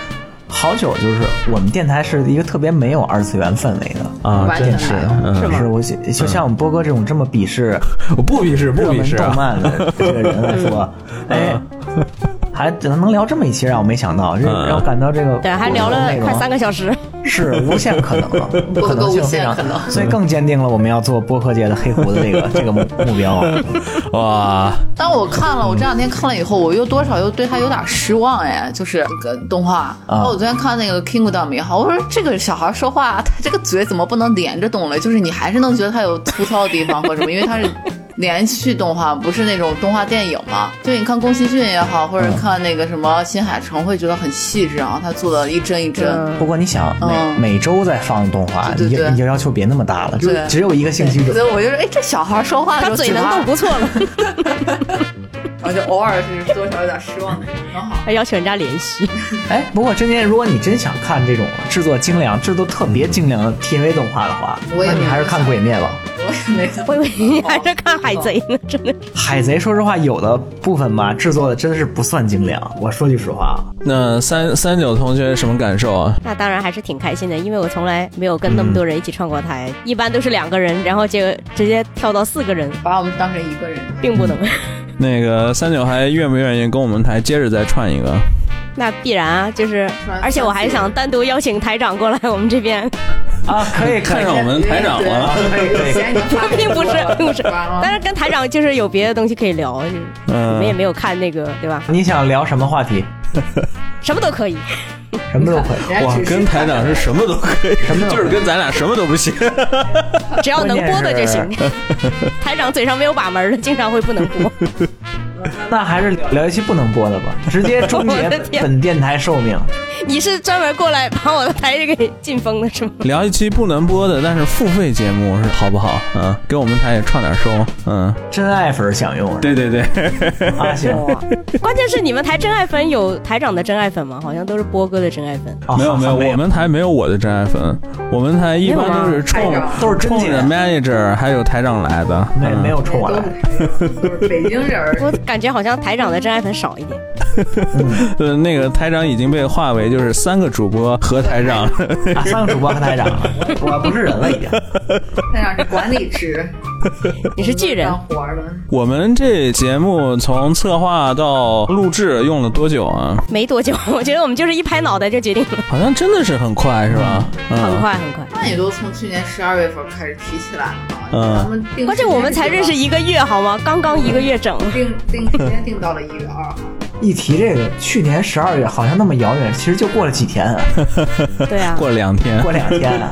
好久就是我们电台是一个特别没有二次元氛围的。
啊，
完全
真是，
没有
嗯，
是我就像我们波哥这种这么鄙视
我不鄙视，不
热
鄙
门
视
动
啊，
漫 的这个人来说，
嗯
哎，还能聊这么一期，让我没想到，这
嗯
让我感到这个
对，还聊了快三
个，
个小时，
是无限可能， 可能性非常
无限可能
所以更坚定了我们要做播客界的黑胡子 这个这个目目标。啊
哇，
当我看了，我这两天看了以后，我又多少又对他有点失望哎，就是这个动画。然后我昨天看那个《Kingdom》也好，我说这个小孩说话，他这个嘴怎么不能连着动了？就是你还是能觉得他有粗糙的地方或者什么，因为他是。连续动画不是那种动画电影嘛？就你看宫崎骏也好，或者看那个什么新海诚，会觉得很细致啊，他做的一帧一帧。
不过你想，每
嗯
每周再放动画，
对
你
对
就
对
你就要求别那么大了，只
对
只有一个星期
所
就
以我就说，哎，这小孩说话的时
他
候
嘴能动，不错了，
然后就偶尔是多少有点失望的，挺好。
还要求人家联系。
哎。不过真天，如果你真想看这种制作精良、制作特别精良的 TV 动画的话，
我也
那你还是看《鬼灭》吧。
我也没哦怎么
我以为你还是看海贼呢，真 的。
海贼，说实话，有的部分吧，制作的真是不算精良。我说句实话啊，
那三三九同学什么感受啊？
那当然还是挺开心的，因为我从来没有跟那么多人一起串过台，一般都是两个人，然后结果直接跳到四个 人，
把我们当成一 个人。
并不能。
那个三九还愿不愿意跟我们台接着再串一个？
那必然啊， 就是
穿，
而且我还想单独邀请台长过来我们这边，
啊，可以可
看
以
上我们台长了。
啊可以可以
哎嫌你话 太
并
多
不是
了，
并不是，
吧嗯
但是跟台长就是有别的东西可以聊，就是我们也
嗯，
没有看那个，对吧？
你想聊什么话题？
什么都 可以，
什么都可以。
人家
哇
只，
跟台长是什么都可以，
什么都可以
就是跟咱俩什么都不行。
只要能播的就行
关。
台长嘴上没有把门的，经常会不能播。
那还是聊一期不能播的吧，直接终
我
结
的天
本电台寿命。
你是专门过来把我的台给禁封的是 吗？
聊一期不能播的，但是付费节目是好不好？嗯，给我们台也创点收。嗯，
真爱粉享用，
对对对，
啊行，
关键是你们台真爱粉有台长的真爱粉吗？好像都是波哥的真爱粉。
哦
没有没有，
好
我们台没有我的真爱粉，我们台一般
没有吗
都是冲
台长
啊都是真
冲
姐
着 manager 还有台长来的。
没
嗯
没有冲我来，
都是北京人儿，
我感觉好像台长的真爱粉少一点。
呃，那个台长已经被划为就是三个主播和台长，
啊三个主播和台长，啊我我不是人了已经。
那样是管理 职，
你是巨 人
干，活儿了。
我们这节目从策划到录制用了多久啊？
没多久，我觉得我们就是一拍脑袋就决定了，
好像真的是很快，是吧？
很
嗯，
快很快。
那也都从去年十二月份开始提起来了嘛。
嗯
咱们定
关键我们才认识一个月好吗？刚刚一个月整，
定定时间定到了一月二号，
一提这个，去年十二月好像那么遥远，其实就过了几天啊，
对啊，
过了两天，
过两天 啊。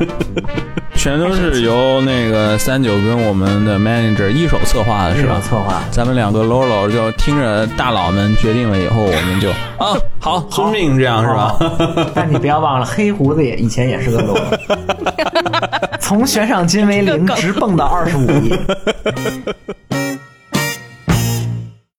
全都是由那个三九跟我们的 manager 一手策划的，
这
是吧
种？策划，
咱们两个 lolo 就听着大佬们决定了以后，我们就啊好遵命，这样是吧？
吧？但你不要忘了，黑胡子也以前也 是个 logo，从悬赏金为零直蹦到二十五亿。